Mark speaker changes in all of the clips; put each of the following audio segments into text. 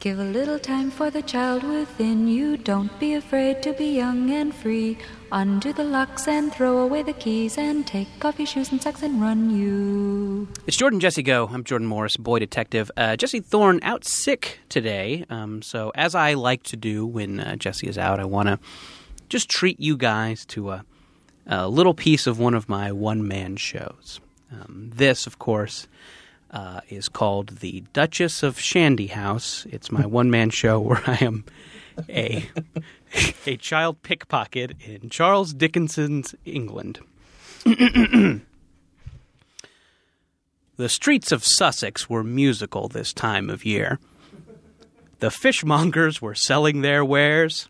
Speaker 1: Give a little time for the child within you. Don't be afraid to be young and free. Undo the locks and throw away the keys and take off your shoes and socks and run you.
Speaker 2: It's Jordan Jesse Go. I'm Jordan Morris, boy detective. Uh, Jesse Thorne out sick today. Um, so, as I like to do when uh, Jesse is out, I want to just treat you guys to a, a little piece of one of my one man shows. Um, this, of course, uh, is called The Duchess of Shandy House. It's my one man show where I am a, a child pickpocket in Charles Dickinson's England. The streets of Sussex were musical this time of year. The fishmongers were selling their wares.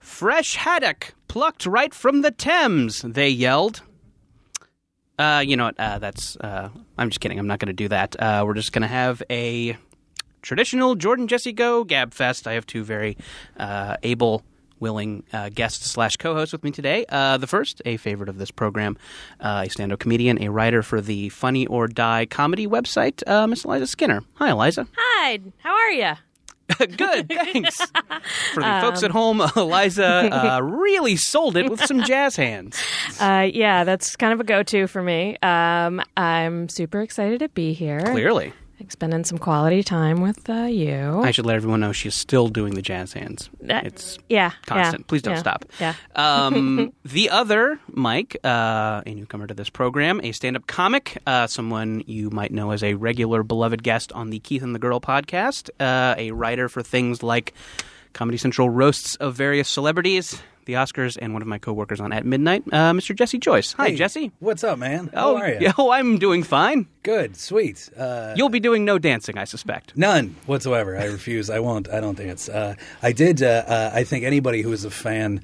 Speaker 2: Fresh haddock, plucked right from the Thames, they yelled. Uh, you know what? Uh, that's. Uh, I'm just kidding. I'm not going to do that. Uh, we're just going to have a traditional Jordan Jesse Go Gab Fest. I have two very uh, able, willing uh, guests slash co-hosts with me today. Uh, the first, a favorite of this program, uh, a stand-up comedian, a writer for the Funny or Die comedy website, uh, Miss Eliza Skinner. Hi, Eliza.
Speaker 3: Hi, how are you?
Speaker 2: Good, thanks. For the folks at home, Eliza uh, really sold it with some jazz hands.
Speaker 3: Uh, yeah, that's kind of a go-to for me. Um, I'm super excited to be here.
Speaker 2: Clearly.
Speaker 3: Spending some quality time with uh, you.
Speaker 2: I should let everyone know she's still doing the jazz hands.
Speaker 3: That-
Speaker 2: It's
Speaker 3: yeah,
Speaker 2: constant.
Speaker 3: yeah,
Speaker 2: Please don't
Speaker 3: yeah,
Speaker 2: stop.
Speaker 3: Yeah.
Speaker 2: um, the other Mike, uh, a newcomer to this program, a stand-up comic, uh, someone you might know as a regular beloved guest on the Keith and the Girl podcast, uh, a writer for things like Comedy Central roasts of various celebrities, the Oscars, and one of my coworkers on At Midnight, uh, Mr. Jesse Joyce. Hi,
Speaker 4: Hey,
Speaker 2: Jesse.
Speaker 4: What's up, man?
Speaker 2: Oh,
Speaker 4: How are you?
Speaker 2: oh, I'm doing fine.
Speaker 4: Good, sweet. Uh,
Speaker 2: You'll be doing no dancing, I suspect.
Speaker 4: none whatsoever. I refuse. I won't. I don't dance. Uh, I did. Uh, uh, I think anybody who is a fan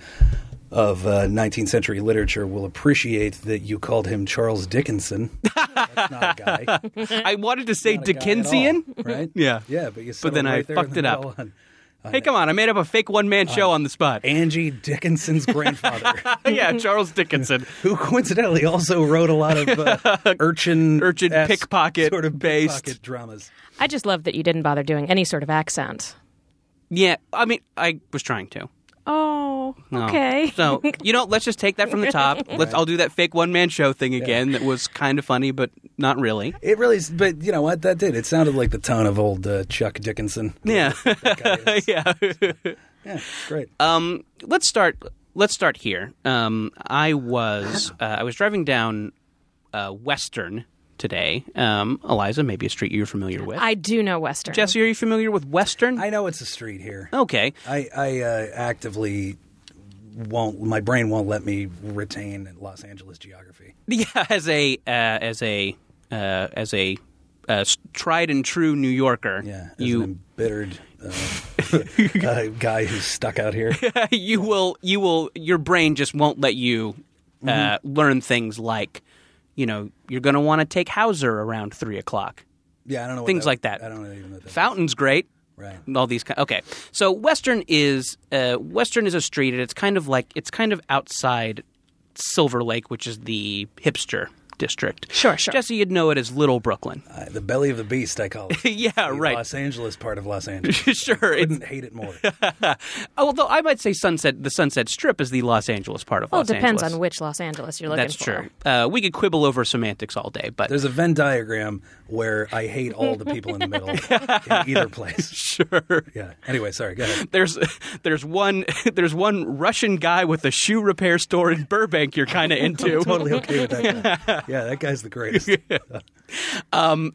Speaker 4: of uh, 19th century literature will appreciate that you called him Charles Dickinson. That's not a guy. Not
Speaker 3: Mm.
Speaker 4: a
Speaker 2: I wanted to say
Speaker 4: guy at
Speaker 2: Dickensian.
Speaker 4: all, right?
Speaker 2: Yeah.
Speaker 4: Yeah, but you. settled
Speaker 2: then I
Speaker 4: right there in
Speaker 2: fucked
Speaker 4: the
Speaker 2: it up.
Speaker 4: middle on
Speaker 2: Hey, come on! I made up a fake one-man show on the spot.
Speaker 4: Angie Dickinson's grandfather,
Speaker 2: yeah, Charles Dickinson.
Speaker 4: who coincidentally also wrote a lot of uh, urchin,
Speaker 2: Urchin pickpocket
Speaker 4: sort of
Speaker 2: based.
Speaker 4: pickpocket dramas.
Speaker 3: I just love that you didn't bother doing any sort of accent.
Speaker 2: Yeah, I mean, I was trying to.
Speaker 3: Oh,
Speaker 2: No.
Speaker 3: okay.
Speaker 2: So you know, let's just take that from the top. Let's. I'll do that fake one-man show thing again. That was kind of funny, but not really.
Speaker 4: It really, is, but you know what that did? It sounded like the tone of old uh, Chuck Dickinson.
Speaker 2: Yeah,
Speaker 4: guy
Speaker 2: yeah.
Speaker 4: Yeah, great.
Speaker 2: um, let's start. Let's start here. Um, I was uh, I was driving down uh, Western today. Um, Eliza, maybe a street you're familiar with.
Speaker 3: I do know Western.
Speaker 2: Jesse, are you familiar with Western?
Speaker 4: I know it's a street here.
Speaker 2: okay.
Speaker 4: I, I uh, actively won't. My brain won't let me retain Los Angeles geography.
Speaker 2: Yeah, as a uh, as a uh, as a uh, s- tried and true New Yorker,
Speaker 4: Yeah, as an
Speaker 2: you
Speaker 4: embittered uh, uh, guy who's stuck out here.
Speaker 2: you will you will your brain just won't let you uh, learn things like you know you're going to want to take Hauser around three o'clock.
Speaker 4: Yeah, I don't know what
Speaker 2: Things like that.
Speaker 4: I don't even know that.
Speaker 2: Fountain's great.
Speaker 4: Right.
Speaker 2: All these kind. Okay, so Western is uh, Western is a street, and it's kind of like it's kind of outside Silver Lake, which is the hipster district.
Speaker 3: Sure, sure.
Speaker 2: Jesse, you'd know it as Little Brooklyn.
Speaker 4: Uh, the belly of the beast, I call it.
Speaker 2: Yeah,
Speaker 4: The
Speaker 2: right.
Speaker 4: Los Angeles part of Los Angeles.
Speaker 2: sure, it's, oh,
Speaker 4: Couldn't hate it more.
Speaker 2: Although I might say Sunset, the Sunset Strip is the Los Angeles part of
Speaker 3: well, it
Speaker 2: Los
Speaker 3: depends
Speaker 2: Angeles.
Speaker 3: on which Los Angeles you're looking
Speaker 2: That's
Speaker 3: for.
Speaker 2: true. Uh, we could quibble over semantics all day, but
Speaker 4: There's a Venn diagram where I hate all the people in the middle in either place.
Speaker 2: sure.
Speaker 4: Yeah. Anyway, sorry. Go ahead.
Speaker 2: There's there's one there's one Russian guy with a shoe repair store in Burbank you're kind of into.
Speaker 4: Totally okay with that guy. Yeah, that guy's the greatest.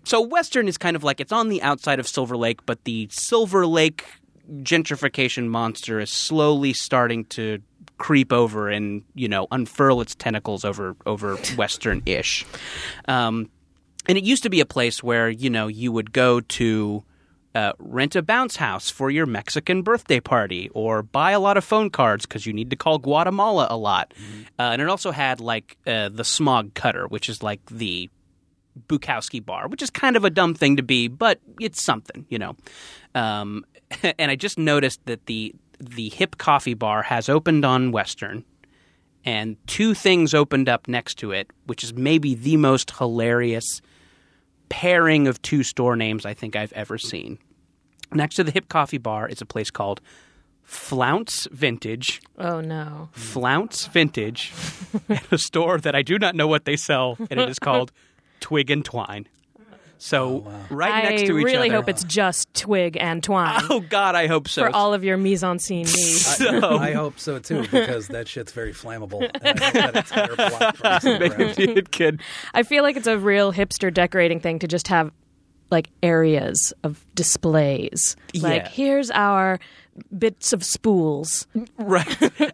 Speaker 2: So Western is kind of like it's on the outside of Silver Lake, but the Silver Lake gentrification monster is slowly starting to creep over and you know unfurl its tentacles over over Western ish. Um, and it used to be a place where you know you would go to. Uh, rent a bounce house for your Mexican birthday party, or buy a lot of phone cards because you need to call Guatemala a lot. Uh, and it also had like uh, the smog cutter, which is like the Bukowski bar, which is kind of a dumb thing to be, but it's something, you know. Um, and I just noticed that the the hip coffee bar has opened on Western, and two things opened up next to it, which is maybe the most hilarious pairing of two store names I think I've ever seen. Next to the hip coffee bar is a place called Flounce Vintage.
Speaker 3: Oh no.
Speaker 2: Flounce Vintage at a store that I do not know what they sell, and it is called Twig and Twine. So right next
Speaker 3: I
Speaker 2: to each
Speaker 3: really
Speaker 2: other.
Speaker 3: hope it's just twig and twine
Speaker 2: oh God, I hope so.
Speaker 3: for all of your mise en scene needs.
Speaker 2: So-
Speaker 4: I hope so too, because that shit's very flammable. And I hope that entire block burns to the ground.
Speaker 2: Maybe it could.
Speaker 3: I feel like it's a real hipster decorating thing to just have like areas of displays. Like
Speaker 2: Yeah.
Speaker 3: here's our bits of spools.
Speaker 2: Right.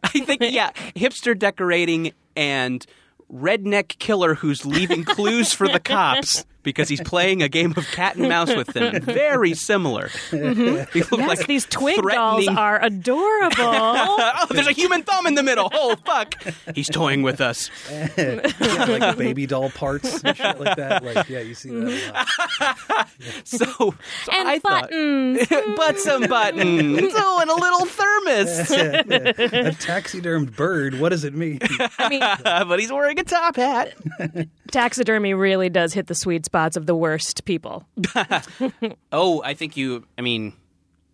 Speaker 2: I think yeah, hipster decorating and redneck killer who's leaving clues for the cops because he's playing a game of cat and mouse with them. Very similar. They look
Speaker 3: Mm-hmm. Yes,
Speaker 2: like
Speaker 3: these twig dolls
Speaker 2: threatening-
Speaker 3: are adorable.
Speaker 2: Oh, there's a human thumb in the middle. Oh fuck. He's toying with us.
Speaker 4: Yeah, like baby doll parts and shit like that. Like, yeah, you see that. A lot.
Speaker 2: So, so
Speaker 3: And
Speaker 2: I
Speaker 3: buttons.
Speaker 2: thought butts and buttons. Oh, and a little thermos.
Speaker 4: A taxidermed bird. What does it mean?
Speaker 3: I mean,
Speaker 2: but he's wearing a top hat.
Speaker 3: taxidermy really does hit the sweet spots of the worst people.
Speaker 2: Oh, I think you. I mean,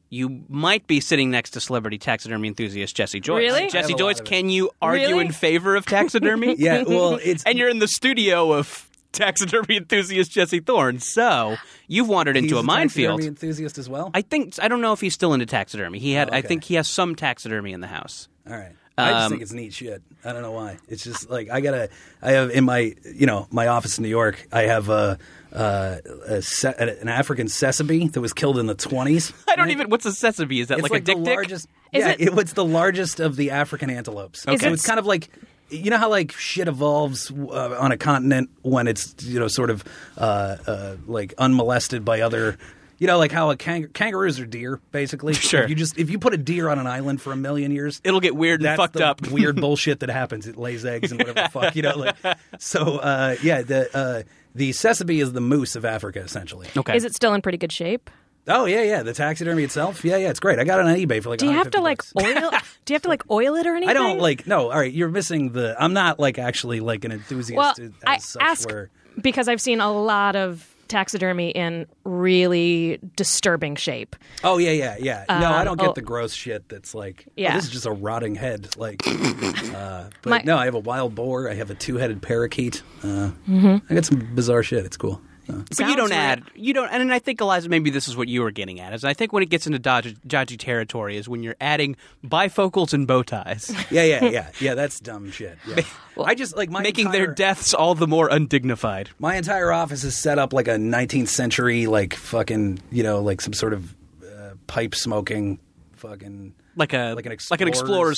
Speaker 2: you might be sitting next to celebrity taxidermy enthusiast Jesse Joyce.
Speaker 3: Really? I have
Speaker 2: Jesse
Speaker 4: a lot
Speaker 2: Joyce,
Speaker 4: of it.
Speaker 2: can you argue
Speaker 3: Really?
Speaker 2: in favor of taxidermy?
Speaker 4: Yeah, well, it's
Speaker 2: And you're in the studio of taxidermy enthusiast Jesse Thorne, so you've wandered
Speaker 4: he's
Speaker 2: into a minefield.
Speaker 4: taxidermy enthusiast as well.
Speaker 2: I think I don't know if he's still into taxidermy. He had. I
Speaker 4: Oh, okay.
Speaker 2: think he has some taxidermy in the house.
Speaker 4: All right. I just think it's neat shit. I don't know why. It's just like I gotta. I have in my you know my office in New York. I have a, uh a se- an African sesame that was killed in the twenties.
Speaker 2: I don't even. What's a sesame? Is that
Speaker 4: It's
Speaker 2: like, a dick
Speaker 4: the
Speaker 2: dick?
Speaker 4: largest.
Speaker 3: Is
Speaker 4: yeah,
Speaker 3: it-
Speaker 4: it, was the largest of the African antelopes.
Speaker 2: Okay.
Speaker 4: So it's kind of like you know how like shit evolves uh, on a continent when it's you know sort of uh, uh, like unmolested by other. You know, like how a kang- kangaroos are deer, basically.
Speaker 2: Sure.
Speaker 4: If you just if you put a deer on an island for a million years,
Speaker 2: It'll get weird and
Speaker 4: that's
Speaker 2: fucked
Speaker 4: the
Speaker 2: up.
Speaker 4: weird bullshit that happens. It lays eggs and whatever the fuck, you know. Like, so uh, yeah, the uh, the sesame is the moose of Africa, essentially.
Speaker 2: Okay.
Speaker 3: Is it still in pretty good shape?
Speaker 4: Oh yeah, yeah. The taxidermy itself, yeah, yeah. It's great. I got it on eBay for like.
Speaker 3: Do you have
Speaker 4: 150
Speaker 3: to like
Speaker 4: bucks.
Speaker 3: oil? Do you have to like oil it or anything?
Speaker 4: I don't like. No, all right. You're missing the. I'm not like actually like an enthusiast.
Speaker 3: Well,
Speaker 4: as
Speaker 3: I
Speaker 4: such
Speaker 3: ask
Speaker 4: where,
Speaker 3: because I've seen a lot of taxidermy in really disturbing shape.
Speaker 4: oh yeah, yeah, yeah. no, I don't get
Speaker 3: oh.
Speaker 4: the gross shit. That's like. oh,
Speaker 3: Yeah.
Speaker 4: this is just a rotting head. Like. uh, but
Speaker 3: My-
Speaker 4: no, I have a wild boar. I have a two headed parakeet. Uh,
Speaker 3: Mm-hmm.
Speaker 4: I got some bizarre shit. It's cool. Uh,
Speaker 2: But you
Speaker 3: Sounds
Speaker 2: don't
Speaker 3: right.
Speaker 2: add. You don't. And I think Eliza, maybe this is what you were getting at. Is I think when it gets into dodgy, dodgy territory is when you're adding bifocals and bow ties,
Speaker 4: yeah, yeah, yeah, yeah. That's dumb shit. Yeah. I just like my
Speaker 2: making
Speaker 4: entire,
Speaker 2: their deaths all the more undignified.
Speaker 4: My entire office is set up like a 19th century, like fucking, you know, like some sort of uh, pipe smoking, fucking.
Speaker 2: Like a
Speaker 4: Like an
Speaker 2: like an explorers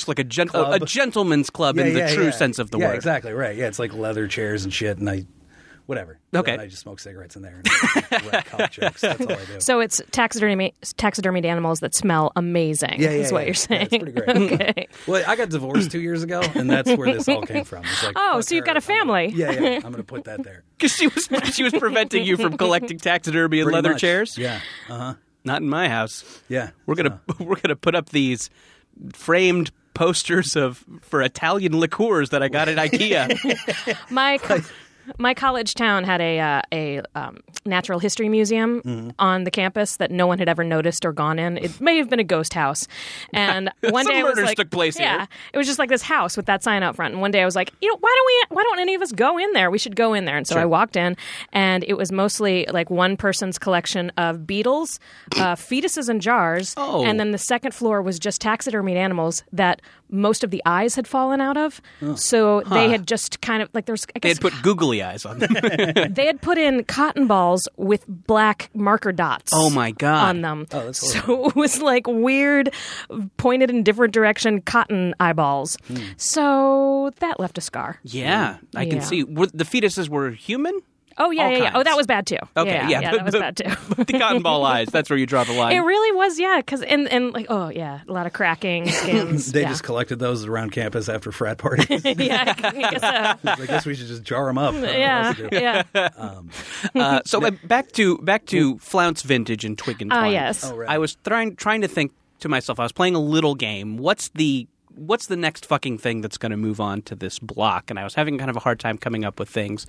Speaker 4: explorers
Speaker 2: like a gen- a,
Speaker 4: club.
Speaker 2: a gentleman's club in the true sense of the
Speaker 4: yeah,
Speaker 2: word.
Speaker 4: exactly right. Yeah, it's like leather chairs and shit, and I, whatever.
Speaker 2: Okay.
Speaker 4: And I just smoke cigarettes in there. And write cock jokes. That's all I do.
Speaker 3: So it's taxidermy taxidermied animals that smell amazing.
Speaker 4: yeah, yeah,
Speaker 3: is what
Speaker 4: yeah.
Speaker 3: you're saying.
Speaker 4: Yeah, it's pretty great. Mm-hmm.
Speaker 3: okay.
Speaker 4: well, I got divorced two years ago, and that's where this all came from. It's like,
Speaker 3: Oh,
Speaker 4: fuck
Speaker 3: so you've
Speaker 4: her,
Speaker 3: got a
Speaker 4: I'm gonna-
Speaker 3: family.
Speaker 4: Um, yeah, yeah. I'm gonna put that there.
Speaker 2: Because she was she was preventing you from collecting taxidermy and
Speaker 4: Pretty
Speaker 2: leather
Speaker 4: much.
Speaker 2: chairs.
Speaker 4: Yeah. Uh huh.
Speaker 2: Not in my house.
Speaker 4: Yeah. Uh,
Speaker 2: We're gonna we're gonna put up these framed posters of for Italian liqueurs that I got at IKEA.
Speaker 3: My co- my college town had a uh, a um, natural history museum
Speaker 4: Mm-hmm.
Speaker 3: on the campus that no one had ever noticed or gone in. It may have been a ghost house. And one
Speaker 2: Some
Speaker 3: day I was
Speaker 2: murders
Speaker 3: like,
Speaker 2: took place
Speaker 3: yeah,
Speaker 2: here.
Speaker 3: it was just like this house with that sign out front. And one day I was like, you know, why don't we? Why don't any of us go in there? We should go in there. And so I walked in, and it was mostly like one person's collection of beetles, uh, fetuses in jars,
Speaker 2: Oh.
Speaker 3: and then the second floor was just taxidermied animals that most of the eyes had fallen out of. So they had just kind of like there's
Speaker 2: they
Speaker 3: I guess
Speaker 2: had put googly eyes on them.
Speaker 3: they had put in cotton balls with black marker dots.
Speaker 2: Oh my god!
Speaker 3: On them, oh,
Speaker 4: that's
Speaker 3: so it was like weird, pointed in different direction cotton eyeballs. So that left a scar.
Speaker 2: Yeah, I can
Speaker 3: Yeah.
Speaker 2: see. Were, the fetuses were human.
Speaker 3: Oh yeah,
Speaker 2: All
Speaker 3: yeah, yeah. Oh,
Speaker 2: kinds.
Speaker 3: that was bad too.
Speaker 2: Okay,
Speaker 3: yeah,
Speaker 2: yeah,
Speaker 3: that was
Speaker 2: the-
Speaker 3: bad too.
Speaker 2: the cotton ball eyes. That's where you draw the line.
Speaker 3: It really was, yeah. Because and and like, oh yeah, a lot of cracking skins.
Speaker 4: They
Speaker 3: yeah.
Speaker 4: just collected those around campus after frat parties.
Speaker 3: yeah, I guess so.
Speaker 4: I guess we should just jar them up. I don't know what
Speaker 3: yeah,
Speaker 4: else to do.
Speaker 3: yeah.
Speaker 2: uh, so uh, back to back to flounce vintage and twig and
Speaker 3: Ah,
Speaker 2: twine.
Speaker 3: yes. Oh,
Speaker 4: right.
Speaker 2: I was trying trying to think to myself. I was playing a little game. What's the what's the next fucking thing that's going to move on to this block? And I was having kind of a hard time coming up with things.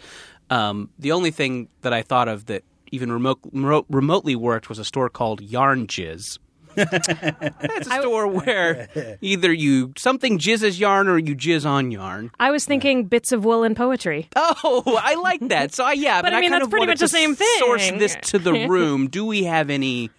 Speaker 2: Um, the only thing that I thought of that even remote, remo- remotely worked was a store called Yarn Jizz. That's a store where either you something jizzes yarn or you jizz on yarn.
Speaker 3: I was thinking bits of wool and poetry.
Speaker 2: Oh, I like that. So I, yeah,
Speaker 3: But, I mean,
Speaker 2: kind
Speaker 3: that's
Speaker 2: of
Speaker 3: pretty
Speaker 2: wanted
Speaker 3: much the
Speaker 2: to
Speaker 3: same thing.
Speaker 2: Source this to the room. Do we have any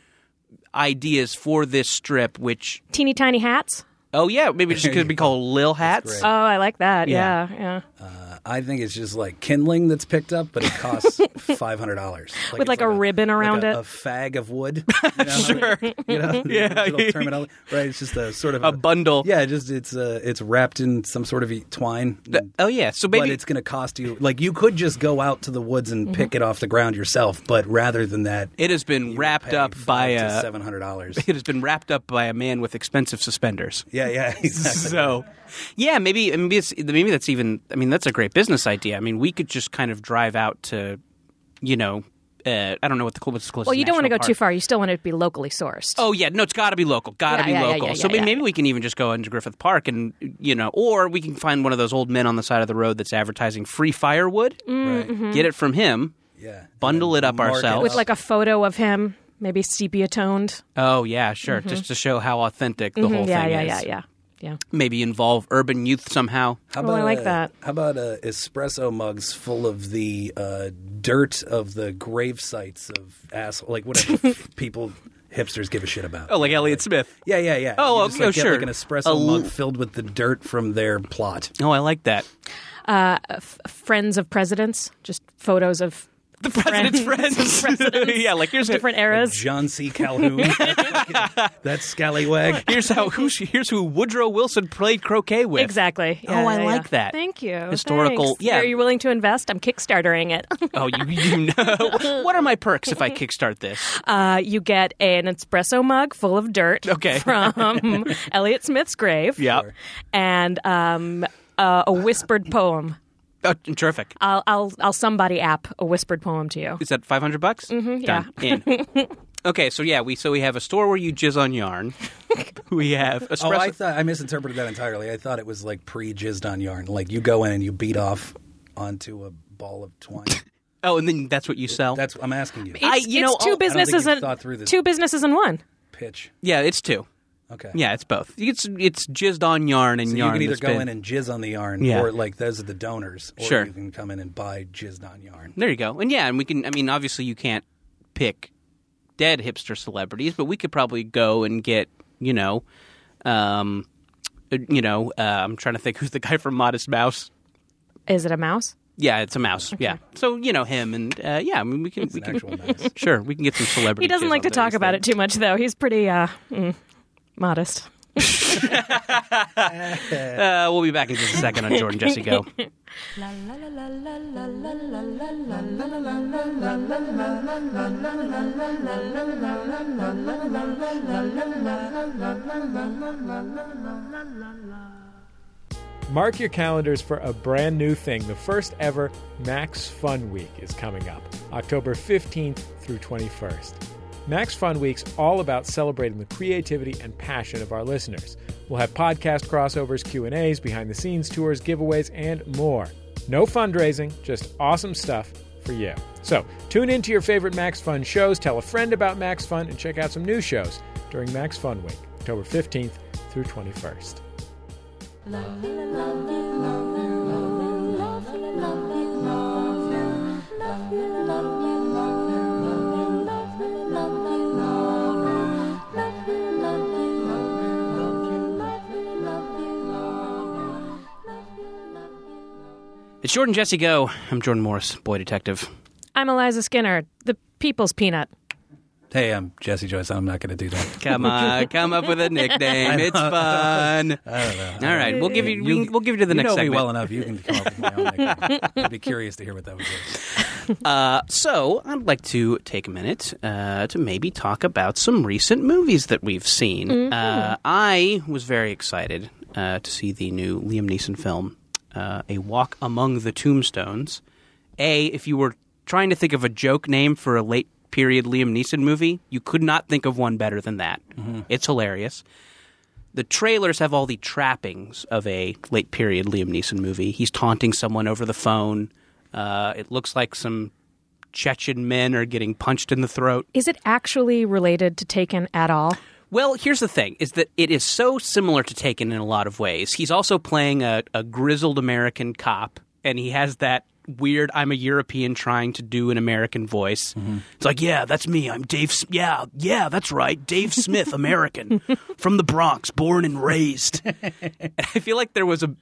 Speaker 2: ideas for this strip? Which
Speaker 3: Teeny tiny hats.
Speaker 2: oh yeah, maybe it could be called Lil Hats.
Speaker 3: Oh, I like that.
Speaker 2: Yeah.
Speaker 3: Yeah, yeah.
Speaker 4: I think it's just like kindling that's picked up, but it costs five hundred dollars
Speaker 3: With, like, a ribbon around
Speaker 4: a,
Speaker 3: it.
Speaker 4: a fag of wood. You know? sure, you know,
Speaker 2: Yeah.
Speaker 4: little terminology. Right, it's just a sort of
Speaker 2: A bundle.
Speaker 4: Yeah, just it's uh, it's wrapped in some sort of e- twine.
Speaker 2: Oh yeah, so
Speaker 4: but
Speaker 2: maybe Mm-hmm.
Speaker 4: it's going to cost you. Like you could just go out to the woods and pick it off the ground yourself, but rather than that,
Speaker 2: it has been wrapped up by a
Speaker 4: seven hundred dollars.
Speaker 2: it has been wrapped up by a man with expensive suspenders.
Speaker 4: yeah, yeah, exactly.
Speaker 2: So, yeah, maybe maybe it's, maybe that's even. I mean, that's a great business idea. I mean, we could just kind of drive out to, you know, uh, I don't know what the closest. closest
Speaker 3: Well, you don't want to go
Speaker 2: national
Speaker 3: too
Speaker 2: park-
Speaker 3: far. You still want it to be locally sourced.
Speaker 2: Oh yeah, no, it's got to be local. Got to
Speaker 3: Yeah,
Speaker 2: be
Speaker 3: yeah, yeah,
Speaker 2: local.
Speaker 3: yeah,
Speaker 2: so
Speaker 3: yeah,
Speaker 2: maybe,
Speaker 3: yeah.
Speaker 2: maybe we can even just go into Griffith Park and you know, or we can find one of those old men on the side of the road that's advertising free firewood.
Speaker 3: Mm-hmm.
Speaker 4: Right.
Speaker 2: Get it from him.
Speaker 4: Yeah.
Speaker 2: Mm-hmm. Bundle it up
Speaker 4: Mark it
Speaker 2: ourselves.
Speaker 3: With like a photo of him, maybe sepia toned. Mm,
Speaker 2: Oh yeah, sure. Just to show how authentic the whole
Speaker 3: Mm-hmm. yeah,
Speaker 2: thing
Speaker 3: yeah,
Speaker 2: is.
Speaker 3: yeah, yeah, yeah.
Speaker 2: Maybe involve urban youth somehow.
Speaker 4: How
Speaker 3: Oh, I like
Speaker 4: uh,
Speaker 3: that.
Speaker 4: How about uh, espresso mugs full of the uh, dirt of the grave sites of ass, like whatever people hipsters give a shit about?
Speaker 2: Oh, like Elliot Smith.
Speaker 4: yeah, yeah, yeah.
Speaker 2: Oh,
Speaker 4: You just,
Speaker 2: okay,
Speaker 4: like,
Speaker 2: oh,
Speaker 4: Get,
Speaker 2: sure.
Speaker 4: like an espresso
Speaker 2: A l-
Speaker 4: mug filled with the dirt from their plot.
Speaker 2: Oh, I like that.
Speaker 3: Friends of presidents, just photos of
Speaker 2: The president's friends. yeah, like here's
Speaker 3: different eras.
Speaker 4: John C. Calhoun. that scallywag.
Speaker 2: Here's how who here's who Woodrow Wilson played croquet with.
Speaker 3: Exactly.
Speaker 2: Oh,
Speaker 3: Yeah,
Speaker 2: I
Speaker 3: yeah,
Speaker 2: like
Speaker 3: yeah.
Speaker 2: that.
Speaker 3: Thank you.
Speaker 2: Historical-
Speaker 3: Thanks.
Speaker 2: yeah.
Speaker 3: Are you willing to invest? I'm kickstartering it.
Speaker 2: Oh, you you know. what are my perks if I kickstart this?
Speaker 3: Uh, you get an espresso mug full of dirt
Speaker 2: Okay.
Speaker 3: from Elliot Smith's grave.
Speaker 2: Yeah.
Speaker 3: And um, uh, a whispered poem.
Speaker 2: Oh, terrific.
Speaker 3: I'll, I'll, I'll somebody app a whispered poem to you.
Speaker 2: Is that 500 bucks? Mm-hmm, Yeah. In. Okay, so yeah, we so we have a store where you jizz on yarn. We have
Speaker 4: Oh, I
Speaker 2: espresso.
Speaker 4: thought I misinterpreted that entirely. I thought it was like pre jizzed on yarn. Like you go in and you beat off onto a ball of twine.
Speaker 2: Oh, and then that's what you sell.
Speaker 4: That's I'm asking you.
Speaker 2: I-
Speaker 3: It's-
Speaker 2: you know,
Speaker 3: it's
Speaker 2: I'll- I
Speaker 3: two
Speaker 2: don't think
Speaker 3: businesses
Speaker 4: you've
Speaker 3: in
Speaker 4: thought through this.
Speaker 3: two businesses in one.
Speaker 4: Pitch.
Speaker 2: yeah, it's two.
Speaker 4: Okay.
Speaker 2: Yeah, it's both. It's it's jizzed on yarn and
Speaker 4: So
Speaker 2: yarn.
Speaker 4: you can either
Speaker 2: that's
Speaker 4: go
Speaker 2: been-
Speaker 4: in and jizz on the yarn,
Speaker 2: Yeah.
Speaker 4: or like those are the donors. Or
Speaker 2: Sure.
Speaker 4: you can come in and buy jizzed on yarn.
Speaker 2: There you go. And yeah, and we can. I mean, obviously, you can't pick dead hipster celebrities, but we could probably go and get you know, um, uh, you know, uh, I'm trying to think who's the guy from Modest Mouse.
Speaker 3: Is it a mouse?
Speaker 2: Yeah, it's a mouse. Yeah, so you know him, and uh, yeah, I mean, we can. we
Speaker 4: An
Speaker 2: can
Speaker 4: actual mouse.
Speaker 2: sure, we can get some celebrity.
Speaker 3: He doesn't like to talk about it too much, though. He's pretty uh, mm, modest.
Speaker 2: Uh, we'll be back in just a second on Jordan Jesse Go.
Speaker 5: Mark your calendars for a brand new thing. The first ever Max Fun Week is coming up, October 15th through 21st. Max Fun Week's all about celebrating the creativity and passion of our listeners. We'll have podcast crossovers, Q&As, behind the scenes tours, giveaways, and more. No fundraising, just awesome stuff for you. So, tune in to your favorite Max Fun shows, tell a friend about Max Fun, and check out some new shows during Max Fun Week, October 15th through 21st.
Speaker 2: It's Jordan Jesse Go. I'm Jordan Morris, boy detective.
Speaker 3: I'm Eliza Skinner, the people's peanut.
Speaker 4: Hey, I'm Jesse Joyce. I'm not going to do that.
Speaker 2: Come on, come up with a nickname. It's fun. All right, we'll give you, we can- we'll give you to the
Speaker 4: you
Speaker 2: next
Speaker 4: know
Speaker 2: segment.
Speaker 4: me well enough. You can come up with my own. nickname. I'd be curious to hear what that was.
Speaker 2: Uh, so I'd like to take a minute uh, to maybe talk about some recent movies that we've seen. Uh, I was very excited uh, to see the new Liam Neeson film, uh, A Walk Among the Tombstones. A, if you were trying to think of a joke name for a late period Liam Neeson movie, you could not think of one better than that. It's hilarious the trailers have all the trappings of a late period Liam Neeson movie. He's taunting someone over the phone. Uh, it looks like some Chechen men are getting punched in the throat.
Speaker 3: Is it actually related to Taken at all?
Speaker 2: Well, here's the thing: is that it is so similar to Taken in a lot of ways. He's also playing a, a grizzled American cop, and he has that weird "I'm a European trying to do an American voice." It's like, yeah, that's me. I'm Dave. S- Yeah, yeah, that's right, Dave Smith, American from the Bronx, born and raised. I feel like there was a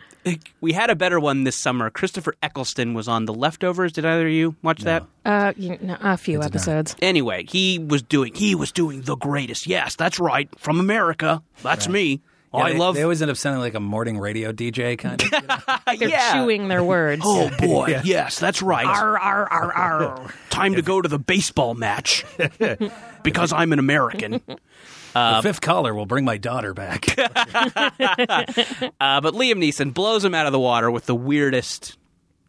Speaker 2: we had a better one this summer. Christopher Eccleston was on The Leftovers. Did either of you watch that?
Speaker 3: Uh, you know, a few episodes.
Speaker 2: Anyway, he was doing he was doing the greatest. Yes, that's right. From America. That's me. Oh,
Speaker 4: Yeah,
Speaker 2: I
Speaker 4: they,
Speaker 2: love
Speaker 4: They always end up sounding like a morning radio DJ kind of. you know?
Speaker 3: They're chewing their words.
Speaker 2: Oh boy, yes, that's right. Time to go to the baseball match because I'm an American.
Speaker 4: the fifth caller will bring my daughter back.
Speaker 2: Uh, but Liam Neeson blows him out of the water with the weirdest,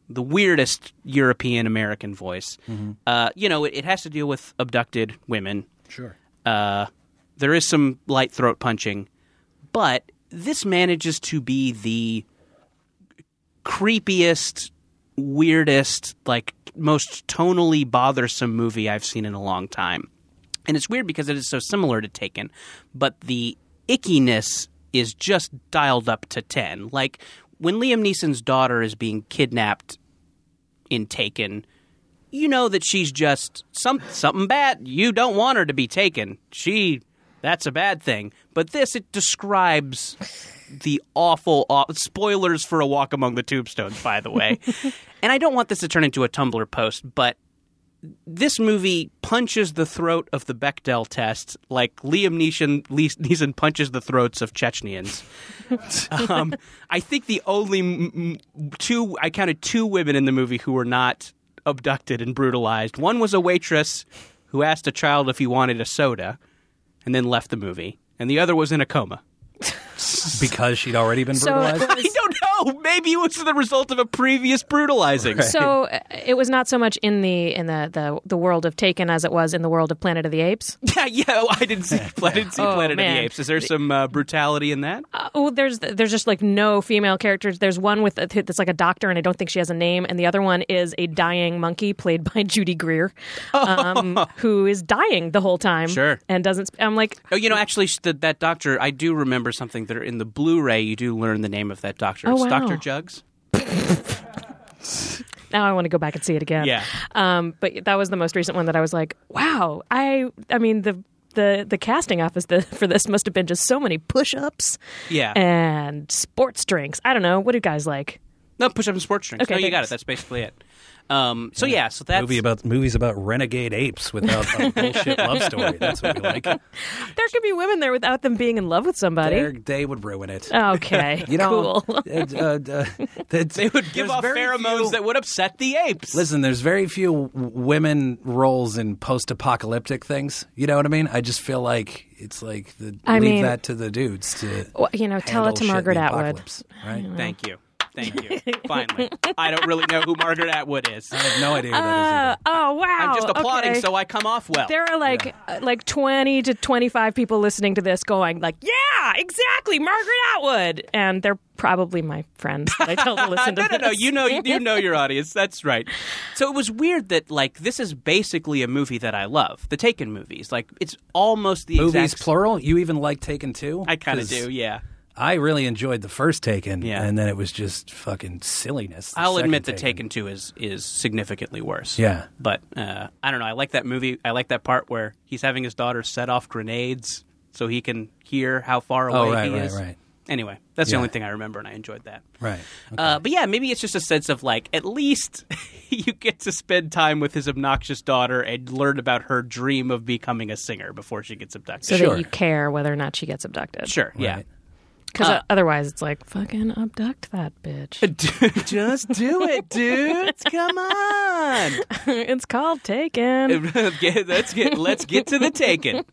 Speaker 2: the weirdest European American voice. Uh, you know, it, it has to deal with abducted women.
Speaker 4: sure.
Speaker 2: Uh, there is some light throat punching, but this manages to be the creepiest, weirdest, like most tonally bothersome movie I've seen in a long time. And it's weird because it is so similar to Taken, but the ickiness is just dialed up to 10. Like when Liam Neeson's daughter is being kidnapped in Taken, you know that she's just some something bad. You don't want her to be taken. She that's a bad thing. But this it describes the awful aw- spoilers for a walk among the tombstones by the way. and I don't want this to turn into a Tumblr post, but this movie punches the throat of the Bechdel test like Liam Neeson, Lees- Neeson punches the throats of Chechnyans. um, I think the only m- m- two, I counted two women in the movie who were not abducted and brutalized. One was a waitress who asked a child if he wanted a soda and then left the movie, and the other was in a coma.
Speaker 4: Because she'd already been
Speaker 3: So-
Speaker 4: brutalized.
Speaker 2: I don't know. Maybe it was the result of a previous brutalizing.
Speaker 3: So uh, it was not so much in the in the, the the world of Taken as it was in the world of Planet of the Apes.
Speaker 2: Yeah, yeah. oh, I didn't see. I didn't see
Speaker 3: Oh,
Speaker 2: Planet of
Speaker 3: man.
Speaker 2: the Apes. Is there some uh, brutality in that?
Speaker 3: Uh, oh, there's there's just like no female characters. There's one with a, that's like a doctor, and I don't think she has a name. And the other one is a dying monkey played by Judy Greer, um, who is dying the whole time.
Speaker 2: Oh. Sure.
Speaker 3: and doesn't. sp- I'm like,
Speaker 2: Oh, you know, actually, sh- that that doctor. I do remember something that in the Blu-ray. You do learn the name of that doctor.
Speaker 3: Oh,
Speaker 2: it's
Speaker 3: wow.
Speaker 2: Doctor Jugs.
Speaker 3: now "Oh, I want to go back and see it again.
Speaker 2: Yeah.
Speaker 3: Um, but that was the most recent one that I was like, wow. I I mean the the the casting office the, for this must have been just so many push-ups
Speaker 2: Yeah.
Speaker 3: and sports drinks. I don't know. What do you guys like?
Speaker 2: no, push up and sports drinks.
Speaker 3: Okay,
Speaker 2: no, you got
Speaker 3: thanks.
Speaker 2: it. That's basically it. Um, so yeah, so that's
Speaker 4: Movie about movies about renegade apes without a bullshit love story. That's what we like.
Speaker 3: There could be women there without them being in love with somebody.
Speaker 4: Their day would ruin it.
Speaker 3: Okay.
Speaker 4: you know,
Speaker 3: cool.
Speaker 4: it- uh, d- uh, that's-
Speaker 2: they would give
Speaker 4: there's
Speaker 2: off
Speaker 4: very
Speaker 2: pheromones
Speaker 4: few-
Speaker 2: that would upset the apes.
Speaker 4: Listen, there's very few w- women roles in post-apocalyptic things. You know what I mean? I just feel like it's like the,
Speaker 3: I
Speaker 4: leave
Speaker 3: mean-
Speaker 4: that to the dudes to
Speaker 3: Well, you know, tell it
Speaker 4: handle
Speaker 3: to
Speaker 4: shit in
Speaker 3: Margaret
Speaker 4: the
Speaker 3: Atwood.
Speaker 4: apocalypse, Right?
Speaker 2: Thank you. Thank you. Finally, I don't really know who Margaret Atwood is.
Speaker 4: I have no idea who that
Speaker 3: Uh,
Speaker 4: is.
Speaker 3: oh wow!
Speaker 2: I'm just applauding,
Speaker 3: okay.
Speaker 2: so I come off well.
Speaker 3: There are like uh, like 20 to 25 people listening to this going like, "Yeah, exactly, Margaret Atwood." And they're probably my friends. that I tell to listen to
Speaker 2: no,
Speaker 3: this.
Speaker 2: no, no. You know, you know your audience. That's right. So it was weird that like this is basically a movie that I love, the Taken movies. Like it's almost the
Speaker 4: Movies
Speaker 2: exact.
Speaker 4: plural. You even like Taken Two?
Speaker 2: I kind of
Speaker 4: 'Cause
Speaker 2: do. Yeah.
Speaker 4: I really enjoyed the first Taken,
Speaker 2: Yeah.
Speaker 4: and then it was just fucking silliness. the
Speaker 2: I'll
Speaker 4: second
Speaker 2: admit that Taken Two is is significantly worse.
Speaker 4: Yeah.
Speaker 2: But uh, I don't know. I like that movie. I like that part where he's having his daughter set off grenades so he can hear how far away
Speaker 4: Oh, right,
Speaker 2: he
Speaker 4: right,
Speaker 2: is.
Speaker 4: right.
Speaker 2: Anyway, that's the
Speaker 4: Yeah.
Speaker 2: only thing I remember, and I enjoyed that.
Speaker 4: Right.
Speaker 2: Uh, but yeah, maybe it's just a sense of like at least you get to spend time with his obnoxious daughter and learn about her dream of becoming a singer before she gets abducted.
Speaker 3: so
Speaker 4: Sure.
Speaker 3: that you care whether or not she gets abducted.
Speaker 2: Sure, yeah.
Speaker 4: Right.
Speaker 3: Because
Speaker 4: Uh,
Speaker 3: otherwise, it's like fucking abduct that bitch.
Speaker 2: just do it, dudes. Come on.
Speaker 3: it's called Taken.
Speaker 2: Get- let's get let's get to the taken.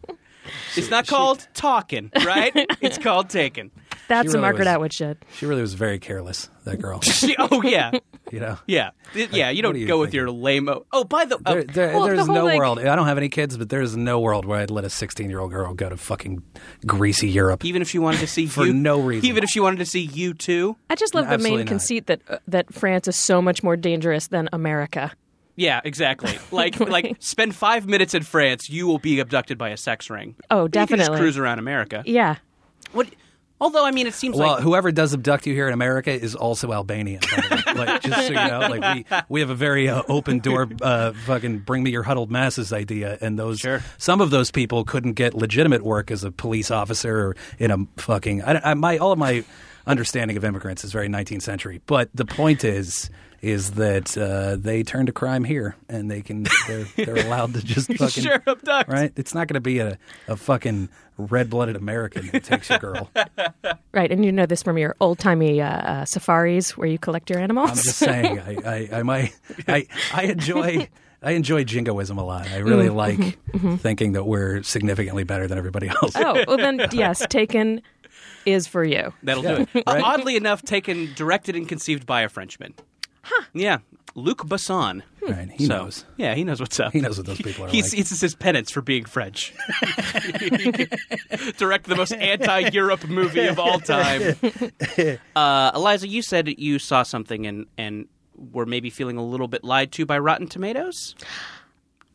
Speaker 2: It's not called talking, right? It's called taken.
Speaker 3: That's
Speaker 4: really
Speaker 3: a Margaret
Speaker 4: was-
Speaker 3: Atwood shit.
Speaker 4: She really was very careless. That girl.
Speaker 2: She- oh yeah,
Speaker 4: you know.
Speaker 2: yeah, It- yeah. You don't
Speaker 4: are you
Speaker 2: go with your lame. Oh, by the oh,
Speaker 4: There, there,
Speaker 3: Well, the
Speaker 4: there's
Speaker 3: whole,
Speaker 4: no
Speaker 3: like-
Speaker 4: world. I don't have any kids, but there's no world where I'd let a 16 year old girl go to fucking greasy Europe.
Speaker 2: even if she wanted to see
Speaker 4: For
Speaker 2: you,
Speaker 4: no reason.
Speaker 2: even if she wanted to see you too.
Speaker 3: I just love the
Speaker 4: Absolutely
Speaker 3: main
Speaker 4: not.
Speaker 3: conceit that uh, that France is so much more dangerous than America.
Speaker 2: Yeah, exactly. Like like spend five minutes in France, you will be abducted by a sex ring. But you
Speaker 3: Oh,
Speaker 2: can just
Speaker 3: definitely. E
Speaker 2: cruise around America.
Speaker 3: Yeah.
Speaker 2: What? Although I mean, it seems
Speaker 4: Well,
Speaker 2: like
Speaker 4: whoever does abduct you here in America is also Albanian. by the way. like, just so you know, like we, we have a very uh, open door, uh, fucking bring me your huddled masses idea, and those
Speaker 2: Sure.
Speaker 4: some of those people couldn't get legitimate work as a police officer or in a fucking. I, I, my all of my understanding of immigrants is very 19th century, but the point is. Is that uh, they turn to crime here and they can they're, they're allowed to just fucking
Speaker 2: Sure, abduct.
Speaker 4: right? It's not going to be a, a fucking red blooded American that takes your girl.
Speaker 3: Right, and you know this from your old timey uh, uh, safaris where you collect your animals.
Speaker 4: I'm just saying, I, I, I might, I, I enjoy, I enjoy jingoism a lot. I really
Speaker 2: Mm-hmm,
Speaker 4: like thinking that we're significantly better than everybody else.
Speaker 3: oh, well then, yes, taken is for you.
Speaker 2: that'll do it. Oddly enough, taken, directed, and conceived by a Frenchman. Huh? Yeah, Luc Besson.
Speaker 3: Hmm.
Speaker 4: Right? He
Speaker 2: hmm. So,
Speaker 4: knows.
Speaker 2: Yeah, he knows what's up.
Speaker 4: He knows what those people are
Speaker 2: He's,
Speaker 4: like.
Speaker 2: it's just his penance for being French. Direct the most anti-Europe movie of all time. Uh, Eliza, you said you saw something and and were maybe feeling a little bit lied to by Rotten Tomatoes,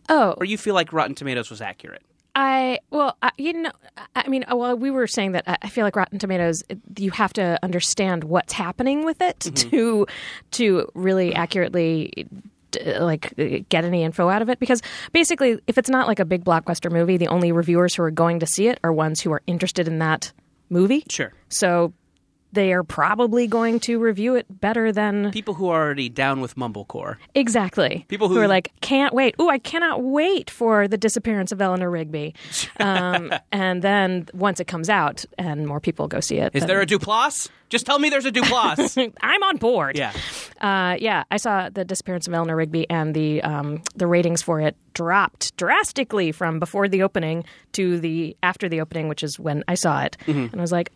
Speaker 3: Oh,
Speaker 2: or you feel like Rotten Tomatoes was accurate.
Speaker 3: I well, I, you know, I- I mean, uh, well, we were saying that I I feel like Rotten Tomatoes. it- You have to understand what's happening with it to to really accurately. d- Like uh, get any info out of it because basically, if it's not like a big blockbuster movie, the only reviewers who are going to see it are ones who are interested in that movie.
Speaker 2: Sure.
Speaker 3: So they are probably going to review it better than
Speaker 2: People who are already down with mumblecore.
Speaker 3: Exactly.
Speaker 2: People who-
Speaker 3: are like, can't wait. Ooh, I cannot wait for the disappearance of Eleanor Rigby. Um, and then once it comes out and more people go see it,
Speaker 2: Is there a Duplass? Just tell me there's a Duplass.
Speaker 3: I'm on board.
Speaker 2: yeah.
Speaker 3: Uh, yeah, I saw the disappearance of Eleanor Rigby, and the um, the ratings for it dropped drastically from before the opening to the after the opening, which is when I saw it,
Speaker 2: Mm-hmm.
Speaker 3: and I was like,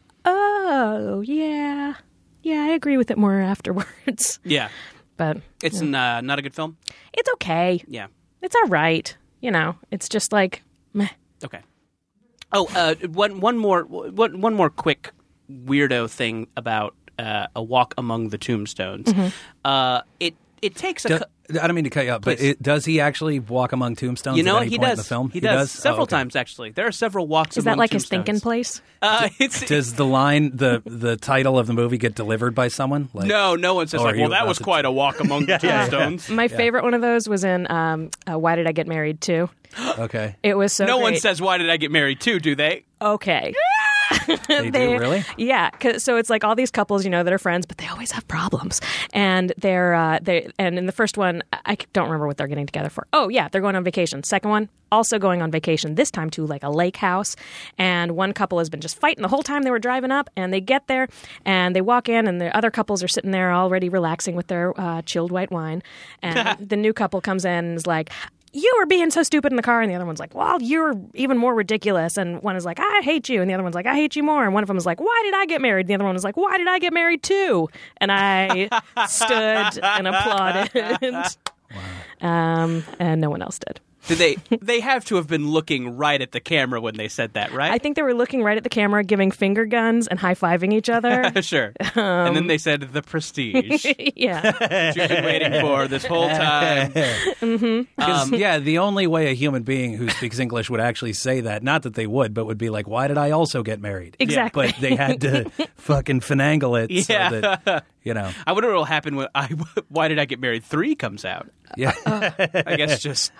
Speaker 3: oh yeah, yeah, I agree with it more afterwards.
Speaker 2: Yeah.
Speaker 3: but
Speaker 2: It's n- uh, not a good film?
Speaker 3: it's okay.
Speaker 2: Yeah.
Speaker 3: it's all right. You know, it's just like meh.
Speaker 2: Okay. Oh, uh, one one more one, one more quick weirdo thing about uh, a walk among the tombstones.
Speaker 3: Mm-hmm.
Speaker 2: Uh, it it takes a
Speaker 4: Do-
Speaker 2: cou-
Speaker 4: I don't mean to cut you up, but
Speaker 2: Please.
Speaker 4: it, does he actually walk among tombstones?
Speaker 2: you know
Speaker 4: at
Speaker 2: what
Speaker 4: any
Speaker 2: he
Speaker 4: point
Speaker 2: does
Speaker 4: in the film?
Speaker 2: He, does,
Speaker 4: Oh,
Speaker 2: several
Speaker 4: okay.
Speaker 2: times actually. There are several walks.
Speaker 3: Is that
Speaker 2: among
Speaker 3: like his
Speaker 2: tombstones.
Speaker 3: thinking place?
Speaker 2: Uh, it's,
Speaker 4: Does the line the the title of the movie get delivered by someone? Like,
Speaker 2: no, no one says
Speaker 4: Or
Speaker 2: like,
Speaker 4: are
Speaker 2: well,
Speaker 4: you
Speaker 2: that
Speaker 4: about
Speaker 2: was
Speaker 4: to-
Speaker 2: quite a walk among the tombstones.
Speaker 3: My favorite one of those was in um, uh, Why Did I Get Married Too?
Speaker 4: Okay.
Speaker 3: It was so
Speaker 2: No one
Speaker 3: great.
Speaker 2: says why did I get married too? Do they?
Speaker 3: okay.
Speaker 4: They do
Speaker 3: They-
Speaker 4: really.
Speaker 3: Yeah, 'cause- so it's like all these couples, you know, that are friends, but they always have problems. And they're uh, they and in the first one, I- I don't remember what they're getting together for. Oh yeah, they're going on vacation. Second one, also going on vacation. This time to like a lake house. And one couple has been just fighting the whole time they were driving up. And they get there and they walk in, and the other couples are sitting there already relaxing with their uh, chilled white wine. And the new couple comes in and is like. You were being so stupid in the car, and the other one's like, "Well, you're even more ridiculous." And one is like, "I hate you," and the other one's like, "I hate you more." And one of them is like, "Why did I get married?" And the other one is like, "Why did I get married too?" And I stood and applauded, um, and no one else did.
Speaker 2: Did they? they have to have been looking right at the camera when they said that, right?
Speaker 3: I think they were looking right at the camera, giving finger guns and high fiving each other.
Speaker 2: sure. and
Speaker 3: Um.
Speaker 2: then they said the prestige.
Speaker 3: yeah,
Speaker 2: that you've been waiting for this whole time.
Speaker 4: Because Um, yeah, the only way a human being who speaks English would actually say that, not that they would, but would be like, why did I also get married?
Speaker 3: Exactly.
Speaker 4: But they had to fucking finagle it so that, you know,
Speaker 2: I wonder what will happen when I. Why did I get married? Three comes out.
Speaker 4: yeah.
Speaker 2: Oh, I guess just.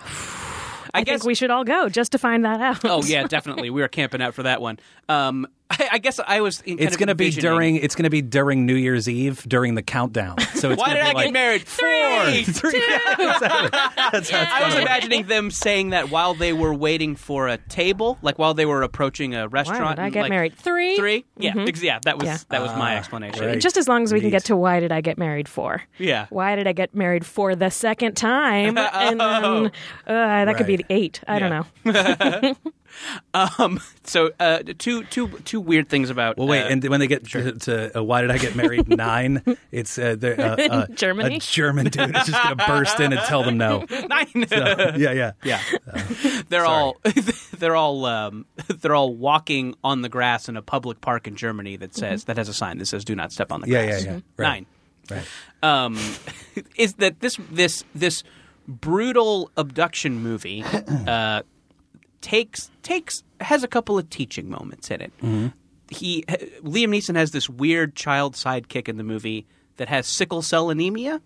Speaker 2: I,
Speaker 3: I think
Speaker 2: guess
Speaker 3: we should all go just to find that out.
Speaker 2: Oh yeah, definitely. We were camping out for that one. Um, I, I guess I was. in- Kind
Speaker 4: It's
Speaker 2: of
Speaker 4: going to be
Speaker 2: envisioning-
Speaker 4: during, it's going to be during New Year's Eve during the countdown. So it's
Speaker 2: Why
Speaker 4: gonna
Speaker 2: did
Speaker 4: be
Speaker 2: I
Speaker 4: like,
Speaker 2: get married? Three.
Speaker 4: Three.
Speaker 2: I was imagining them saying that while they were waiting for a table, like while they were approaching a restaurant.
Speaker 3: I
Speaker 2: and,
Speaker 3: get
Speaker 2: like,
Speaker 3: married? Three? Mm-hmm.
Speaker 2: Three. Yeah. ex- Yeah. That was
Speaker 3: Yeah.
Speaker 2: that was my explanation.
Speaker 4: Ah, right.
Speaker 3: Just as long as we can
Speaker 4: Neat.
Speaker 3: get to why did I get married for?
Speaker 2: Yeah. Oh.
Speaker 3: Why did I get married for the second time? And then uh, that could be
Speaker 4: Right.
Speaker 3: the eight. I don't
Speaker 2: Yeah.
Speaker 3: know.
Speaker 2: Um. So uh, two two two weird things about.
Speaker 4: Well, wait,
Speaker 2: uh,
Speaker 4: and when they get to, to uh, why did I get married nine? It's uh, they're, uh, uh,
Speaker 3: Germany?
Speaker 4: A German dude is just going to burst in and tell them no.
Speaker 2: nine.
Speaker 4: So, yeah, yeah,
Speaker 2: Yeah,
Speaker 4: Uh,
Speaker 2: they're all they're all um, they're all walking on the grass in a public park in Germany that says that has a sign that says "Do not step on the
Speaker 4: Mm-hmm. Yeah,
Speaker 2: grass."
Speaker 4: yeah, yeah. Right.
Speaker 2: Nine
Speaker 4: Right.
Speaker 2: um, is that this this this brutal abduction movie uh, takes takes has a couple of teaching moments in it. He Liam Neeson has this weird child sidekick in the movie that has sickle cell anemia,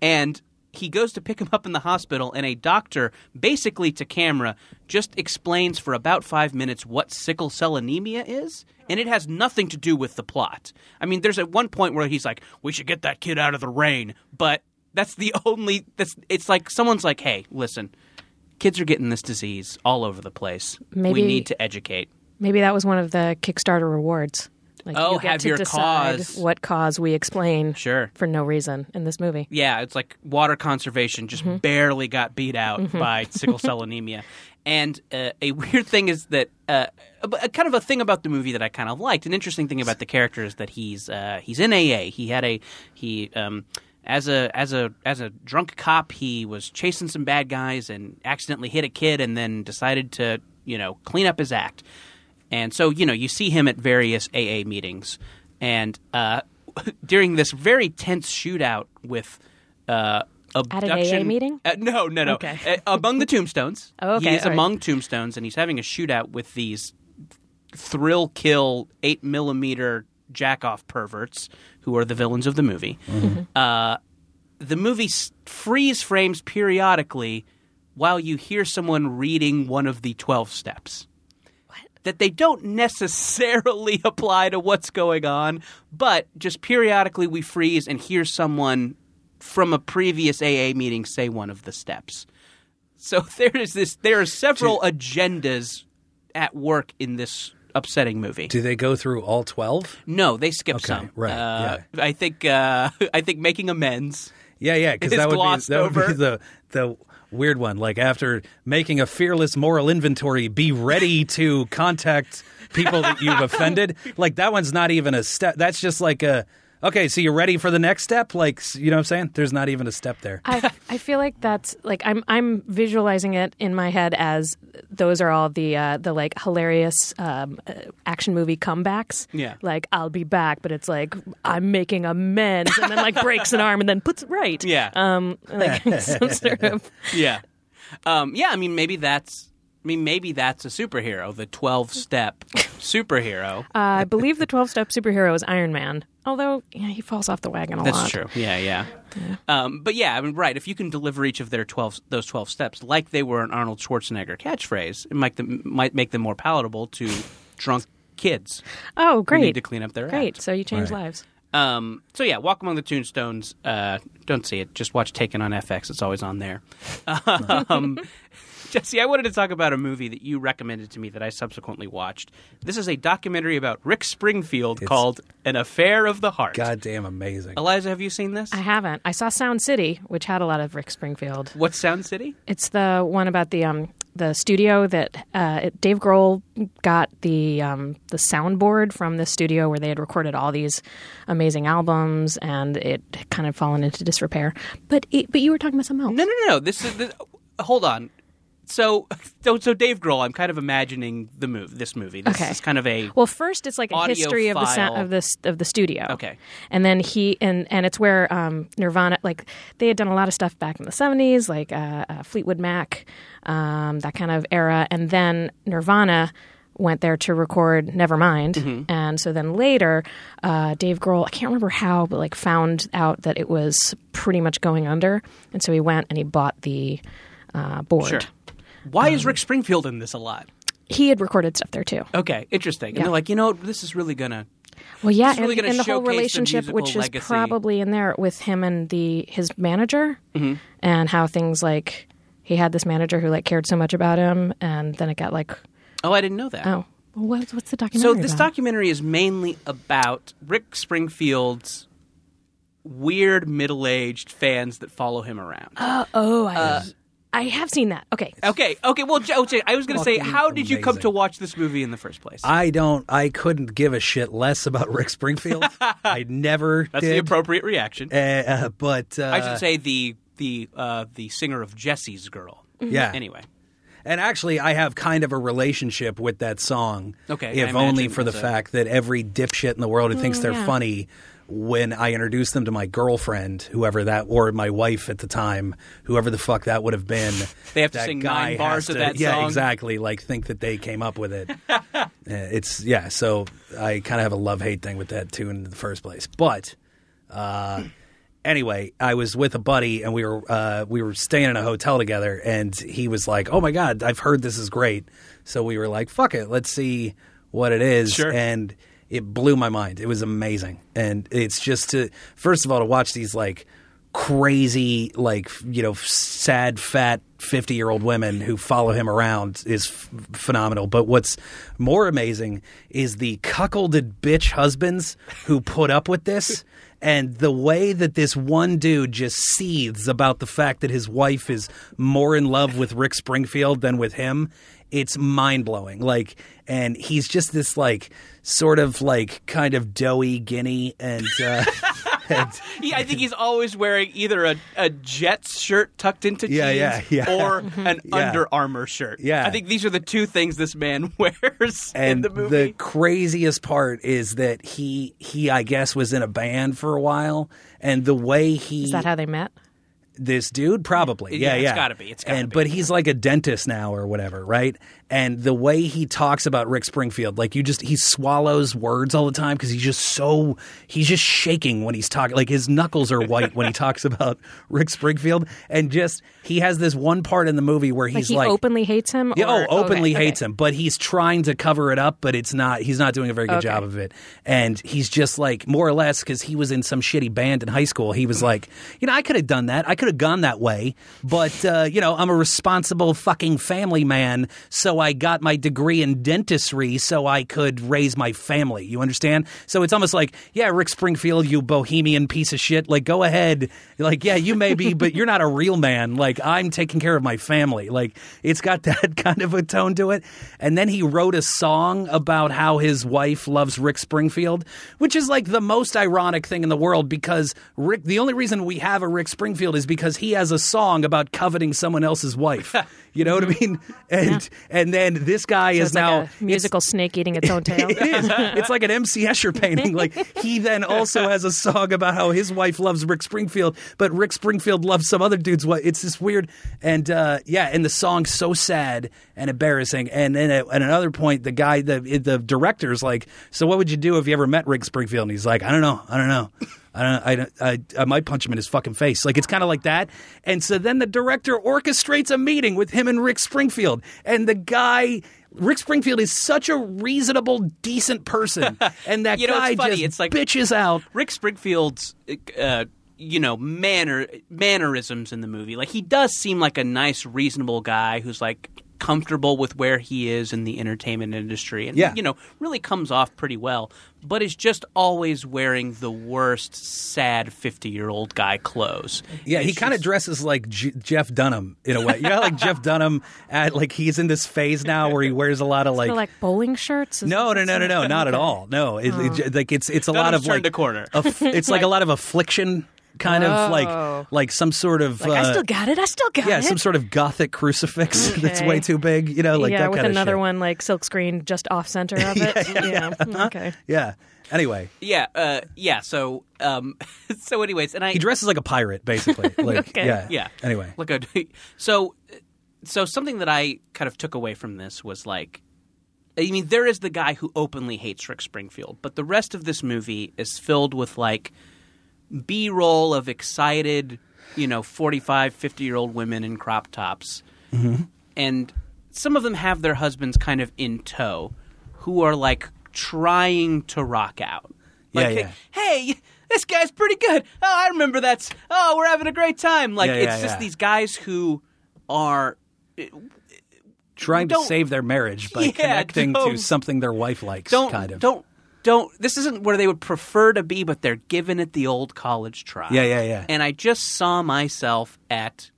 Speaker 2: and he goes to pick him up in the hospital, and a doctor, basically to camera, just explains for about five minutes what sickle cell anemia is, and it has nothing to do with the plot. I mean, there's at one point where he's like, "We should get that kid out of the rain," but that's the only. That's it's like someone's like, "Hey, listen." Kids are getting this disease all over the place.
Speaker 3: Maybe-
Speaker 2: we need to educate.
Speaker 3: Maybe that was one of the Kickstarter rewards. Like
Speaker 2: Oh,
Speaker 3: you get
Speaker 2: have
Speaker 3: to
Speaker 2: your
Speaker 3: decide
Speaker 2: cause.
Speaker 3: What cause we explain
Speaker 2: Sure.
Speaker 3: for no reason in this movie.
Speaker 2: yeah, it's like water conservation just barely got beat out by sickle cell anemia. And uh, a weird thing is that uh, a, a kind of a thing about the movie that I kind of liked. An interesting thing about the character is that he's uh, he's in AA. He had a he um, as a as a as a drunk cop, he was chasing some bad guys and accidentally hit a kid, and then decided to you know clean up his act. And so, you know, you see him at various AA meetings. And uh, during this very tense shootout with uh, abduction.
Speaker 3: AA meeting?
Speaker 2: Uh, no, no, no.
Speaker 3: Okay.
Speaker 2: Uh, among the tombstones.
Speaker 3: Oh, okay,
Speaker 2: He's
Speaker 3: all right.
Speaker 2: among tombstones, and he's having a shootout with these thrill kill 8 millimeter jack off perverts who are the villains of the movie.
Speaker 3: Mm-hmm.
Speaker 2: Uh, the movie s- freeze frames periodically while you hear someone reading one of the 12 steps that they don't necessarily apply to what's going on, but just periodically we freeze and hear someone from a previous AA meeting say one of the steps. So there is this there are several agendas at work in this upsetting movie.
Speaker 4: Do they go through all 12?
Speaker 2: no, they skip some.
Speaker 4: right,
Speaker 2: Uh, I think uh, I think making amends.
Speaker 4: Yeah, yeah, because
Speaker 2: It's
Speaker 4: that would be
Speaker 2: glossed
Speaker 4: that would
Speaker 2: over.
Speaker 4: be the the weird one. Like after making a fearless moral inventory, be ready to contact people that you've offended. Like that one's not even a step. That's just like a okay. So you're ready for the next step. Like s- you know what I'm saying? There's not even a step there.
Speaker 3: I I feel like that's like I'm I'm visualizing it in my head as those are all the uh, the like hilarious um, uh, action movie comebacks.
Speaker 2: Yeah.
Speaker 3: like I'll be back, but it's like I'm making amends, and then like breaks an arm and then puts it right.
Speaker 2: Yeah.
Speaker 3: um, like some sort of
Speaker 2: yeah. Um, yeah, I mean maybe that's I mean maybe that's a superhero, the 12 step superhero.
Speaker 3: Uh, I believe the 12 step superhero is Iron Man, although yeah, he falls off the wagon a
Speaker 2: That's
Speaker 3: lot.
Speaker 2: true. Yeah, yeah. Um, but yeah, I mean, right. If you can deliver each of their twelve those twelve steps like they were an Arnold Schwarzenegger catchphrase, it might them, might make them more palatable to drunk kids
Speaker 3: Oh, great.
Speaker 2: who need to clean up their
Speaker 3: great.
Speaker 2: act.
Speaker 3: So you change lives.
Speaker 2: Um, so yeah, Walk Among the Tombstones. Uh, don't see it. Just watch Taken on FX. It's always on there. Um, Jesse, I wanted to talk about a movie that you recommended to me that I subsequently watched. This is a documentary about Rick Springfield called "An Affair of the Heart."
Speaker 4: Goddamn amazing.
Speaker 2: Eliza, have you seen this?
Speaker 3: I haven't. I saw Sound City, which had a lot of Rick Springfield.
Speaker 2: What's Sound City?
Speaker 3: It's the one about the um the studio that uh, it- Dave Grohl got the um, the soundboard from the studio where they had recorded all these amazing albums, and it had kind of fallen into disrepair. But it, but you were talking about something else.
Speaker 2: No, no, no, no. This is this, hold on. So, so, so Dave Grohl. I'm kind of imagining the move. This movie. This
Speaker 3: Okay.
Speaker 2: is kind of a
Speaker 3: Well, first it's like a
Speaker 2: Audio
Speaker 3: history of the
Speaker 2: file.
Speaker 3: sound, of this of the studio.
Speaker 2: Okay.
Speaker 3: and then he and and it's where um, Nirvana like they had done a lot of stuff back in the seventies, like uh, uh, Fleetwood Mac, um, that kind of era, and then Nirvana went there to record Nevermind, and so then later uh, Dave Grohl, I can't remember how, but like found out that it was pretty much going under, and so he went and he bought the uh, board.
Speaker 2: sure. Why
Speaker 3: Um,
Speaker 2: is Rick Springfield in this a lot?
Speaker 3: He had recorded stuff there too.
Speaker 2: Okay, interesting. And they're like, you know, what? this is really gonna.
Speaker 3: Well, yeah,
Speaker 2: It's really
Speaker 3: and,
Speaker 2: gonna
Speaker 3: and the whole
Speaker 2: showcase the
Speaker 3: relationship,
Speaker 2: musical
Speaker 3: which
Speaker 2: legacy.
Speaker 3: is probably in there with him and the his manager,
Speaker 4: Mm-hmm.
Speaker 3: and how things like he had this manager who like cared so much about him, and then it got like,
Speaker 2: Oh, I didn't know that.
Speaker 3: oh, well, what, what's the documentary?
Speaker 2: so this
Speaker 3: about?
Speaker 2: documentary is mainly about Rick Springfield's weird middle-aged fans that follow him around.
Speaker 3: oh, I,
Speaker 4: uh,
Speaker 3: I have seen that. Okay,
Speaker 4: Oh,
Speaker 2: okay, okay. Well, J- okay, I was gonna say,
Speaker 4: Fucking
Speaker 2: how did you come
Speaker 4: amazing.
Speaker 2: to watch this movie in the first place?
Speaker 4: I don't. I couldn't give a shit less about Rick Springfield. I never
Speaker 2: That's
Speaker 4: did.
Speaker 2: the appropriate reaction.
Speaker 4: Uh, uh, but uh,
Speaker 2: I should say the the uh, the singer of Jesse's Girl.
Speaker 4: Yeah.
Speaker 2: Anyway.
Speaker 4: And actually, I have kind of a relationship with that song.
Speaker 2: Okay, I
Speaker 4: If
Speaker 2: imagine
Speaker 4: only for the
Speaker 2: as a-
Speaker 4: fact that every dipshit in the world who thinks they're
Speaker 3: yeah.
Speaker 4: funny when I introduced them to my girlfriend, whoever that, or my wife at the time, whoever the fuck that would have been.
Speaker 2: They have to
Speaker 4: that
Speaker 2: sing
Speaker 4: guy
Speaker 2: nine bars
Speaker 4: has
Speaker 2: of
Speaker 4: to-
Speaker 2: that
Speaker 4: yeah,
Speaker 2: song.
Speaker 4: exactly. Like think that they came up with it. Uh, it's yeah. So I kind of have a love hate thing with that tune in the first place, but. Uh, anyway, I was with a buddy and we were uh, we were staying in a hotel together, and he was like, "Oh my god, I've heard this is great." So we were like, "Fuck it, let's see what it is."
Speaker 2: Sure.
Speaker 4: And it blew my mind. It was amazing, and it's just to first of all to watch these like crazy like f- you know f- sad fat 50 year old women who follow him around is f- phenomenal but what's more amazing is the cuckolded bitch husbands who put up with this and the way that this one dude just seethes about the fact that his wife is more in love with Rick Springfield than with him, it's mind blowing. Like, and he's just this like sort of like kind of doughy guinea and. Uh, and
Speaker 2: He, I think he's always wearing either a, a Jets shirt tucked into
Speaker 4: Yeah,
Speaker 2: jeans
Speaker 4: yeah, yeah.
Speaker 2: or an Under Armour shirt.
Speaker 4: Yeah.
Speaker 2: I think these are the two things this man wears in
Speaker 4: and
Speaker 2: the movie.
Speaker 4: craziest part is that he he I guess was in a band for a while, and the way he
Speaker 3: Is that how they met?
Speaker 4: this dude probably
Speaker 2: Yeah,
Speaker 4: yeah
Speaker 2: it's
Speaker 4: yeah
Speaker 2: gotta be, it's gotta
Speaker 4: and
Speaker 2: be.
Speaker 4: but he's like a dentist now or whatever right and the way he talks about rick springfield like you just he swallows words all the time because he's just so he's just shaking when he's talking like his knuckles are white when he talks about rick springfield and just he has this one part in the movie where
Speaker 3: Like
Speaker 4: he's
Speaker 3: he
Speaker 4: like,
Speaker 3: openly hates him.
Speaker 4: yeah,
Speaker 3: or,
Speaker 4: oh, openly
Speaker 3: okay,
Speaker 4: hates
Speaker 3: okay.
Speaker 4: him, but he's trying to cover it up, but it's not. He's not doing a very good
Speaker 3: Okay.
Speaker 4: job of it, and he's just like more or less because he was in some shitty band in high school. He was like, you know, I could have done that. I could have gone that way, but uh, you know, I'm a responsible fucking family man, so I got my degree in dentistry so I could raise my family. You understand? So it's almost like, yeah, Rick Springfield, you bohemian piece of shit. Like, go ahead. Like, yeah, you may be, but you're not a real man. Like, I'm taking care of my family. Like, it's got that kind of a tone to it. And then he wrote a song about how his wife loves Rick Springfield, which is like the most ironic thing in the world because Rick, the only reason we have a Rick Springfield is because he has a song about coveting someone else's wife. You know what I mean? And and then this guy
Speaker 3: So
Speaker 4: is
Speaker 3: it's Mm-hmm. like
Speaker 4: now
Speaker 3: a musical snake eating its own tail.
Speaker 4: it is. It's like an M.C. Escher painting. Like he then also has a song about how his wife loves Rick Springfield, but Rick Springfield loves some other dude's wife. It's this weird, and uh, yeah, and the song's so sad and embarrassing. And then at, at another point, the guy, the the director's like, "So what would you do if you ever met Rick Springfield?" And he's like, "I don't know. I don't know." I, don't, I, don't- I, I might punch him in his fucking face. Like, it's kind of like that. And so then the director orchestrates a meeting with him and Rick Springfield. And the guy, Rick Springfield, is such a reasonable, decent person. And that
Speaker 2: You know, it's
Speaker 4: guy
Speaker 2: funny.
Speaker 4: just
Speaker 2: It's like-
Speaker 4: bitches out.
Speaker 2: Rick Springfield's uh, you know manner mannerisms in the movie. Like he does seem like a nice, reasonable guy who's like comfortable with where he is in the entertainment industry, and
Speaker 4: Yeah.
Speaker 2: you know really comes off pretty well. But is just always wearing the worst, sad fifty-year-old guy clothes.
Speaker 4: Yeah, he
Speaker 2: It's
Speaker 4: kind of
Speaker 2: just-
Speaker 4: dresses like J- Jeff Dunham in a way. You know, like Jeff Dunham, at, like he's in this phase now where he wears a lot of
Speaker 3: They're
Speaker 4: like.
Speaker 3: like bowling shirts. Is-
Speaker 4: No, no, no, no, no, not at all. No, it,
Speaker 3: Oh.
Speaker 4: it, like it's it's a lot
Speaker 2: Dunham's
Speaker 4: of like
Speaker 2: turned a corner.
Speaker 4: aff- it's like a lot of affliction, kind of
Speaker 3: Oh.
Speaker 4: like like some sort of
Speaker 3: Like, I
Speaker 4: uh,
Speaker 3: still got it. I still got
Speaker 4: yeah,
Speaker 3: it.
Speaker 4: some sort of gothic crucifix that's
Speaker 3: Okay.
Speaker 4: way too big, you know, like
Speaker 3: yeah,
Speaker 4: that
Speaker 3: with
Speaker 4: kind
Speaker 3: another
Speaker 4: of shit.
Speaker 3: one like silk screen just off center of it. yeah, okay.
Speaker 4: Yeah. Anyway,
Speaker 2: yeah, uh, yeah. So, um, so, anyways, and I
Speaker 4: he dresses like a pirate, basically. Like,
Speaker 3: Okay.
Speaker 4: yeah,
Speaker 2: Yeah.
Speaker 4: Anyway,
Speaker 2: Look good. So, so something that I kind of took away from this was like, I mean, there is the guy who openly hates Rick Springfield, but the rest of this movie is filled with like B roll of excited, you know, 45, 50 year old women in crop tops.
Speaker 4: Mm-hmm.
Speaker 2: And some of them have their husbands kind of in tow who are like trying to rock out. Like,
Speaker 4: Yeah, yeah.
Speaker 2: hey, this guy's pretty good. Oh, I remember that's, oh, we're having a great time. Like,
Speaker 4: Yeah, yeah,
Speaker 2: it's just
Speaker 4: yeah.
Speaker 2: these guys who are.
Speaker 4: trying to
Speaker 2: Don't-
Speaker 4: save their marriage by
Speaker 2: Yeah,
Speaker 4: connecting to
Speaker 2: don't-
Speaker 4: something their wife likes,
Speaker 2: Don't,
Speaker 4: kind of.
Speaker 2: don't, don't. This isn't where they would prefer to be, but they're given it the old college try.
Speaker 4: Yeah, yeah, yeah.
Speaker 2: and I just saw myself at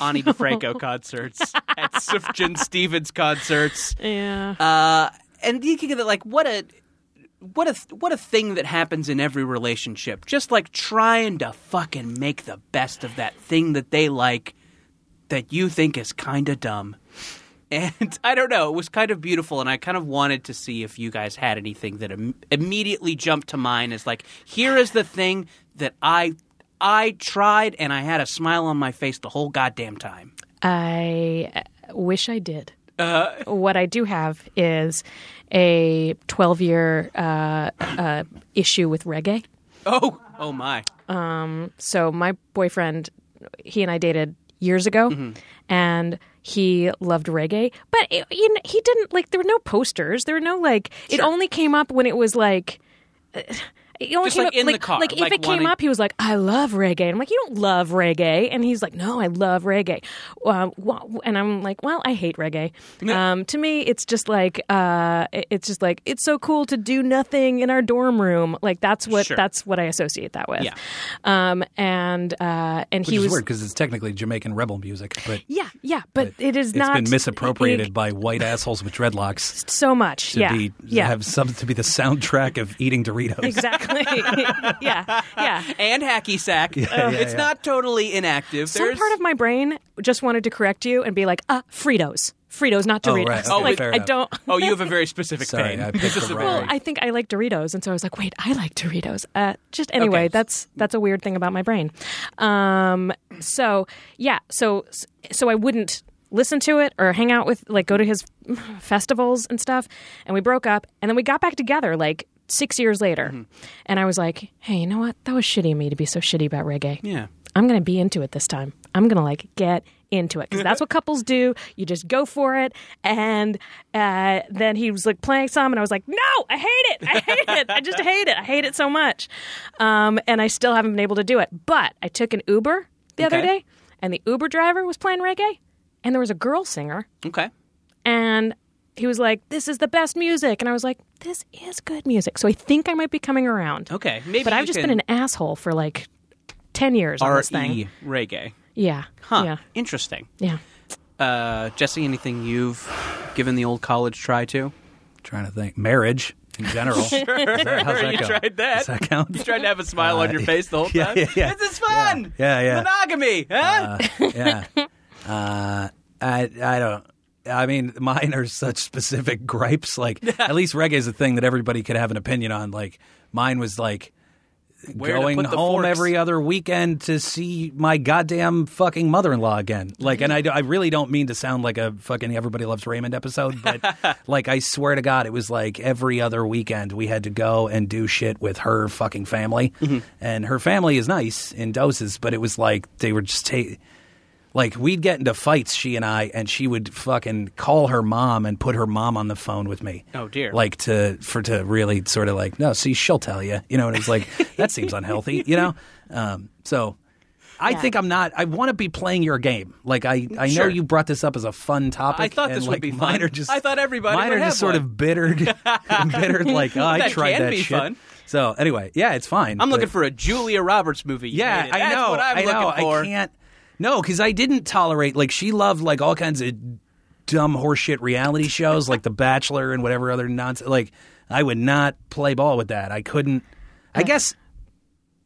Speaker 2: Ani DeFranco concerts, at Sufjan Stevens concerts,
Speaker 3: Yeah.
Speaker 2: uh, and you can get it like what a what a what a thing that happens in every relationship. Just like trying to fucking make the best of that thing that they like that you think is kind of dumb. And I don't know, it was kind of beautiful, and I kind of wanted to see if you guys had anything that Im- immediately jumped to mind as like, here is the thing that I I tried, and I had a smile on my face the whole goddamn time.
Speaker 3: I uh, wish I did. what I do have is a 12 year uh, uh, issue with reggae.
Speaker 2: Oh, oh my!
Speaker 3: So my boyfriend, he and I dated years ago,
Speaker 2: Mm-hmm.
Speaker 3: and he loved reggae, but it, you know, he didn't like. There were no posters. There were no like. It only came up when it was like. uh, It only
Speaker 2: Just,
Speaker 3: came
Speaker 2: like,
Speaker 3: up,
Speaker 2: in the car,
Speaker 3: like if
Speaker 2: like,
Speaker 3: it came
Speaker 2: wanting-
Speaker 3: up, he was like, "I love reggae." And I'm like, "You don't love reggae," and he's like, "No, I love reggae." Uh, wha- and I'm like, "Well, I hate reggae." Um, to me, it's just like uh, it- it's just like it's so cool to do nothing in our dorm room. Like that's what
Speaker 2: Sure.
Speaker 3: that's what I associate that with.
Speaker 2: Yeah.
Speaker 3: Um, and uh, and
Speaker 4: Which
Speaker 3: he
Speaker 4: is
Speaker 3: was
Speaker 4: weird because it's technically Jamaican rebel music, but
Speaker 3: yeah, yeah, but, it is
Speaker 4: it's
Speaker 3: not
Speaker 4: been misappropriated
Speaker 3: it-
Speaker 4: by white assholes with dreadlocks
Speaker 3: so much.
Speaker 4: to
Speaker 3: yeah,
Speaker 4: be
Speaker 3: yeah,
Speaker 4: have some to be the soundtrack of eating Doritos.
Speaker 3: exactly. yeah, yeah.
Speaker 2: And hacky sack.
Speaker 4: Yeah, yeah,
Speaker 2: it's
Speaker 4: yeah.
Speaker 2: not totally inactive.
Speaker 3: Some
Speaker 2: There's
Speaker 3: part of my brain just wanted to correct you and be like, uh, Fritos, Fritos, not
Speaker 4: Oh,
Speaker 3: Doritos.
Speaker 4: right. Okay,
Speaker 3: like
Speaker 4: fair
Speaker 3: I
Speaker 4: enough.
Speaker 3: don't.
Speaker 2: oh, you have a very specific
Speaker 4: Sorry,
Speaker 2: pain.
Speaker 4: I picked
Speaker 2: This is
Speaker 4: the
Speaker 2: a
Speaker 4: wrong
Speaker 2: very-
Speaker 3: Well, I think I like Doritos, and so I was like, "Wait, I like Doritos." Uh, just anyway,
Speaker 2: Okay.
Speaker 3: that's that's a weird thing about my brain. Um, so yeah, so so I wouldn't listen to it or hang out with like go to his festivals and stuff. And we broke up, and then we got back together like six years later. And I was like, "Hey, you know what? That was shitty of me to be so shitty about reggae.
Speaker 2: yeah.
Speaker 3: I'm gonna be into it this time. I'm gonna like get into it because that's what couples do. You just go for it, and uh, then he was like playing some, and I was like, "No, I hate it! I hate it! I just hate it! I hate it so much!" Um, and I still haven't been able to do it. But I took an Uber the other
Speaker 2: Okay.
Speaker 3: day, and the Uber driver was playing reggae, and there was a girl singer,
Speaker 2: Okay.
Speaker 3: and he was like, "This is the best music," and I was like, "This is good music." So I think I might be coming around.
Speaker 2: Okay. Maybe.
Speaker 3: But I've
Speaker 2: you
Speaker 3: just
Speaker 2: can
Speaker 3: been an asshole for like ten years on
Speaker 2: R
Speaker 3: this thing.
Speaker 2: E reggae.
Speaker 3: Yeah.
Speaker 2: Huh.
Speaker 3: Yeah.
Speaker 2: Interesting.
Speaker 3: Yeah.
Speaker 2: Uh, Jesse, anything you've given the old college try to?
Speaker 4: Trying to think, marriage in general. Is that- how's that
Speaker 2: you
Speaker 4: go?
Speaker 2: tried that.
Speaker 4: Does that count? Uh,
Speaker 2: You tried to have a smile on your face the whole
Speaker 4: yeah,
Speaker 2: time.
Speaker 4: yeah, yeah.
Speaker 2: This is fun.
Speaker 4: Yeah, yeah.
Speaker 2: Monogamy, huh?
Speaker 4: yeah. Uh, I I don't. I mean, mine are such specific gripes. Like, at least reggae is a thing that everybody could have an opinion on. Like, mine was like
Speaker 2: Where to
Speaker 4: going
Speaker 2: put the
Speaker 4: home
Speaker 2: forks.
Speaker 4: every other weekend to see my goddamn fucking mother-in-law again. Like, and I, I really don't mean to sound like a fucking Everybody Loves Raymond episode, but like, I swear to God, it was like every other weekend we had to go and do shit with her fucking family,
Speaker 2: Mm-hmm.
Speaker 4: and her family is nice in doses, but it was like they were just ta- like we'd get into fights, she and I, and she would fucking call her mom and put her mom on the phone with me.
Speaker 2: Oh, dear.
Speaker 4: Like to for to really sort of like no, see, she'll tell you, you know. And it's like that seems unhealthy, you know. Um, so I think I'm not. I want to be playing your game. Like I, I know
Speaker 2: Sure.
Speaker 4: you brought this up as a fun topic.
Speaker 2: I thought
Speaker 4: and,
Speaker 2: this would
Speaker 4: like,
Speaker 2: be fun.
Speaker 4: Mine are just.
Speaker 2: I thought everybody
Speaker 4: Mine
Speaker 2: would
Speaker 4: are just
Speaker 2: have
Speaker 4: sort of bittered, bittered. Like oh, I
Speaker 2: That
Speaker 4: tried
Speaker 2: can
Speaker 4: that
Speaker 2: be
Speaker 4: shit.
Speaker 2: fun.
Speaker 4: So anyway, yeah, it's fine.
Speaker 2: I'm
Speaker 4: but-
Speaker 2: looking for a Julia Roberts movie. You
Speaker 4: yeah,
Speaker 2: hated.
Speaker 4: I
Speaker 2: That's
Speaker 4: know.
Speaker 2: what I'm
Speaker 4: I know.
Speaker 2: looking for.
Speaker 4: I can't. No, because I didn't tolerate. Like she loved like all kinds of dumb horseshit reality shows, like The Bachelor and whatever other nonsense. Like I would not play ball with that. I couldn't. I guess.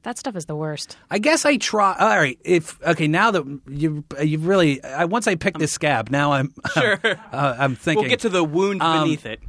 Speaker 3: That stuff is the worst.
Speaker 4: I guess I try. All right. If okay, now that you you really I, once I picked this scab, now I'm sure. uh, I'm thinking.
Speaker 2: We'll get to the wound
Speaker 4: Um,
Speaker 2: beneath it.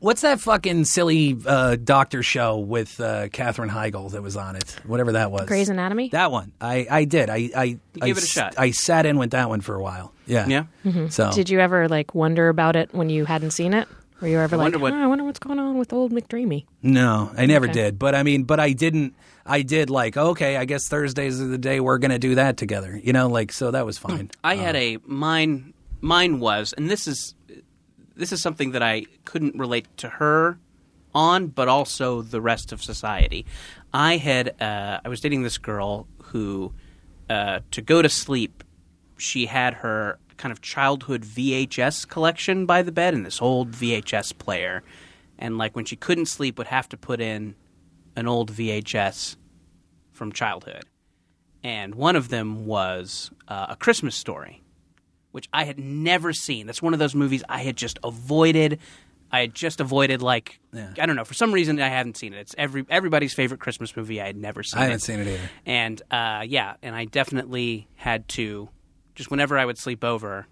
Speaker 4: What's that fucking silly uh, doctor show with uh, Katherine Heigl that was on it? Whatever that was.
Speaker 3: Grey's Anatomy?
Speaker 4: That one. I, I did. I I I
Speaker 2: gave it a
Speaker 4: s-
Speaker 2: shot.
Speaker 4: I sat in with that one for a while. Yeah.
Speaker 2: Yeah.
Speaker 4: So
Speaker 3: Mm-hmm. Did you ever like wonder about it when you hadn't seen it? Were you ever like,
Speaker 2: wonder what-
Speaker 3: "Oh, I wonder what's going on with old McDreamy?
Speaker 4: no, I never
Speaker 3: Okay.
Speaker 4: did. But I mean, but I didn't. I did like okay. I guess Thursdays are the day we're gonna do that together. You know, like so that was fine.
Speaker 2: I had a mine. Mine was, and this is this is something that I couldn't relate to her on, but also the rest of society. I had uh, I was dating this girl who, uh, to go to sleep, she had her kind of childhood VHS collection by the bed and this old VHS player, and like when she couldn't sleep, would have to put in an old VHS from childhood, and one of them was uh, a Christmas story which I had never seen. That's one of those movies I had just avoided. I had just avoided like I don't know for some reason I hadn't seen it. It's every everybody's favorite Christmas movie. I had never seen.
Speaker 4: I haven't seen it either.
Speaker 2: And uh, yeah, and I definitely had to just whenever I would sleep over,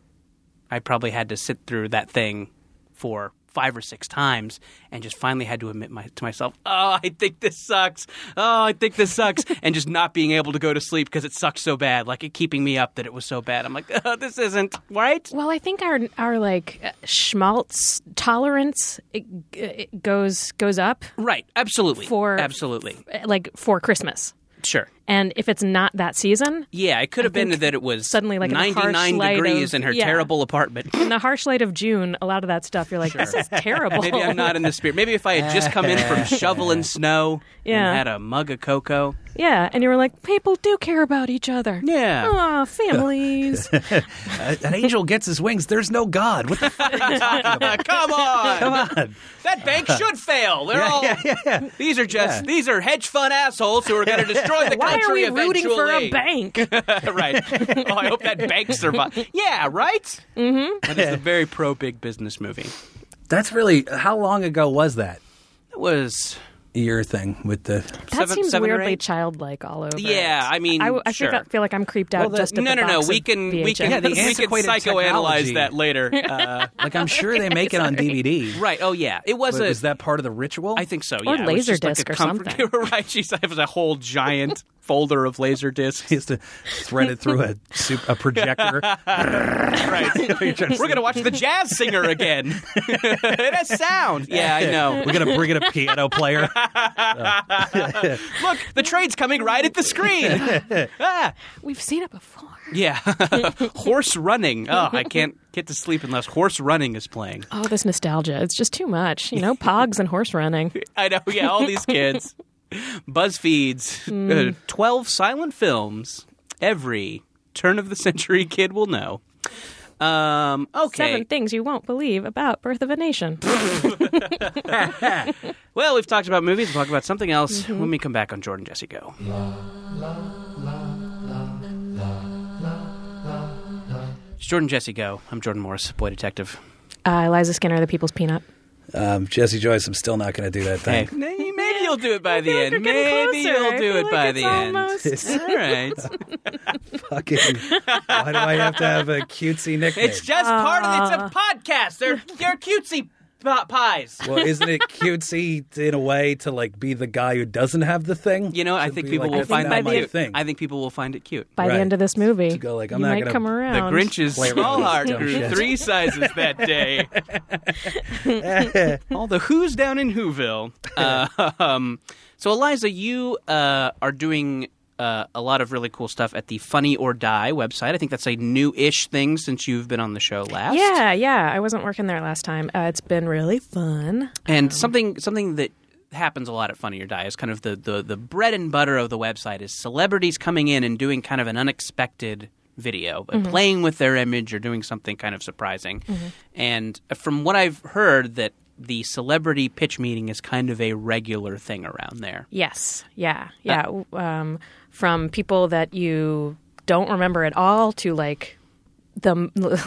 Speaker 2: I probably had to sit through that thing for five or six times and just finally had to admit my, to myself, oh, I think this sucks. Oh, I think this sucks. and just not being able to go to sleep because it sucks so bad, like it keeping me up that it was so bad. I'm like, oh, this isn't right.
Speaker 3: Well, I think our our like uh, schmaltz tolerance it, it goes goes up
Speaker 2: Right. Absolutely.
Speaker 3: For-
Speaker 2: absolutely.
Speaker 3: uh, like for Christmas.
Speaker 2: Sure.
Speaker 3: And if it's not that season,
Speaker 2: Yeah, it could have been
Speaker 3: think
Speaker 2: that it was
Speaker 3: suddenly, like, in the harsh
Speaker 2: 99
Speaker 3: light
Speaker 2: degrees
Speaker 3: of-
Speaker 2: in her
Speaker 3: yeah.
Speaker 2: terrible apartment.
Speaker 3: in the harsh light of June, a lot of that stuff you're like, this is terrible.
Speaker 2: Maybe I'm not in the spirit. Maybe if I had just come in from shoveling snow
Speaker 3: Yeah.
Speaker 2: and had a mug of cocoa.
Speaker 3: yeah, and you were like, people do care about each other.
Speaker 2: Yeah.
Speaker 3: Aw, families.
Speaker 4: Uh, an angel gets his wings. There's no God. What the fuck?
Speaker 2: Come on.
Speaker 4: Come on.
Speaker 2: That bank should fail. They're all These are just these are hedge fund assholes who are going to destroy the
Speaker 3: Why are
Speaker 2: country
Speaker 3: we rooting for a
Speaker 2: eventually.
Speaker 3: bank?
Speaker 2: right. Oh, I hope that bank survives. Yeah, right? Mhm.
Speaker 3: Mm-hmm.
Speaker 2: That is a very pro big business movie.
Speaker 4: That's really how long ago was that?
Speaker 2: It was
Speaker 4: Your thing with the
Speaker 3: That
Speaker 2: Seven-
Speaker 3: seems
Speaker 2: seven or
Speaker 3: weirdly
Speaker 2: eight?
Speaker 3: childlike all over.
Speaker 2: Yeah, I mean,
Speaker 3: I, w- I
Speaker 2: sure.
Speaker 3: think I feel like I'm creeped out
Speaker 4: Well, the-
Speaker 3: just at
Speaker 2: no,
Speaker 3: the
Speaker 2: no, no.
Speaker 3: box
Speaker 2: We
Speaker 3: of
Speaker 2: can we can
Speaker 3: VHS.
Speaker 4: the
Speaker 2: we can
Speaker 4: antiquated
Speaker 2: psychoanalyze
Speaker 4: technology.
Speaker 2: that later. Uh,
Speaker 4: like. I'm sure they make it on DVD.
Speaker 2: right. Oh yeah, it was
Speaker 4: But
Speaker 2: a.
Speaker 4: was that part of the ritual?
Speaker 2: I think so.
Speaker 3: Or
Speaker 2: yeah, It was just
Speaker 3: Laserdisc
Speaker 2: like a
Speaker 3: or
Speaker 2: comfort-
Speaker 3: something.
Speaker 2: right. She said it was a whole giant folder of laser discs.
Speaker 4: he has to thread it through a sup- a projector.
Speaker 2: Right.
Speaker 4: We're
Speaker 2: We're gonna watch the jazz singer again. it has sound. Yeah, I know.
Speaker 4: We're gonna bring in a piano player.
Speaker 2: Look, the train's coming right at the screen. ah,
Speaker 3: We've seen it before.
Speaker 2: yeah. horse running. Oh, I can't get to sleep unless horse running is playing.
Speaker 3: Oh, this nostalgia. It's just too much. You know, pogs and horse running.
Speaker 2: I know. Yeah, all these kids. BuzzFeed's
Speaker 3: Hmm.
Speaker 2: uh, 12 silent films every turn of the century kid will know. Um, okay.
Speaker 3: Seven things you won't believe about Birth of a Nation.
Speaker 2: Well, we've talked about movies. We'll talk about something else when we come back on Jordan Jesse Go. It's Jordan Jesse Go. I'm Jordan Morris, boy detective.
Speaker 3: Uh, Eliza Skinner, The People's Peanut.
Speaker 4: Um, Jesse Joyce, I'm still not gonna do that
Speaker 2: Hey,
Speaker 4: thing.
Speaker 2: maybe you'll do it by the
Speaker 3: feel
Speaker 2: end.
Speaker 3: like you're getting
Speaker 2: maybe
Speaker 3: closer.
Speaker 2: you'll
Speaker 3: I
Speaker 2: do
Speaker 3: feel
Speaker 2: it
Speaker 3: like
Speaker 2: by
Speaker 3: it's
Speaker 2: the end. All
Speaker 3: almost-
Speaker 2: right.
Speaker 4: Fucking, why do I have to have a cutesy nickname?
Speaker 2: It's just part of it's a podcast. They're they're cutesy pi- pies.
Speaker 4: well, isn't it cutesy in a way to like be the guy who doesn't have the thing?
Speaker 2: You know, I
Speaker 4: To
Speaker 2: think
Speaker 4: be
Speaker 2: people
Speaker 4: like,
Speaker 2: will
Speaker 4: "That's
Speaker 2: find
Speaker 4: not
Speaker 2: that
Speaker 4: my
Speaker 2: cute.
Speaker 4: thing.
Speaker 2: I think people will find it cute.
Speaker 3: By the
Speaker 4: Right.
Speaker 3: end of this movie,
Speaker 4: To go like, I'm
Speaker 3: you
Speaker 4: not
Speaker 3: might
Speaker 4: gonna-
Speaker 3: come
Speaker 4: The
Speaker 2: The
Speaker 3: around.
Speaker 2: Grinch's
Speaker 4: Play around with
Speaker 2: small
Speaker 4: this
Speaker 2: heart
Speaker 4: dumb
Speaker 2: grew
Speaker 4: shit.
Speaker 2: three sizes that day. All the who's down in Whoville. Uh, um, so, Eliza, you uh, are doing uh, a lot of really cool stuff at the Funny or Die website. I think that's a new-ish thing since you've been on the show last.
Speaker 3: Yeah, yeah. I wasn't working there last time. Uh, it's been really fun.
Speaker 2: And something something that happens a lot at Funny or Die is kind of the, the, the bread and butter of the website is celebrities coming in and doing kind of an unexpected video, uh,
Speaker 3: Mm-hmm.
Speaker 2: playing with their image or doing something kind of surprising. And from what I've heard, that the celebrity pitch meeting is kind of a regular thing around there.
Speaker 3: Yes. Yeah.
Speaker 2: Uh,
Speaker 3: Yeah. W- um, from people that you don't remember at all to like the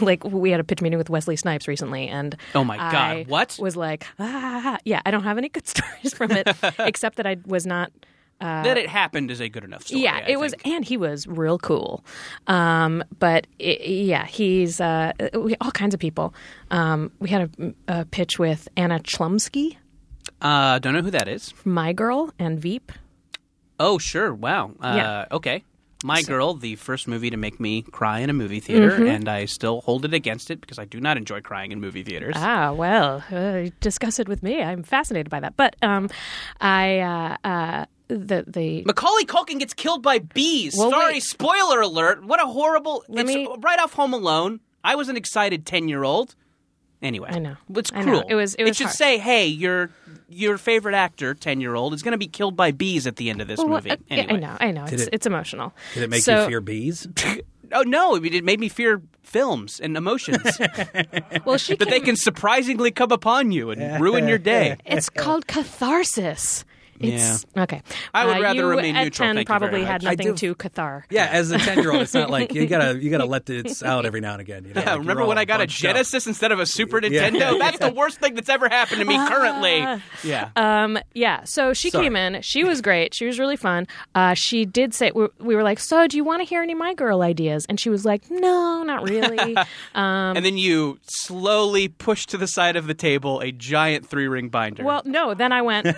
Speaker 3: like we had a pitch meeting with Wesley Snipes recently, and
Speaker 2: Oh my God,
Speaker 3: I
Speaker 2: what?
Speaker 3: was like? Ah, yeah. I don't have any good stories from it, except that I was not.
Speaker 2: that it happened is a good enough story.
Speaker 3: Yeah,
Speaker 2: I
Speaker 3: it was,
Speaker 2: think.
Speaker 3: and he was real cool. Um, but i yeah, he's uh, we, all kinds of people. Um, we had a, a pitch with Anna Chlumsky,
Speaker 2: Uh, don't know who that is.
Speaker 3: My Girl, and Veep.
Speaker 2: Oh, sure. Wow. Uh,
Speaker 3: Yeah.
Speaker 2: Okay. My Girl, the first movie to make me cry in a movie theater,
Speaker 3: Mm-hmm.
Speaker 2: and I still hold it against it because I do not enjoy crying in movie theaters.
Speaker 3: Ah, well, uh, discuss it with me. I'm fascinated by that. But um, I uh, uh, the the
Speaker 2: Macaulay Culkin gets killed by bees.
Speaker 3: Well,
Speaker 2: Sorry,
Speaker 3: wait.
Speaker 2: spoiler alert. What a horrible.
Speaker 3: Let
Speaker 2: it's
Speaker 3: me-
Speaker 2: right off Home Alone. I was an excited 10 year old. Anyway,
Speaker 3: I know.
Speaker 2: It's
Speaker 3: I know.
Speaker 2: cruel.
Speaker 3: It was- it was
Speaker 2: should
Speaker 3: harsh.
Speaker 2: say, hey, your your favorite actor, 10 year old, is going to be killed by bees at the end of this
Speaker 3: well,
Speaker 2: movie.
Speaker 3: uh, yeah,
Speaker 2: anyway.
Speaker 3: I know, I know. It's,
Speaker 4: it-
Speaker 3: it's emotional.
Speaker 4: Did it make
Speaker 3: So-
Speaker 4: you fear bees?
Speaker 2: Oh, no. I mean, It made me fear films and emotions.
Speaker 3: Well, she
Speaker 2: but they can surprisingly come upon you and ruin your day.
Speaker 3: It's called catharsis. It's okay.
Speaker 2: I would
Speaker 3: Uh,
Speaker 2: rather
Speaker 3: you
Speaker 2: remain
Speaker 3: at
Speaker 2: neutral,
Speaker 3: Ten
Speaker 2: thank you very
Speaker 3: probably
Speaker 2: much.
Speaker 3: had
Speaker 4: I
Speaker 3: nothing to
Speaker 4: do-
Speaker 3: Cathar.
Speaker 4: Yeah, as a ten year old, it's not like you gotta you gotta let this out every now and again. You know?
Speaker 2: Yeah,
Speaker 4: like,
Speaker 2: Uh, remember
Speaker 4: you're
Speaker 2: when
Speaker 4: all
Speaker 2: I got a
Speaker 4: bunched up.
Speaker 2: Genesis instead of a Super
Speaker 4: Yeah.
Speaker 2: Nintendo? That's the worst thing that's ever happened to me currently. Yeah.
Speaker 3: Uh, Um, yeah. So she
Speaker 2: Sorry.
Speaker 3: came in. She was great. She was really fun. Uh, she did say we, we were like, "So, do you want to hear any of my girl ideas?" And she was like, "No, not really." um,
Speaker 2: and then you slowly push to the side of the table a giant three ring binder.
Speaker 3: well, no. Then I went,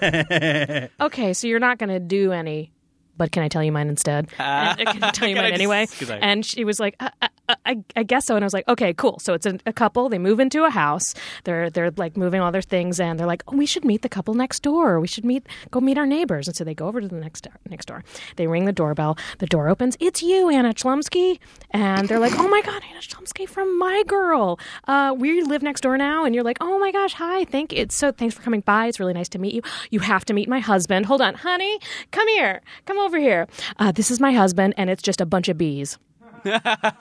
Speaker 3: "Okay, so you're not going to do any." But can I tell you mine instead? And, can I tell you
Speaker 2: Ah. Can I
Speaker 3: mine
Speaker 2: just-
Speaker 3: anyway?
Speaker 2: could I-
Speaker 3: And she was like, I, I, I, I guess so. And I was like, okay, cool. So it's a, a couple. They move into a house. They're they're like moving all their things, and they're like, oh, we should meet the couple next door. We should meet go meet our neighbors. And so they go over to the next door- next door. They ring the doorbell. The door opens. It's you, Anna Chlumsky. And they're like, oh my god, Anna Chlumsky from My Girl. Uh, we live next door now. And you're like, oh my gosh, hi. Thank it's so thanks for coming by. It's really nice to meet you. You have to meet my husband. Hold on, honey. Come here. Come over here. Uh, this is my husband, and it's just a bunch of bees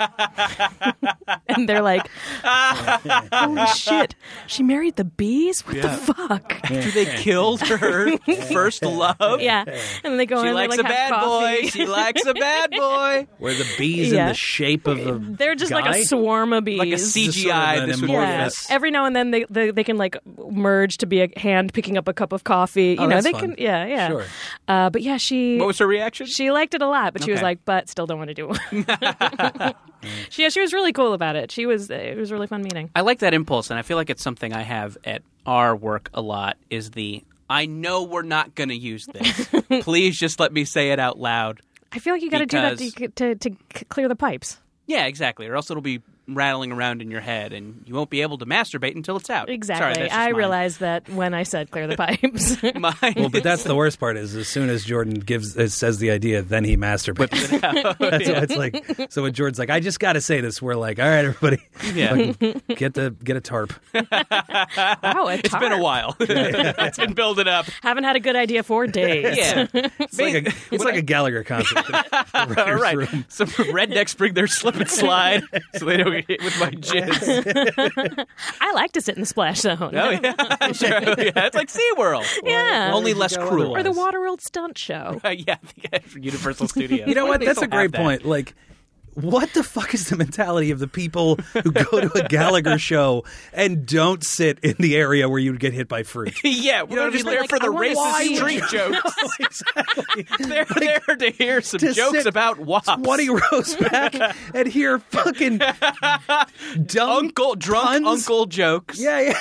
Speaker 3: and they're like, "Holy shit! She married the bees? What the fuck?"
Speaker 2: After they killed her first love.
Speaker 3: Yeah, and then they go
Speaker 2: She
Speaker 3: in.
Speaker 2: likes
Speaker 3: they, like,
Speaker 2: a
Speaker 3: have
Speaker 2: bad
Speaker 3: coffee.
Speaker 2: boy. She likes a bad boy.
Speaker 4: Were the bees in
Speaker 3: Yeah.
Speaker 4: the shape of a?
Speaker 3: They're just like
Speaker 4: guy?
Speaker 3: a swarm of bees.
Speaker 2: Like a CGI,
Speaker 4: an
Speaker 2: this would
Speaker 4: amorphous-
Speaker 3: Yeah.
Speaker 2: this.
Speaker 3: Every now and then they, they they can like merge to be a hand picking up a cup of coffee. You
Speaker 4: Oh,
Speaker 3: know
Speaker 4: that's
Speaker 3: they can.
Speaker 4: fun.
Speaker 3: Yeah, yeah.
Speaker 4: Sure.
Speaker 3: Uh, but yeah, she
Speaker 2: What was her reaction?
Speaker 3: she liked it a lot, but she was
Speaker 2: Okay.
Speaker 3: like, "But still don't want to do it." she yeah, she was really cool about it. She was it was a really fun meeting.
Speaker 2: I like that impulse, and I feel like it's something I have at our work a lot. Is the I know we're not going to use this. Please just let me say it out loud.
Speaker 3: I feel like you got to do that
Speaker 2: Because-
Speaker 3: to, to to c- clear the pipes.
Speaker 2: Yeah, exactly. Or else it'll be rattling around in your head, and you won't be able to masturbate until it's out. Sorry,
Speaker 3: Exactly.
Speaker 2: that's just
Speaker 3: I
Speaker 2: mine.
Speaker 3: realized that when I said clear the pipes.
Speaker 2: Mine.
Speaker 4: Well, but that's the worst part. Is as soon as Jordan gives uh, says the idea, then he masturbates. that's why it's like. So when Jordan's like, "I just got to say this," we're like, "All right, everybody,
Speaker 2: yeah.
Speaker 4: fucking get the get a tarp."
Speaker 3: wow, a
Speaker 2: It's been a
Speaker 3: tarp.
Speaker 2: while. it's been building up.
Speaker 3: Haven't had a good idea for days.
Speaker 2: Yeah.
Speaker 4: It's like a it's like a Gallagher concert.
Speaker 2: All
Speaker 4: All
Speaker 2: right. Some rednecks bring their slip and slide so they don't get hit with my jizz.
Speaker 3: I like to sit in the splash zone.
Speaker 2: Oh, yeah. sure. Oh, yeah. It's like SeaWorld.
Speaker 3: Yeah.
Speaker 2: Only less
Speaker 4: go
Speaker 2: cruel.
Speaker 3: Or the
Speaker 4: otherwise?
Speaker 3: Waterworld stunt show.
Speaker 2: Uh, yeah, I think Universal Studios.
Speaker 4: You know
Speaker 2: Why
Speaker 4: what?
Speaker 2: do they
Speaker 4: That's a
Speaker 2: still
Speaker 4: great
Speaker 2: have that?
Speaker 4: point. Like, what the fuck is the mentality of the people who go to a Gallagher show and don't sit in the area where you'd get hit by fruit?
Speaker 2: yeah, we're
Speaker 4: know,
Speaker 2: just
Speaker 4: just
Speaker 2: there
Speaker 3: like,
Speaker 2: for the
Speaker 3: I wonder why
Speaker 2: racist
Speaker 3: you-
Speaker 2: street jokes.
Speaker 4: exactly.
Speaker 2: They're there to hear some
Speaker 4: To
Speaker 2: jokes
Speaker 4: sit
Speaker 2: about wops.
Speaker 4: Twenty rows back and hear fucking dumb
Speaker 2: uncle drunk
Speaker 4: puns.
Speaker 2: uncle jokes.
Speaker 4: Yeah, yeah.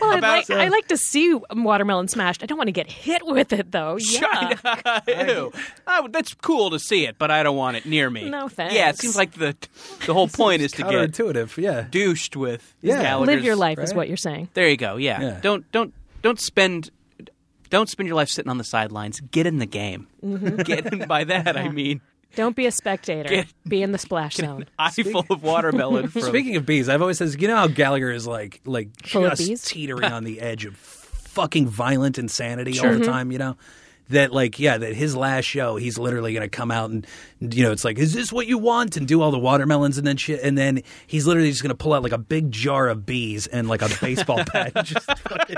Speaker 3: Well, I
Speaker 2: About-
Speaker 3: like, I like to see watermelon smashed. I don't want to get hit with it, though. Yeah.
Speaker 2: Ew. Oh, that's cool to see it, but I don't want it near me.
Speaker 3: No,
Speaker 2: Yeah, it
Speaker 3: thanks.
Speaker 2: seems like the the whole point is to get
Speaker 4: counterintuitive. Yeah.
Speaker 2: douched with
Speaker 4: Yeah.
Speaker 2: Gallagher's-
Speaker 3: Live your life is
Speaker 4: right?
Speaker 3: what you're saying.
Speaker 2: There you go. Yeah.
Speaker 4: Yeah.
Speaker 2: Don't don't don't spend don't spend your life sitting on the sidelines. Get in the game.
Speaker 3: Mm-hmm.
Speaker 2: Get in, by that I mean
Speaker 3: Don't be a spectator.
Speaker 2: Get-
Speaker 3: be in the splash zone.
Speaker 2: eye full of watermelon. From,
Speaker 4: Speaking of bees, I've always said, you know how Gallagher is like, like
Speaker 3: Full of bees?
Speaker 4: just teetering on the edge of fucking violent insanity all
Speaker 2: Mm-hmm.
Speaker 4: the time. You know that, like, yeah, that his last show, he's literally going to come out and, you know, it's like, is this what you want? And do all the watermelons and then shit, and then he's literally just going to pull out like a big jar of bees and like a baseball bat, and just fucking,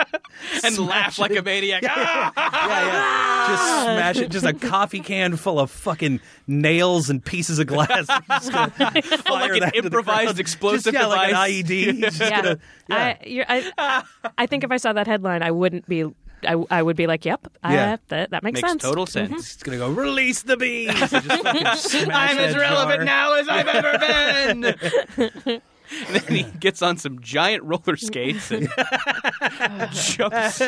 Speaker 2: and laugh like a maniac. Ah!
Speaker 4: yeah, yeah, just smash it, just a coffee can full of fucking nails and pieces of glass, just gonna fire
Speaker 2: an
Speaker 4: that to the
Speaker 2: improvised
Speaker 4: ground.
Speaker 2: explosive
Speaker 4: just, yeah, like
Speaker 2: device.
Speaker 4: an E IED. He's just
Speaker 3: Yeah.
Speaker 4: gonna- yeah.
Speaker 3: I, you're, I, I think if I saw that headline, I wouldn't be. I, I would be like, yep,
Speaker 4: Yeah.
Speaker 3: I, that, that makes,
Speaker 2: Makes
Speaker 3: sense.
Speaker 2: total sense.
Speaker 4: It's gonna go release the bees. and just fucking smash
Speaker 2: Mm-hmm. I'm as
Speaker 4: that
Speaker 2: relevant
Speaker 4: jar.
Speaker 2: now as I've ever been. and then he gets on some giant roller skates and jumps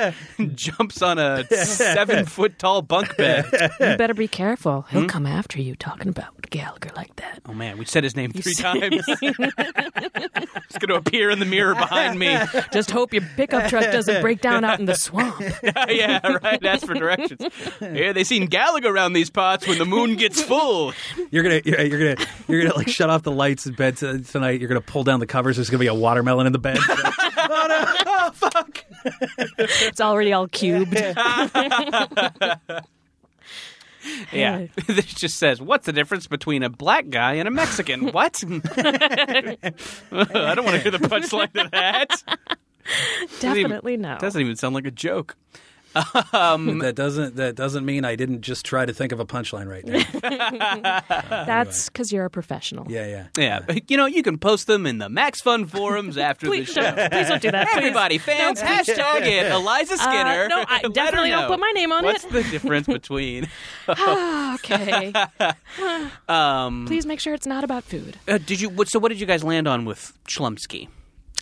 Speaker 2: jumps on a seven foot tall bunk bed.
Speaker 3: You better be careful. He'll come after you talking about Gallagher like that.
Speaker 2: Oh man, we said his name three times. It's going to appear in the mirror behind me.
Speaker 3: Just hope your pickup truck doesn't break down out in the swamp.
Speaker 2: yeah, right. Ask for directions. Yeah, they seen Gallagher around these parts when the moon gets full.
Speaker 4: You're gonna, you're, you're gonna, you're gonna like shut off the lights in bed t- tonight. You're gonna pull down the covers. There's gonna be a watermelon in the bed.
Speaker 3: It's already all cubed.
Speaker 2: Yeah. this just says, what's the difference between a black guy and a Mexican? what? I don't want to hear the punchline to that.
Speaker 3: Definitely no.
Speaker 2: Doesn't even sound like a joke.
Speaker 4: that doesn't that doesn't mean I didn't just try to think of a punchline right now.
Speaker 3: That's because you're a professional.
Speaker 4: yeah, yeah.
Speaker 2: Yeah, but, you know, you can post them in the Max Fun forums after the
Speaker 3: Please,
Speaker 2: show.
Speaker 3: don't, please don't do that. please.
Speaker 2: Everybody, fans, hashtag it. Eliza
Speaker 3: Uh,
Speaker 2: Skinner.
Speaker 3: no, I
Speaker 2: Let her
Speaker 3: definitely don't
Speaker 2: know.
Speaker 3: put my name on
Speaker 2: What's
Speaker 3: it.
Speaker 2: the difference between?
Speaker 3: okay.
Speaker 2: Um,
Speaker 3: Please make sure it's not about food.
Speaker 2: uh, did you? What, so, what did you guys land on with Chlumsky?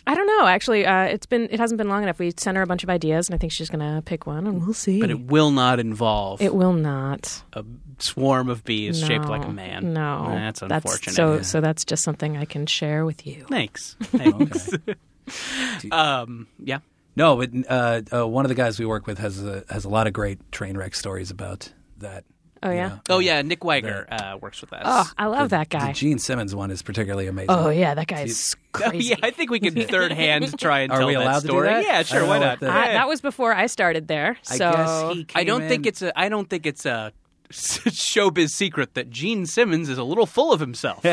Speaker 3: I don't know. Actually, uh, it's been it hasn't been long enough. We sent her a bunch of ideas, and I think she's gonna pick one, and we'll see.
Speaker 2: But it will not involve
Speaker 3: Mm. It will not.
Speaker 2: a swarm of bees shaped like a
Speaker 3: No.
Speaker 2: man.
Speaker 3: No,
Speaker 2: that's unfortunate.
Speaker 3: so, so that's just something I can share with you.
Speaker 2: Thanks. Thanks. um, yeah.
Speaker 4: No, but uh, uh, one of the guys we work with has a, has a lot of great train wreck stories about that.
Speaker 3: Oh
Speaker 4: you
Speaker 3: yeah.
Speaker 4: know.
Speaker 2: Oh yeah, Nick Weiger uh, works with us.
Speaker 3: Oh,
Speaker 4: Ah,
Speaker 3: I love that
Speaker 4: The
Speaker 3: guy.
Speaker 4: Gene Simmons one is particularly amazing.
Speaker 3: Oh yeah, that guy is
Speaker 2: Oh,
Speaker 3: crazy.
Speaker 2: yeah, I think we can third hand try and
Speaker 4: Are
Speaker 2: tell
Speaker 4: we allowed
Speaker 2: that
Speaker 4: to do
Speaker 2: story.
Speaker 4: that?
Speaker 2: Yeah,
Speaker 4: I
Speaker 2: sure.
Speaker 4: don't
Speaker 2: Why
Speaker 4: know
Speaker 2: not?
Speaker 4: what the-
Speaker 3: I- that was before I started there.
Speaker 4: I
Speaker 3: So
Speaker 4: guess he
Speaker 2: I don't
Speaker 4: came
Speaker 2: think
Speaker 4: in-
Speaker 2: it's a. I don't think it's a showbiz secret that Gene Simmons is a little full of himself.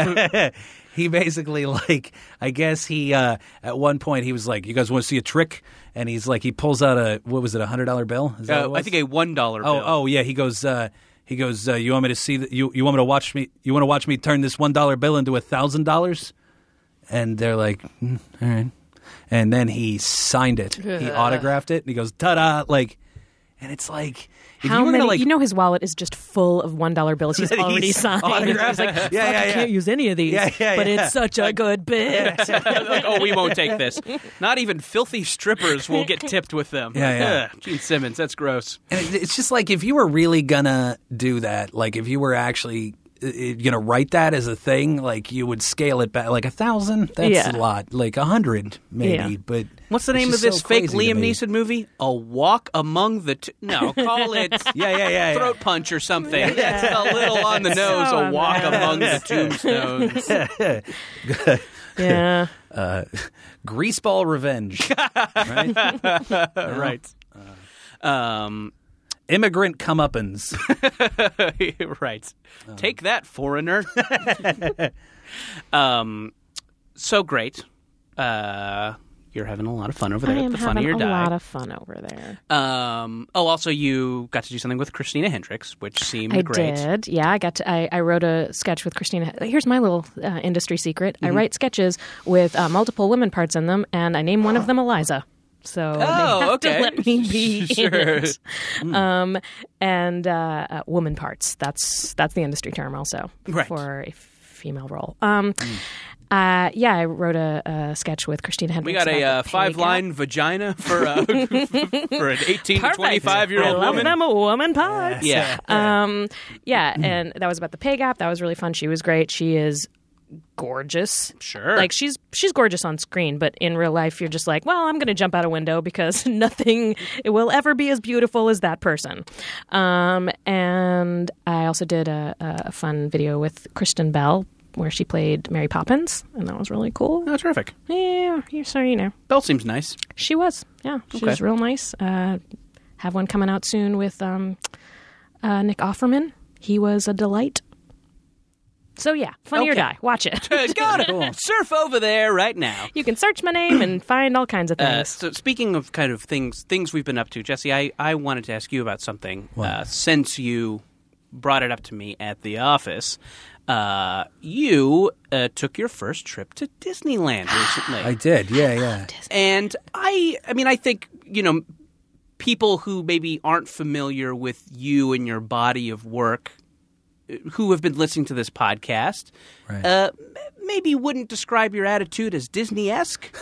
Speaker 4: he basically like I guess he uh, at one point he was like, "You guys want to see a trick?" And he's like, he pulls out a what was it, a hundred dollar bill? Is that what it
Speaker 2: Uh, I
Speaker 4: was?
Speaker 2: think a one dollar.
Speaker 4: Oh,
Speaker 2: bill.
Speaker 4: oh yeah. He goes. Uh, he goes. Uh, you want me to see? The, you you want me to watch me? You want to watch me turn this one dollar bill into a thousand dollars? And they're like, "Mm, all right. And then he signed it. He autographed it. And he goes, ta da! Like, and it's like, if
Speaker 3: how
Speaker 4: you were
Speaker 3: many?
Speaker 4: gonna like,
Speaker 3: you know, his wallet is just full of one dollar bills he's
Speaker 4: That he's
Speaker 3: already signed. He's
Speaker 4: autographed.
Speaker 3: like,
Speaker 4: Yeah,
Speaker 3: Fuck,
Speaker 4: yeah,
Speaker 3: I
Speaker 4: yeah.
Speaker 3: can't use any of these,
Speaker 4: Yeah, yeah,
Speaker 3: but
Speaker 4: yeah.
Speaker 3: it's such a good bit.
Speaker 2: Like, oh, we won't take this. Not even filthy strippers will get tipped with them.
Speaker 4: Yeah, yeah.
Speaker 2: Ugh, Gene Simmons, that's gross.
Speaker 4: And it- it's just like if you were really gonna do that, like if you were actually uh, uh, gonna write that as a thing, like you would scale it back, like a thousand. That's
Speaker 3: Yeah.
Speaker 4: a lot. Like a hundred, maybe.
Speaker 3: Yeah.
Speaker 4: But
Speaker 2: What's the
Speaker 4: it's
Speaker 2: name of
Speaker 4: just
Speaker 2: this
Speaker 4: so
Speaker 2: fake
Speaker 4: crazy to
Speaker 2: Liam
Speaker 4: me.
Speaker 2: Neeson movie? A Walk Among the Two. No, call it
Speaker 4: Yeah, yeah, yeah. yeah.
Speaker 2: Throat Punch or something. That's a little on the nose.
Speaker 3: So
Speaker 2: a Walk
Speaker 3: on the
Speaker 2: Among the Tombstones.
Speaker 3: yeah.
Speaker 4: Greaseball Revenge,
Speaker 2: right. Um,
Speaker 4: Immigrant Comeuppance.
Speaker 2: right.
Speaker 3: Uh-huh.
Speaker 2: Take that, foreigner. um, so great. Uh, you're having a lot of fun over
Speaker 3: I
Speaker 2: there.
Speaker 3: am
Speaker 2: at the
Speaker 3: having
Speaker 2: funnier
Speaker 3: a
Speaker 2: die.
Speaker 3: lot of fun over there.
Speaker 2: um, oh, also you got to do something with Christina Hendricks, which seemed
Speaker 3: I
Speaker 2: great.
Speaker 3: did. Yeah, I got to. I, I wrote a sketch with Christina. Here's my little uh, industry secret.
Speaker 2: Mm-hmm.
Speaker 3: I write sketches with uh, multiple women parts in them, and I name one of them Eliza. So they
Speaker 2: Oh,
Speaker 3: have
Speaker 2: okay.
Speaker 3: to let me be in
Speaker 2: Sure. Hmm.
Speaker 3: it. Um, and uh, uh, woman parts. That's that's the industry term also
Speaker 2: Right.
Speaker 3: for a female role. Um, uh, yeah, I wrote a, a sketch with Christina Hendricks.
Speaker 2: We got a
Speaker 3: about
Speaker 2: uh,
Speaker 3: the pay
Speaker 2: five
Speaker 3: gap.
Speaker 2: line vagina for uh, for an eighteen to
Speaker 3: Perfect.
Speaker 2: twenty five year
Speaker 3: I
Speaker 2: old
Speaker 3: love
Speaker 2: woman.
Speaker 3: them a woman parts.
Speaker 2: Yeah,
Speaker 3: Um, yeah, and that was about the pay gap. That was really fun. She was great. She is gorgeous.
Speaker 2: Sure.
Speaker 3: Like she's she's gorgeous on screen, but in real life, you're just like, well, I'm going to jump out a window because nothing will ever be as beautiful as that person. Um, and I also did a, a fun video with Kristen Bell where she played Mary Poppins, and that was really cool.
Speaker 2: oh, terrific.
Speaker 3: Yeah, you're so you know.
Speaker 2: Bell seems nice.
Speaker 3: She was, yeah. She was real nice. Uh, have one coming out soon with um, uh, Nick Offerman. He was a delight. So yeah, funny or
Speaker 2: Okay.
Speaker 3: die. Watch it.
Speaker 2: got it. Surf over there right now.
Speaker 3: you can search my name and find all kinds of
Speaker 2: Uh,
Speaker 3: things.
Speaker 2: so speaking of kind of things things we've been up to, Jesse, I, I wanted to ask you about something uh, since you brought it up to me at the office. Uh, you uh, took your first trip to Disneyland recently,
Speaker 4: I did, yeah, yeah.
Speaker 2: and I I mean I think you know people who maybe aren't familiar with you and your body of work uh, who have been listening to this podcast
Speaker 4: Right.
Speaker 2: uh, m- maybe wouldn't describe your attitude as Disney-esque.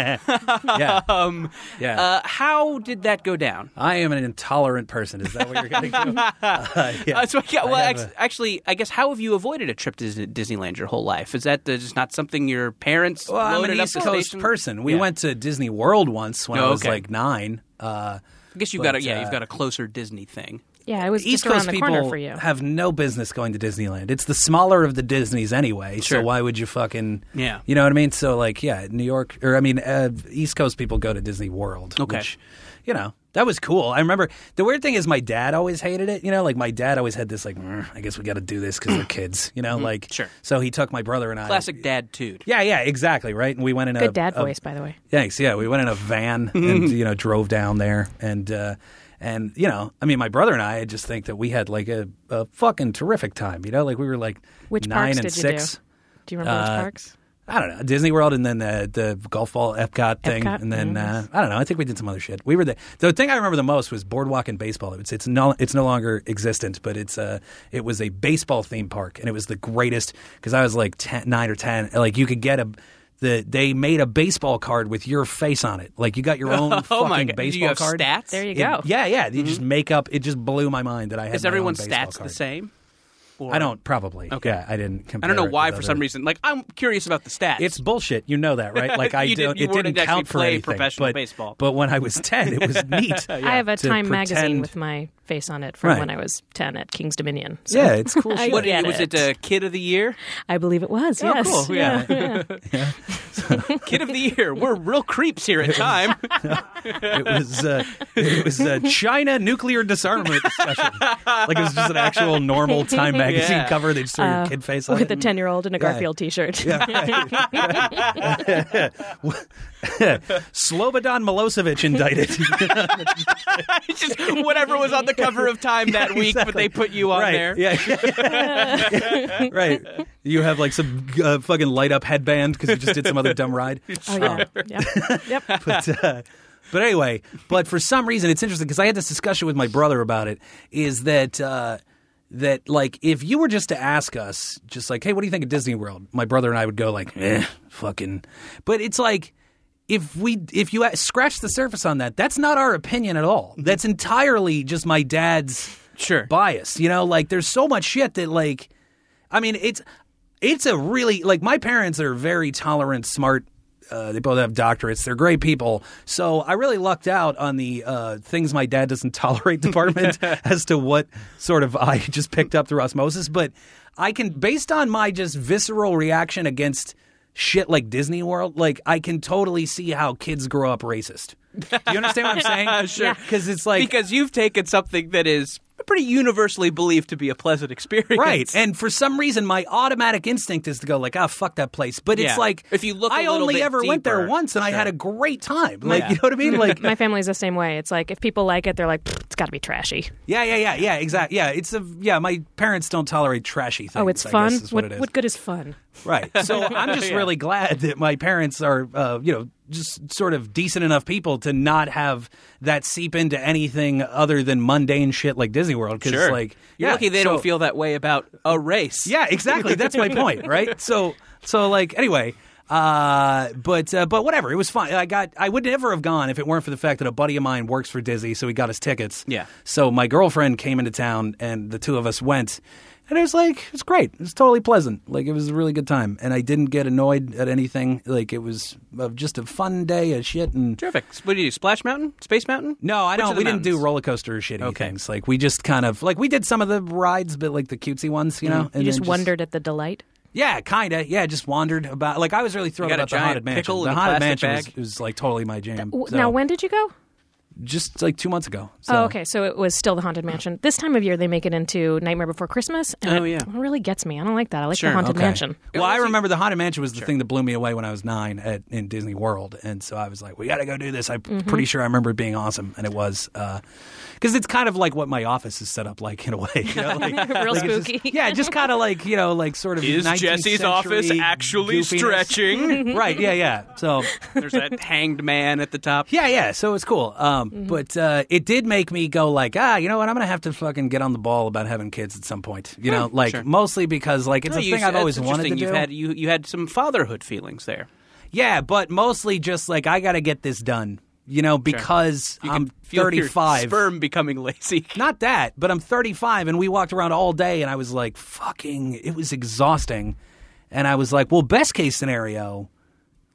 Speaker 4: yeah.
Speaker 2: Um,
Speaker 4: Yeah.
Speaker 2: uh, how did that go down?
Speaker 4: I am an intolerant person. Is that what you're going to do? Uh, yeah.
Speaker 2: Uh, so, yeah, well,
Speaker 4: have
Speaker 2: act-
Speaker 4: a-
Speaker 2: actually, I guess how have you avoided a trip to Dis- Disneyland your whole life? Is that uh, just not something your parents
Speaker 4: well, I'm
Speaker 2: loaded
Speaker 4: an
Speaker 2: up
Speaker 4: East
Speaker 2: the
Speaker 4: Coast
Speaker 2: station?
Speaker 4: person. We
Speaker 2: Yeah.
Speaker 4: went to Disney World once when
Speaker 2: Oh,
Speaker 4: I was
Speaker 2: okay.
Speaker 4: like nine. Uh,
Speaker 2: I guess you've got
Speaker 4: but,
Speaker 2: a yeah,
Speaker 4: uh,
Speaker 2: you've got a closer Disney thing.
Speaker 3: yeah, it was
Speaker 4: East
Speaker 3: just around
Speaker 4: Coast
Speaker 3: the
Speaker 4: people
Speaker 3: corner for you.
Speaker 4: have no business going to Disneyland. It's the smaller of the Disneys anyway.
Speaker 2: Sure.
Speaker 4: So why would you fucking
Speaker 2: Yeah.
Speaker 4: You know what I mean? So like yeah, New York or I mean uh, East Coast people go to Disney World.
Speaker 2: Okay.
Speaker 4: Which, you know, that was cool. I remember the weird thing is my dad always hated it. You know, like my dad always had this like, "Mm, I guess we got to do this because we're kids. You
Speaker 3: Mm-hmm.
Speaker 4: know, like
Speaker 2: Sure.
Speaker 4: So he took my brother and I.
Speaker 2: Classic dad tude.
Speaker 4: Yeah, yeah, exactly. Right, and we went in a
Speaker 3: Good dad
Speaker 4: a-
Speaker 3: voice, by the way.
Speaker 4: Thanks. Yeah, we went in a van and you know drove down there and uh, and you know I mean my brother and I I just think that we had like a, a fucking terrific time. You know, like we were like
Speaker 3: Which
Speaker 4: nine
Speaker 3: parks
Speaker 4: and
Speaker 3: did you
Speaker 4: six.
Speaker 3: do? Do you remember
Speaker 4: Uh,
Speaker 3: which parks?
Speaker 4: I don't know Disney World and then the the golf ball Epcot thing
Speaker 3: Epcot,
Speaker 4: and then
Speaker 2: mm-hmm.
Speaker 3: mm,
Speaker 4: uh, I don't know I think we did some other shit. We were the the thing I remember the most was Boardwalk and baseball. It's it's no it's no longer existent, but it's uh it was a baseball theme park and it was the greatest because I was like 10, nine or ten like you could get a. The, they made a baseball card with your face on it. Like you got your own
Speaker 2: Oh
Speaker 4: fucking
Speaker 2: my god! Do
Speaker 4: baseball
Speaker 2: you have
Speaker 4: card.
Speaker 2: stats?
Speaker 3: There you
Speaker 4: It-
Speaker 3: go.
Speaker 4: yeah, yeah. You just make up. It just blew my mind that I had.
Speaker 2: Is
Speaker 4: my own
Speaker 2: everyone's
Speaker 4: baseball
Speaker 2: stats
Speaker 4: card.
Speaker 2: the same? Or-
Speaker 4: I don't probably.
Speaker 2: Okay.
Speaker 4: Yeah, I didn't. Compare
Speaker 2: I don't know
Speaker 4: it
Speaker 2: why.
Speaker 4: with
Speaker 2: For
Speaker 4: other-
Speaker 2: some reason, like I'm curious about the stats.
Speaker 4: it's bullshit. You know that, right? Like I
Speaker 2: You
Speaker 4: don't.
Speaker 2: didn't- you
Speaker 4: it didn't
Speaker 2: wouldn't actually
Speaker 4: count for
Speaker 2: play
Speaker 4: anything.
Speaker 2: professional
Speaker 4: but,
Speaker 2: baseball.
Speaker 4: But when I was ten, it was neat.
Speaker 3: I have a
Speaker 4: to
Speaker 3: Time magazine
Speaker 4: pretend-
Speaker 3: with my face on it from
Speaker 4: Right.
Speaker 3: when I was 10 at King's Dominion. So
Speaker 4: Yeah, it's cool.
Speaker 3: I
Speaker 4: shit.
Speaker 2: what
Speaker 3: get
Speaker 2: was
Speaker 3: it.
Speaker 2: it? Uh, kid of the year?
Speaker 3: I believe it was,
Speaker 2: Oh,
Speaker 3: yes.
Speaker 2: cool, yeah. Kid of the year. We're real creeps here at time.
Speaker 4: It was uh, it was uh, China nuclear disarmament discussion. Like it was just an actual normal Time magazine
Speaker 2: Yeah.
Speaker 4: cover. They just threw your kid face on
Speaker 3: With
Speaker 4: it.
Speaker 3: a 10 year old in a Garfield t shirt.
Speaker 4: Slobodan Milosevic indicted.
Speaker 2: it's just whatever was on the cover of Time that week, but they put you on
Speaker 4: right.
Speaker 2: there.
Speaker 4: Yeah. right. You have like some uh, fucking light up headband because you just did some other dumb ride.
Speaker 3: Oh, yeah. yeah. Yep.
Speaker 4: but uh, but anyway, but for some reason it's interesting because I had this discussion with my brother about it. Is that uh, that like if you were just to ask us, just like, hey, what do you think of Disney World? My brother and I would go like, eh, fucking. But it's like. If we if you scratch the surface on that, that's not our opinion at all. That's entirely just my dad's
Speaker 2: Sure.
Speaker 4: bias. You know, like there's so much shit that like I mean it's it's a really like my parents are very tolerant, smart. Uh, they both have doctorates. They're great people. So I really lucked out on the uh, things my dad doesn't tolerate department as to what sort of I just picked up through osmosis. But I can, based on my just visceral reaction against shit like Disney World, like I can totally see how kids grow up racist. Do you understand what I'm saying?
Speaker 2: Sure. Yeah.
Speaker 4: Because it's like
Speaker 2: because you've taken something that is pretty universally believed to be a pleasant experience.
Speaker 4: Right. And for some reason, my automatic instinct is to go like, ah, fuck that place. But it's
Speaker 2: Yeah.
Speaker 4: like,
Speaker 2: If you look a
Speaker 4: I
Speaker 2: little
Speaker 4: only
Speaker 2: bit
Speaker 4: ever went there
Speaker 2: deeper,
Speaker 4: once, and I
Speaker 2: sure.
Speaker 4: had a great time. Like,
Speaker 2: Yeah.
Speaker 4: you know what I mean? Like,
Speaker 3: My family's the same way. It's like if people like it, they're like, "Pfft, it's got to be trashy.
Speaker 4: yeah, yeah, yeah, yeah, exactly. Yeah, it's a yeah. My parents don't tolerate trashy things.
Speaker 3: Oh, it's
Speaker 4: I
Speaker 3: fun.
Speaker 4: Guess is what,
Speaker 3: what,
Speaker 4: it is.
Speaker 3: what good is fun?
Speaker 4: Right. So I'm just really glad that my parents are, uh, you know, just sort of decent enough people to not have that seep into anything other than mundane shit like Disney World. Because
Speaker 2: Sure.
Speaker 4: like,
Speaker 2: You're
Speaker 4: yeah,
Speaker 2: lucky they
Speaker 4: so-
Speaker 2: don't feel that way about a race.
Speaker 4: Yeah, exactly. That's my point, right? So, so like anyway, uh, but uh, but whatever. It was fun. I got. I would never have gone if it weren't for the fact that a buddy of mine works for Disney, so he got us tickets.
Speaker 2: Yeah.
Speaker 4: So my girlfriend came into town, and the two of us went. And it was like it was great. It was totally pleasant. Like it was a really good time, and I didn't get annoyed at anything. Like it was uh, just a fun day of shit. And
Speaker 2: Terrific. What do you do? Splash Mountain? Space Mountain?
Speaker 4: no, I
Speaker 2: Which of
Speaker 4: don't.
Speaker 2: the
Speaker 4: We didn't do
Speaker 2: mountains?
Speaker 4: roller coaster or shitty
Speaker 2: Okay.
Speaker 4: things. Like we just kind of like we did some of the rides, but like the cutesy ones, you know. And
Speaker 3: You just
Speaker 4: then
Speaker 3: wondered at the delight.
Speaker 4: yeah, kind of. Yeah, just wandered about. Like I was really thrilled
Speaker 2: You got a
Speaker 4: about the
Speaker 2: giant
Speaker 4: haunted mansion.
Speaker 2: pickle
Speaker 4: The
Speaker 2: in a
Speaker 4: haunted
Speaker 2: plastic
Speaker 4: mansion was,
Speaker 2: bag?
Speaker 4: was like totally my jam.
Speaker 3: W
Speaker 4: so-
Speaker 3: Now, when did you go?
Speaker 4: Just like two months ago. So.
Speaker 3: Oh, okay. So it was still the Haunted Mansion. This time of year, they make it into Nightmare Before Christmas. And
Speaker 2: Oh,
Speaker 3: it
Speaker 2: yeah.
Speaker 3: really gets me. I don't like that. I like
Speaker 2: Sure,
Speaker 3: the Haunted
Speaker 4: Okay.
Speaker 3: Mansion.
Speaker 4: Well, I remember the haunted mansion was the thing that blew me away when I was nine at in Disney World, and so I was like, "We got to go do this." I'm
Speaker 3: Mm-hmm.
Speaker 4: pretty sure I remember it being awesome, and it was because it's kind of like what my office is set up like in a way, you know? like,
Speaker 3: Real
Speaker 4: like, it's
Speaker 3: spooky.
Speaker 4: Just, yeah, just kind of like you know, like sort of
Speaker 2: Is
Speaker 4: 19th
Speaker 2: Jesse's
Speaker 4: century
Speaker 2: office actually
Speaker 4: goofiness.
Speaker 2: stretching?
Speaker 4: right? Yeah, yeah. So
Speaker 2: There's that hanged man at the top.
Speaker 4: Yeah, yeah. So it's cool. Um,
Speaker 2: Mm-hmm.
Speaker 4: But uh, it did make me go like, ah, you know what? I'm gonna have to fucking get on the ball about having kids at some point. You know, like
Speaker 2: Hmm, sure.
Speaker 4: mostly because like it's
Speaker 2: No,
Speaker 4: a
Speaker 2: you-
Speaker 4: thing I've
Speaker 2: that's
Speaker 4: always wanted to
Speaker 2: interesting.
Speaker 4: do.
Speaker 2: You've had you you had some fatherhood feelings there.
Speaker 4: yeah, but mostly just like I gotta get this done. You know, because
Speaker 2: You
Speaker 4: I'm
Speaker 2: can feel your
Speaker 4: 35.
Speaker 2: Sperm becoming lazy.
Speaker 4: Not that, but I'm 35, and we walked around all day, and I was like, fucking, it was exhausting. And I was like, well, best case scenario,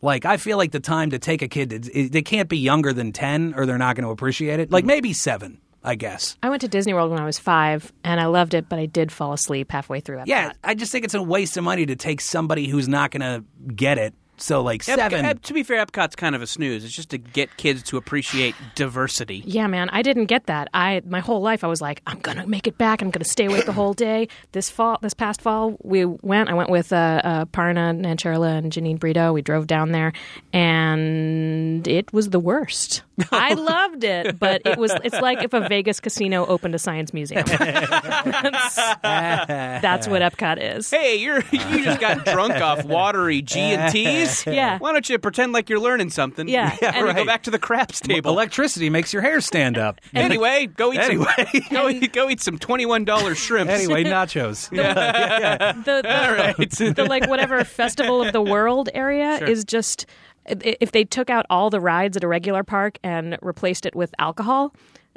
Speaker 4: like, I feel like the time to take a kid, is- is- they can't be younger than 10 or they're not going to appreciate it.
Speaker 3: Mm-hmm.
Speaker 4: Like, maybe seven, I guess.
Speaker 3: I went to Disney World when I was five, and I loved it, but I did fall asleep halfway through. Epcot.
Speaker 4: Yeah, I just think it's a waste of money to take somebody who's not going to get it So like
Speaker 2: Epcot-
Speaker 4: seven.
Speaker 2: Ep- to be fair, Epcot's kind of a snooze. It's just to get kids to appreciate diversity.
Speaker 3: Yeah, man, I didn't get that. I my whole life I was like, I'm gonna make it back. I'm gonna stay awake the whole day. This fall, this past fall, we went. I went with uh, uh, Parna Nancherla and Janine Brito. We drove down there, and it was the worst. I loved it, but it was. It's like if a Vegas casino opened a science museum. that's, that's what Epcot is.
Speaker 2: Hey, you're you just got drunk off watery G and T's.
Speaker 3: Yeah.
Speaker 2: Why don't you pretend like you're learning something?
Speaker 3: Yeah. Yeah,
Speaker 2: and then go
Speaker 4: right.
Speaker 2: back to the craps table.
Speaker 4: Electricity makes your hair stand up.
Speaker 2: anyway, go eat
Speaker 4: Anyway.
Speaker 2: some go eat, go eat some twenty one dollar shrimps.
Speaker 4: anyway, nachos. yeah, yeah.
Speaker 3: the, the, the like whatever festival of the world area is just i- if they took out all the rides at a regular park and replaced it with alcohol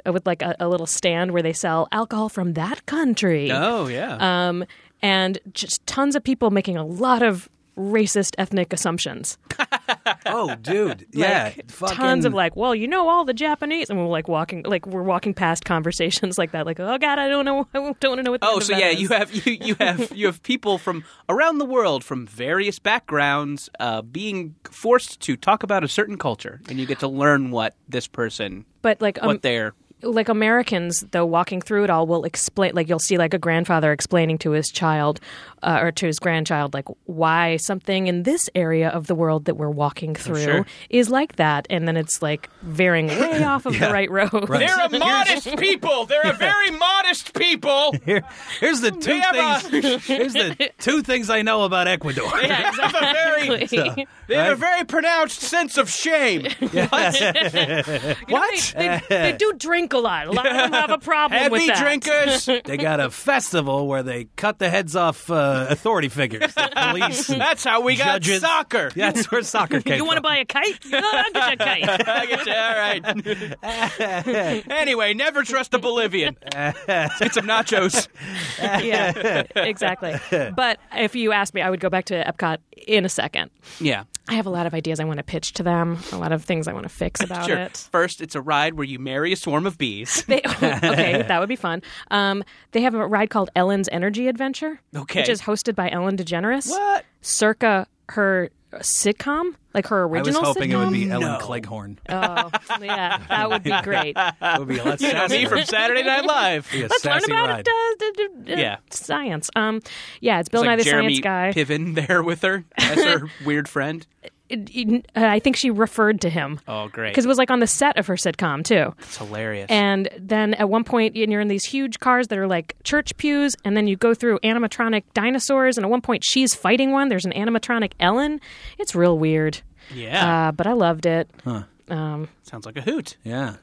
Speaker 3: uh, with like a, a little stand where they sell alcohol from that country
Speaker 2: Oh yeah.
Speaker 3: um, and just tons of people making a lot of racist ethnic assumptions
Speaker 4: Oh, dude. Yeah.
Speaker 3: like,
Speaker 4: fucking-
Speaker 3: tons of like, well, you know all the Japanese, and we're like walking, like we're walking past conversations like that, like, oh god, I don't know, I don't want to know what. The end
Speaker 2: Oh,
Speaker 3: of
Speaker 2: so
Speaker 3: that
Speaker 2: yeah,
Speaker 3: is."
Speaker 2: you have you, you have you have people from around the world from various backgrounds uh, being forced to talk about a certain culture, and you get to learn what this person,
Speaker 3: but like um,
Speaker 2: what their
Speaker 3: like Americans, though, walking through it all will explain. Like you'll see, like a grandfather explaining to his child uh, or to his grandchild, like why something in this area of the world that we're walking through
Speaker 2: Oh, sure.
Speaker 3: is like that, and then it's like veering way off of the right road.
Speaker 2: a modest people. They're a very modest people.
Speaker 4: Here, here's the two
Speaker 2: have
Speaker 4: things. here's the two things I know about Ecuador.
Speaker 3: Yeah,
Speaker 2: very-
Speaker 3: exactly.
Speaker 2: They have a very pronounced sense of shame.
Speaker 3: what? They, they- they do drink a lot. A lot of them have a problem with
Speaker 2: Heavy
Speaker 3: that.
Speaker 2: drinkers.
Speaker 4: They got a festival where they cut the heads off uh, authority figures, the police. and-
Speaker 2: That's how we got
Speaker 4: Judges.
Speaker 2: soccer.
Speaker 4: That's where soccer came.
Speaker 3: You want to
Speaker 4: from.
Speaker 3: buy a kite? No, I'll get you a kite.
Speaker 2: I get you. All right. anyway, never trust a Bolivian. Let's get some nachos.
Speaker 3: yeah, exactly. But if you asked me, I would go back to Epcot in a second.
Speaker 2: Yeah.
Speaker 3: I have a lot of ideas I want to pitch to them, a lot of things I want to fix about
Speaker 2: Sure.
Speaker 3: it.
Speaker 2: First, it's a ride where you marry a swarm of bees.
Speaker 3: They, okay, that would be fun. Um, they have a ride called Ellen's Energy Adventure,
Speaker 2: Okay.
Speaker 3: which is hosted by Ellen DeGeneres.
Speaker 2: What?
Speaker 3: Circa her sitcom, like her
Speaker 4: I was
Speaker 3: original
Speaker 4: hoping it
Speaker 3: sitcom.
Speaker 4: would be Ellen Cleghorn.
Speaker 3: Oh, yeah, that would be great.
Speaker 4: It would be a
Speaker 2: You know me from Saturday Night Live. It's
Speaker 4: Let's
Speaker 3: Learn about it.
Speaker 4: ride.
Speaker 3: uh, d- d- d-
Speaker 2: Yeah.
Speaker 3: science. Um, yeah, it's Bill Nye
Speaker 2: like
Speaker 3: the
Speaker 2: Jeremy
Speaker 3: Science Guy.
Speaker 2: Piven there with her as her weird friend.
Speaker 3: It- it- uh, I think she referred to him.
Speaker 2: Oh, great.
Speaker 3: because it was like on the set of her sitcom too.
Speaker 2: It's hilarious.
Speaker 3: And then at one point, and you're in these huge cars that are like church pews, and then you go through animatronic dinosaurs. And at one point, she's fighting one. There's an animatronic Ellen. It's real weird,
Speaker 2: yeah.
Speaker 3: uh, but I loved it. Um,
Speaker 2: Sounds like a hoot.
Speaker 4: Yeah.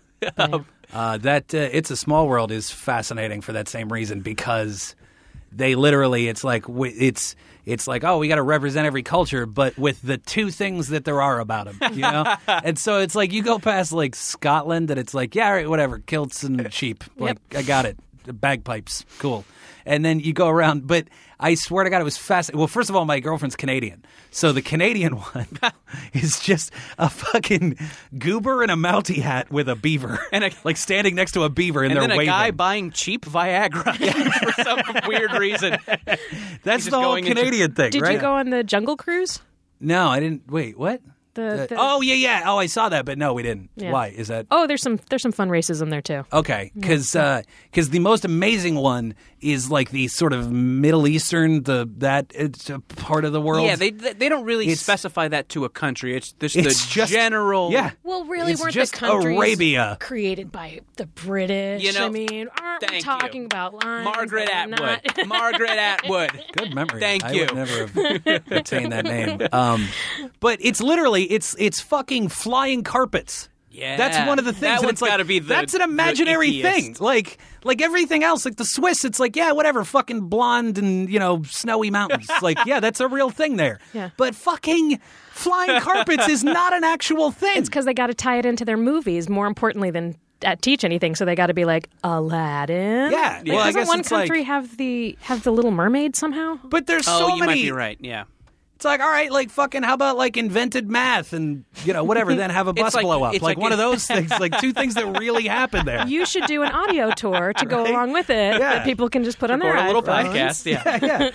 Speaker 4: Uh, that uh, it's a small world is fascinating for that same reason because they literally it's like wi- it's it's like oh we got to represent every culture but with the two things that there are about them you know and so it's like you go past like Scotland and it's like yeah all right, whatever kilts and sheep like I got it bagpipes cool and then you go around but I swear to God it was fast well first of all my girlfriend's Canadian so the Canadian one is just a fucking goober in a mountie hat with a beaver
Speaker 2: And a-
Speaker 4: like standing next to a beaver and,
Speaker 2: And
Speaker 4: they're
Speaker 2: then a
Speaker 4: waving
Speaker 2: guy buying cheap Viagra for some weird reason.
Speaker 4: that's
Speaker 2: just
Speaker 4: the whole
Speaker 2: going into-
Speaker 4: Canadian thing
Speaker 3: Did
Speaker 4: right
Speaker 3: you go on the Jungle Cruise?
Speaker 4: No, I didn't. Wait, what?
Speaker 3: The, the-
Speaker 4: Oh yeah, yeah. Oh, I saw that, but no, we didn't. Why is that?
Speaker 3: oh, there's some there's some fun racism there too.
Speaker 4: Okay, because the most amazing one is like the sort of Middle Eastern the that it's a part of the world.
Speaker 2: Yeah, they they they don't really
Speaker 4: It's-
Speaker 2: specify that to a country. It's this
Speaker 4: it's
Speaker 2: the
Speaker 4: just
Speaker 2: general.
Speaker 4: Yeah,
Speaker 3: Well, really,
Speaker 4: It's
Speaker 3: weren't
Speaker 4: just
Speaker 3: the countries
Speaker 4: Arabia.
Speaker 3: created by the British?
Speaker 2: You know,
Speaker 3: I mean, aren't we
Speaker 2: thank
Speaker 3: talking
Speaker 2: you.
Speaker 3: about lines
Speaker 2: Margaret
Speaker 3: that are
Speaker 2: Atwood.
Speaker 3: not-
Speaker 2: Margaret Atwood.
Speaker 4: Good memory.
Speaker 2: Thank
Speaker 4: I
Speaker 2: you.
Speaker 4: Would never have obtained that name. Um, but it's literally it's it's fucking flying carpets.
Speaker 2: Yeah.
Speaker 4: that's one of the things.
Speaker 2: That
Speaker 4: and
Speaker 2: one's
Speaker 4: it's like,
Speaker 2: gotta be the-
Speaker 4: that's an
Speaker 2: the
Speaker 4: imaginary
Speaker 2: ickiest.
Speaker 4: thing. Like like everything else, like the Swiss, it's like yeah, whatever, fucking blonde and you know snowy mountains. like yeah, that's a real thing there.
Speaker 3: Yeah.
Speaker 4: But fucking flying carpets is not an actual thing.
Speaker 3: It's because they got to tie it into their movies more importantly than uh, teach anything. So they got to be like Aladdin.
Speaker 4: Yeah,
Speaker 3: Like,
Speaker 4: well, I
Speaker 3: doesn't
Speaker 4: guess
Speaker 3: one
Speaker 4: it's like-
Speaker 3: country have the have the Little Mermaid somehow?
Speaker 4: but there's
Speaker 2: Oh,
Speaker 4: so
Speaker 2: you
Speaker 4: many.
Speaker 2: might be right. Yeah.
Speaker 6: It's like, all right, like fucking, how about like invented math and you know whatever? then have a bus
Speaker 2: like-
Speaker 6: blow up, like,
Speaker 2: it's like-
Speaker 6: one of those things, like two things that really happened there.
Speaker 3: You should do an audio tour to go along with it that people can just put on their
Speaker 2: Or a little
Speaker 3: iPhones.
Speaker 2: podcast, yeah,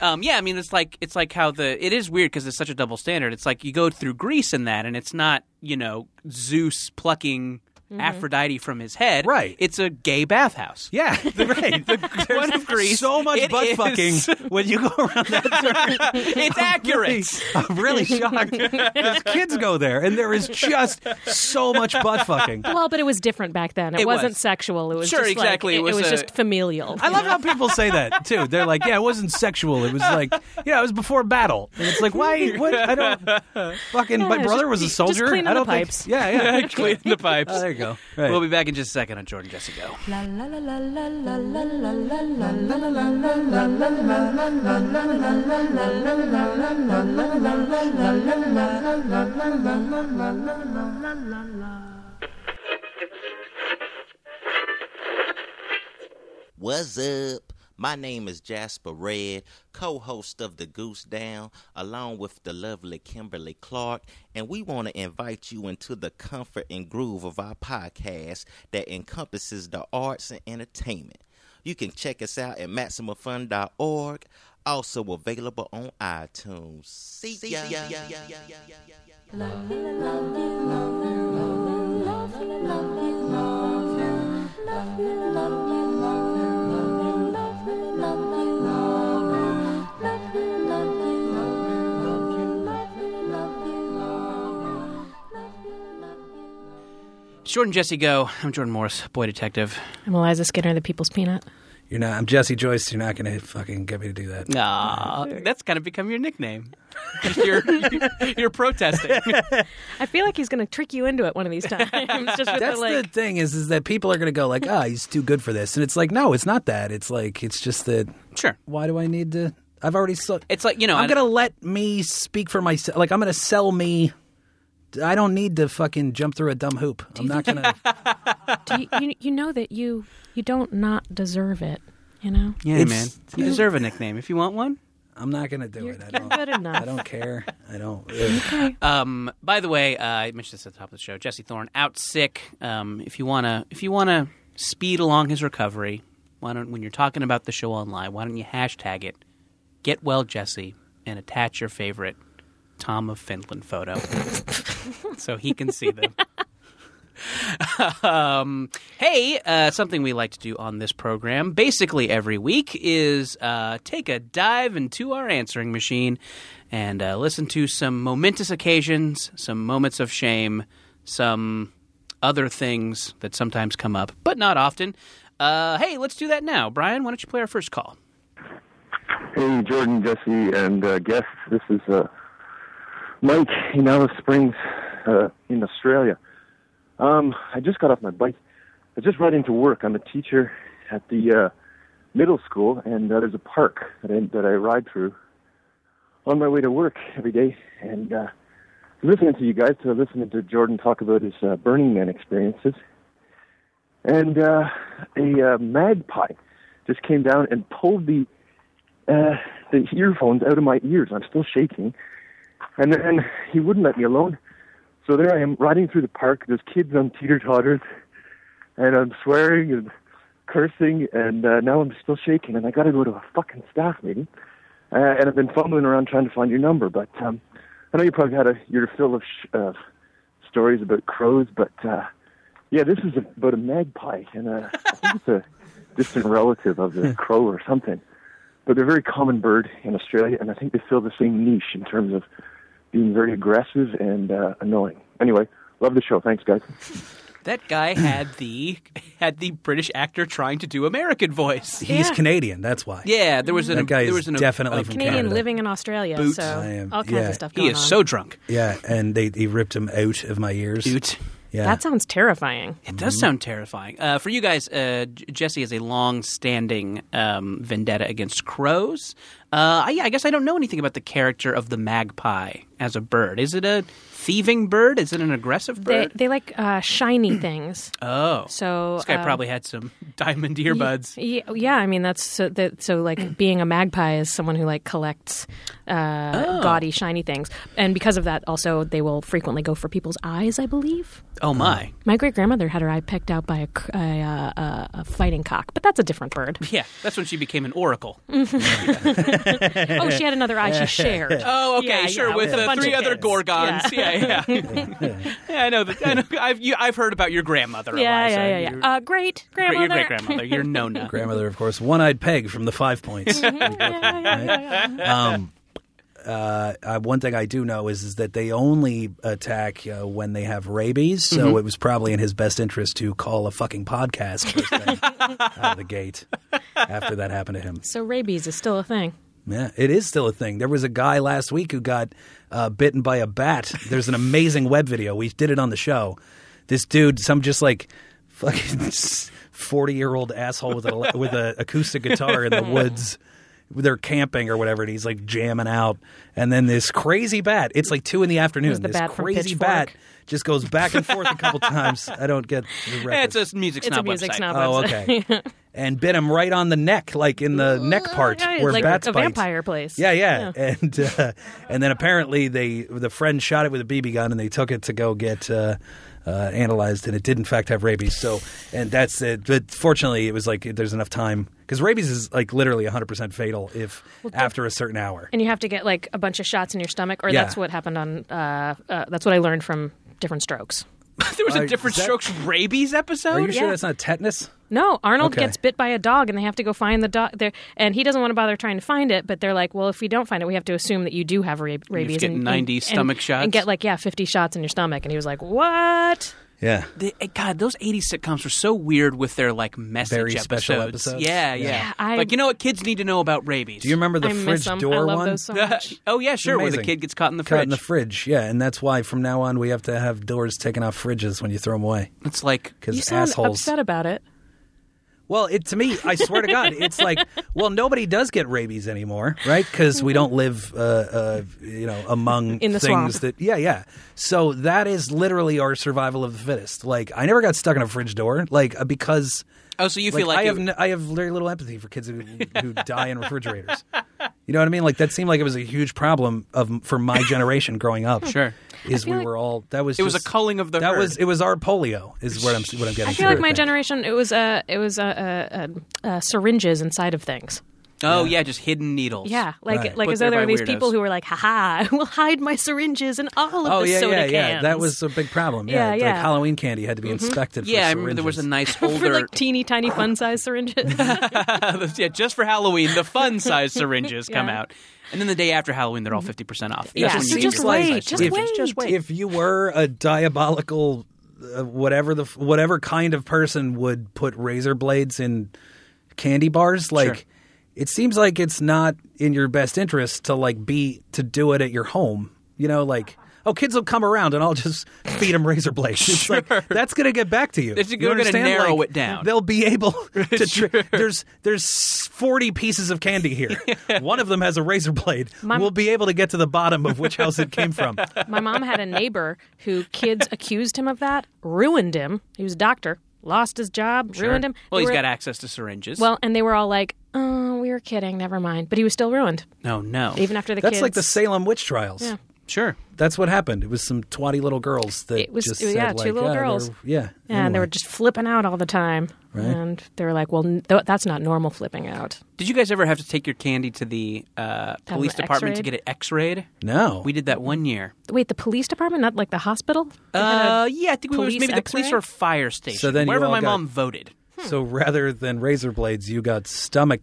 Speaker 2: um, yeah. I mean, it's like it's like how the it is weird because it's such a double standard. It's like you go through Greece in that, and it's not you know Zeus plucking
Speaker 4: Mm-hmm.
Speaker 2: Aphrodite from his head,
Speaker 6: Right.
Speaker 2: It's a gay bathhouse.
Speaker 6: Yeah, right.
Speaker 2: one of Greece.
Speaker 6: so much
Speaker 2: It
Speaker 6: butt
Speaker 2: is-
Speaker 6: fucking when you go around that.
Speaker 2: it's
Speaker 6: Really,
Speaker 2: accurate.
Speaker 6: I'm really shocked. Because kids go there, and there is just so much butt fucking.
Speaker 3: Well, but it was different back then. It,
Speaker 2: It
Speaker 3: wasn't
Speaker 2: was.
Speaker 3: sexual. It was
Speaker 2: Sure,
Speaker 3: just like-
Speaker 2: exactly. It
Speaker 3: it,
Speaker 2: was a-
Speaker 3: just familial.
Speaker 6: I love how people say that too. They're like, "Yeah, it wasn't sexual. It was like, yeah, it was before battle." And it's like, why? What? I don't fucking.
Speaker 3: Yeah,
Speaker 6: my
Speaker 3: just
Speaker 6: brother was a
Speaker 3: be- just
Speaker 6: soldier.
Speaker 3: clean
Speaker 6: I
Speaker 3: the
Speaker 6: don't think-
Speaker 3: pipes.
Speaker 6: yeah, yeah.
Speaker 2: Clean the pipes.
Speaker 6: Oh, there you go. Right.
Speaker 2: We'll be back in just a second on Jordan Jesse Go.
Speaker 1: La la la la la la la la la
Speaker 7: What's up? My name is Jasper Red, co host of The Goose Down, along with the lovely Kimberly Clark, and we want to invite you into the comfort and groove of our podcast that encompasses the arts and entertainment. You can check us out at MaximumFun.org, also available on iTunes. See ya.
Speaker 2: Jordan Jesse Go. I'm Jordan Morris, boy detective.
Speaker 3: I'm Eliza Skinner, the People's Peanut.
Speaker 4: You're not. I'm Jesse Joyce. You're not going to fucking get me to do that.
Speaker 2: Ah, that's kind of become your nickname. you're, you're protesting.
Speaker 3: I feel like he's going to trick you into it one of these times. just with
Speaker 4: That's
Speaker 3: the, like,
Speaker 4: the thing is, is that people are going to go like, "Ah, he's too good for this," and it's like, no, it's not that. It's like, it's just that.
Speaker 2: Sure.
Speaker 4: Why do I need to? I've already. So-
Speaker 2: It's like, you know,
Speaker 4: I'm
Speaker 2: I-
Speaker 4: going to let me speak for myself. Like, I'm going to sell me. I don't need to fucking jump through a dumb hoop. I'm not going to.
Speaker 3: do you, you, you know that you you don't not deserve it. You know,
Speaker 2: Yeah,
Speaker 4: It's-
Speaker 2: man. You deserve a nickname if you want one.
Speaker 4: I'm not going to do it. I
Speaker 3: you're
Speaker 4: don't.
Speaker 3: good
Speaker 4: I
Speaker 3: enough.
Speaker 4: don't care. I don't. ugh.
Speaker 2: Um, by the way, uh, I mentioned this at the top of the show. Jesse Thorne out sick. Um, if you wanna, if you wanna speed along his recovery, why don't when you're talking about the show online, why don't you hashtag it? Get well, Jesse, and attach your favorite Tom of Finland photo, so he can see them. um, hey, uh, something we like to do on this program basically every week is uh, take a dive into our answering machine and uh, listen to some momentous occasions, some moments of shame, some other things that sometimes come up, but not often. Uh, hey, let's do that now. Brian, why don't you play our first call?
Speaker 8: Hey, Jordan, Jesse, and uh, guests. This is uh, Mike in Alice Springs, uh, in Australia. Um, I just got off my bike. I just ride into work. I'm a teacher at the uh, middle school, and uh, there's a park that I, that I ride through on my way to work every day. And uh, listening to you guys, to listening to Jordan talk about his uh, Burning Man experiences, and uh, a uh, magpie just came down and pulled the uh, the earphones out of my ears. I'm still shaking. And then he wouldn't let me alone. So there I am riding through the park. There's kids on teeter totters, and I'm swearing and cursing, and uh, now I'm still shaking. And I got to go to a fucking staff meeting. Uh, and I've been fumbling around trying to find your number, but um, I know you probably had a, your fill of sh- uh, stories about crows, but uh, yeah, this is about a magpie, and uh, I think it's a distant relative of the crow or something but they're a very common bird in Australia, and I think they fill the same niche in terms of being very aggressive and uh, annoying. Anyway, love the show. Thanks, guys.
Speaker 2: That guy had the had the British actor trying to do American voice.
Speaker 4: He's
Speaker 3: Yeah.
Speaker 4: Canadian. That's why.
Speaker 2: Yeah, there was an
Speaker 4: That guy
Speaker 2: there
Speaker 4: is
Speaker 2: was an,
Speaker 4: definitely
Speaker 2: a-
Speaker 4: from
Speaker 3: Canadian
Speaker 4: Canada.
Speaker 3: living in Australia,
Speaker 2: Boots.
Speaker 3: so
Speaker 4: I am-
Speaker 3: all kinds
Speaker 4: yeah.
Speaker 3: of stuff.
Speaker 2: He
Speaker 3: Going
Speaker 2: is
Speaker 3: on.
Speaker 2: so drunk.
Speaker 4: Yeah, and they he ripped him out of my ears.
Speaker 2: Dude.
Speaker 4: Yeah.
Speaker 3: That sounds terrifying.
Speaker 2: It does sound terrifying. Uh, for you guys, uh, J- Jesse has a long standing um, vendetta against crows. Uh, I, I guess I don't know anything about the character of the magpie as a bird. Is it a thieving bird? Is it an aggressive
Speaker 3: They,
Speaker 2: bird?
Speaker 3: they like uh, shiny things.
Speaker 2: oh,
Speaker 3: So
Speaker 2: this guy
Speaker 3: uh,
Speaker 2: probably had some diamond earbuds.
Speaker 3: Yeah, yeah, I mean that's so, that, so like being a magpie is someone who like collects uh,
Speaker 2: Oh.
Speaker 3: gaudy, shiny things, and because of that, also they will frequently go for people's eyes. I believe
Speaker 2: oh my,
Speaker 3: my great grandmother had her eye picked out by a, c- a, uh, a, a fighting cock, but that's a different bird.
Speaker 2: yeah, that's when she became an oracle.
Speaker 3: Mm, oh, she had another eye she shared.
Speaker 2: Oh, okay,
Speaker 3: Yeah,
Speaker 2: sure.
Speaker 3: yeah,
Speaker 2: with
Speaker 3: with a
Speaker 2: the
Speaker 3: bunch
Speaker 2: three
Speaker 3: of
Speaker 2: other
Speaker 3: kids.
Speaker 2: gorgons. Yeah, yeah. yeah. I know. That, I know I've you, I've heard about your grandmother.
Speaker 3: yeah,
Speaker 2: Eliza.
Speaker 3: yeah, yeah, yeah.
Speaker 2: Your,
Speaker 3: Uh, great grandmother.
Speaker 2: your great grandmother. Your Nona.
Speaker 4: Grandmother, of course, one eyed peg from the Five Points.
Speaker 3: Yeah, yeah, yeah, yeah.
Speaker 4: um, uh, uh, one thing I do know is, is that they only attack uh, when they have rabies, so
Speaker 3: Mm-hmm.
Speaker 4: it was probably in his best interest to call a fucking podcast first thing out of the gate after that happened to him.
Speaker 3: So rabies is still a thing.
Speaker 4: Yeah, it is still a thing. There was a guy last week who got uh, bitten by a bat. There's an amazing web video. We did it on the show. This dude, some just like fucking forty year old asshole with a with an acoustic guitar in the woods. They're camping or whatever, and he's like jamming out. And then this crazy bat. It's like two in the afternoon.
Speaker 3: Was the
Speaker 4: this
Speaker 3: bat from
Speaker 4: crazy
Speaker 3: Pitchfork?
Speaker 4: bat just goes back and forth a couple times. I don't get the
Speaker 2: Eh,
Speaker 4: reference.
Speaker 2: It's a music
Speaker 3: It's
Speaker 2: snob
Speaker 3: a music
Speaker 2: website.
Speaker 3: snob
Speaker 4: oh,
Speaker 3: website.
Speaker 4: okay. And bit him right on the neck, like in the neck part
Speaker 3: Yeah,
Speaker 4: where
Speaker 3: like
Speaker 4: bats
Speaker 3: a
Speaker 4: bite.
Speaker 3: vampire place.
Speaker 4: Yeah, yeah, and uh, and then apparently they the friend shot it with a BB gun and they took it to go get uh, uh, analyzed and it did in fact have rabies. So and that's it. But fortunately, it was like there's enough time because rabies is like literally 100 percent fatal if after a certain hour.
Speaker 3: and you have to get like a bunch of shots in your stomach, or
Speaker 4: Yeah.
Speaker 3: that's what happened on. Uh, uh, that's what I learned from different strokes.
Speaker 2: there was
Speaker 4: Uh,
Speaker 2: a
Speaker 4: is
Speaker 2: different
Speaker 4: that-
Speaker 2: strokes rabies episode.
Speaker 4: Are you sure
Speaker 3: Oh, yeah.
Speaker 4: that's not tetanus?
Speaker 3: No, Arnold
Speaker 4: Okay.
Speaker 3: gets bit by a dog, and they have to go find the dog there, and he doesn't want to bother trying to find it. But they're like, "Well, if we don't find it, we have to assume that you do have ra- rabies."
Speaker 2: get 90
Speaker 3: and,
Speaker 2: stomach
Speaker 3: and,
Speaker 2: shots.
Speaker 3: and get like yeah, fifty shots in your stomach. And he was like, "What?"
Speaker 4: Yeah.
Speaker 2: They, eh, God, those 80s sitcoms were so weird with their like message
Speaker 4: Very
Speaker 2: episodes.
Speaker 4: special episodes.
Speaker 2: Yeah, yeah.
Speaker 3: Yeah, I-
Speaker 2: like you know what kids need to know about rabies.
Speaker 4: Do you remember the
Speaker 3: I miss
Speaker 4: fridge
Speaker 3: them.
Speaker 4: door
Speaker 3: I love
Speaker 4: one?
Speaker 3: those so much.
Speaker 2: oh yeah, sure. Where the
Speaker 4: Amazing.
Speaker 2: kid gets caught in the
Speaker 4: Caught
Speaker 2: fridge.
Speaker 4: in the fridge, yeah, and that's why from now on we have to have doors taken off fridges when you throw them away
Speaker 2: it's like
Speaker 4: because
Speaker 3: You sound
Speaker 4: assholes.
Speaker 3: upset about it.
Speaker 4: Well, it to me, I swear to God, it's like, well, nobody does get rabies anymore, right? Because we don't live, uh, uh, you know, among
Speaker 3: In the
Speaker 4: things
Speaker 3: swamp.
Speaker 4: that, yeah, yeah. So that is literally our survival of the fittest. Like, I never got stuck in a fridge door, like uh, because
Speaker 2: oh, so you
Speaker 4: like,
Speaker 2: feel like
Speaker 4: I
Speaker 2: it-
Speaker 4: have n- I have very little empathy for kids who, who die in refrigerators. You know what I mean? Like that seemed like it was a huge problem of for my generation growing up.
Speaker 2: Sure.
Speaker 4: is we
Speaker 3: like-
Speaker 4: were all that was
Speaker 2: It was
Speaker 4: just-
Speaker 2: a culling of the
Speaker 4: that
Speaker 2: herd.
Speaker 4: was it was our polio is what I'm what I'm getting.
Speaker 3: I feel like
Speaker 4: to,
Speaker 3: my
Speaker 4: think.
Speaker 3: generation, it was uh, it was uh, uh, uh, uh, syringes inside of things.
Speaker 2: oh yeah, just hidden needles.
Speaker 3: Yeah, like
Speaker 4: Right.
Speaker 3: like
Speaker 2: But
Speaker 3: as though
Speaker 2: they're
Speaker 3: there are
Speaker 2: by
Speaker 3: these
Speaker 2: weirdos.
Speaker 3: people who are like, "Haha, I will hide my syringes in all of
Speaker 4: Oh
Speaker 3: the
Speaker 4: yeah,
Speaker 3: soda
Speaker 4: yeah,
Speaker 3: cans."
Speaker 4: yeah. That was a big problem. Yeah,
Speaker 3: Yeah,
Speaker 4: like
Speaker 3: yeah.
Speaker 4: Halloween candy had to be inspected.
Speaker 2: Yeah,
Speaker 4: for
Speaker 2: I remember there was a
Speaker 4: syringes.
Speaker 2: nice
Speaker 3: for
Speaker 2: older
Speaker 3: like teeny tiny fun size syringes.
Speaker 2: yeah, just for Halloween, the fun size syringes come
Speaker 3: Yeah.
Speaker 2: out. And then the day after Halloween, they're all 50% off.
Speaker 3: Yeah.
Speaker 2: That's when
Speaker 3: So
Speaker 2: you get
Speaker 3: just
Speaker 2: your fun-size
Speaker 3: wait, just
Speaker 2: syringes.
Speaker 3: wait.
Speaker 2: Just wait.
Speaker 4: If you were a diabolical, uh, whatever the f- whatever kind of person would put razor blades in candy bars, like it seems like it's not in your best interest to like be to do it at your home. You know, like. Oh, kids will come around, and I'll just feed them razor blades. It's like that's going to get back to you.
Speaker 2: It's-
Speaker 4: You
Speaker 2: we're gonna
Speaker 4: understand?
Speaker 2: narrow
Speaker 4: Like,
Speaker 2: it down.
Speaker 4: They'll be able to. Tri- there's there's 40 pieces of candy here. One of them has a razor blade.
Speaker 3: My-
Speaker 4: we'll be able to get to the bottom of which house it came from.
Speaker 3: My mom had a neighbor who kids accused him of that, ruined him. He was a doctor, lost his job, ruined him.
Speaker 2: Well,
Speaker 3: They
Speaker 2: he's
Speaker 3: were-
Speaker 2: got access to syringes.
Speaker 3: Well, and they were all like, "Oh, we were kidding. Never mind." But he was still ruined,
Speaker 2: no, Oh, no.
Speaker 3: even after the
Speaker 4: That's
Speaker 3: kids.
Speaker 4: like the Salem witch trials.
Speaker 3: Yeah.
Speaker 2: Sure.
Speaker 4: That's what happened. It was some twatty little girls that
Speaker 3: It was-
Speaker 4: just
Speaker 3: it was-
Speaker 4: said,
Speaker 3: yeah, two
Speaker 4: like,
Speaker 3: little
Speaker 4: "Ah, they're-
Speaker 3: girls."
Speaker 4: Yeah,
Speaker 3: and they were just flipping out all the time. And they were like, "Well, n- th- that's not normal flipping out."
Speaker 2: Did you guys ever have to take your candy to the uh, police
Speaker 3: an
Speaker 2: department to
Speaker 3: X-rayed?
Speaker 2: get it x-rayed?
Speaker 4: no.
Speaker 2: We did that one year.
Speaker 3: Wait, the police department, not like the hospital. They had a-
Speaker 2: Uh, yeah, I think we was
Speaker 3: police
Speaker 2: maybe the police
Speaker 3: X-ray?
Speaker 2: or fire station.
Speaker 4: So then you
Speaker 2: wherever
Speaker 4: all
Speaker 2: my
Speaker 4: got-
Speaker 2: mom voted.
Speaker 3: Hmm.
Speaker 4: So rather than razor blades, you got stomach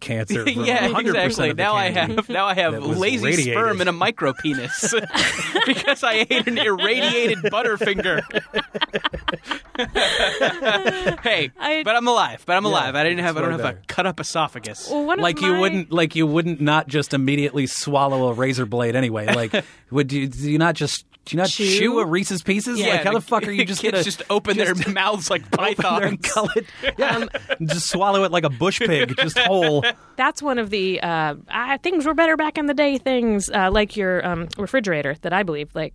Speaker 4: cancer. From
Speaker 2: yeah,
Speaker 4: 100%
Speaker 2: exactly.
Speaker 4: Of the
Speaker 2: Now I
Speaker 4: candy.
Speaker 2: have now I have
Speaker 4: that was
Speaker 2: lazy
Speaker 4: radiated.
Speaker 2: sperm and a micro penis because I ate an irradiated butterfinger. hey,
Speaker 3: I-
Speaker 2: but I'm alive. But I'm alive. I didn't have I
Speaker 4: way
Speaker 2: don't have
Speaker 4: better.
Speaker 2: a cut up esophagus.
Speaker 3: Well, one of
Speaker 4: Like you
Speaker 3: my-
Speaker 4: wouldn't, like you wouldn't not just immediately swallow a razor blade anyway. Like, would you? Do you not just Do you not
Speaker 3: Chew?
Speaker 4: chew, a Reese's Pieces? like, how the fuck are you just
Speaker 2: kids
Speaker 4: gonna
Speaker 2: just open
Speaker 4: just
Speaker 2: their mouths like
Speaker 4: open their
Speaker 2: pythons?
Speaker 4: gullet? Yeah,
Speaker 2: Um,
Speaker 4: just swallow it like a bush pig, just whole.
Speaker 3: That's one of the uh, ah, things were better back in the day things, uh, like your um, refrigerator that I believe. Like,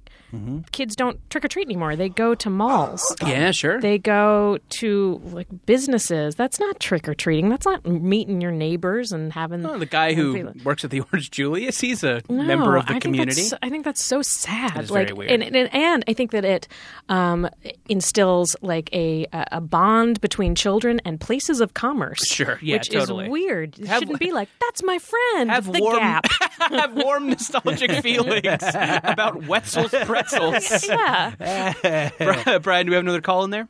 Speaker 3: kids don't trick or treat anymore. They go to malls.
Speaker 2: yeah, sure.
Speaker 3: They go to like businesses. That's not trick or treating. That's not meeting your neighbors and having
Speaker 2: Oh, the guy who works at the Orange Julius, he's a member of the
Speaker 3: I
Speaker 2: community.
Speaker 3: Think that's, I think that's so sad.
Speaker 2: is
Speaker 3: like,
Speaker 2: very weird.
Speaker 3: And, and, and I think that it um, instills like a a bond between children and places of commerce.
Speaker 2: Sure. Yeah,
Speaker 3: which
Speaker 2: totally.
Speaker 3: is weird. It
Speaker 2: Have-
Speaker 3: shouldn't be like that's my friend.
Speaker 2: have
Speaker 3: the
Speaker 2: warm,
Speaker 3: Gap.
Speaker 2: have warm nostalgic feelings about Wetzel's pretzels.
Speaker 3: yeah.
Speaker 2: Bri- Brian, do we have another call in there?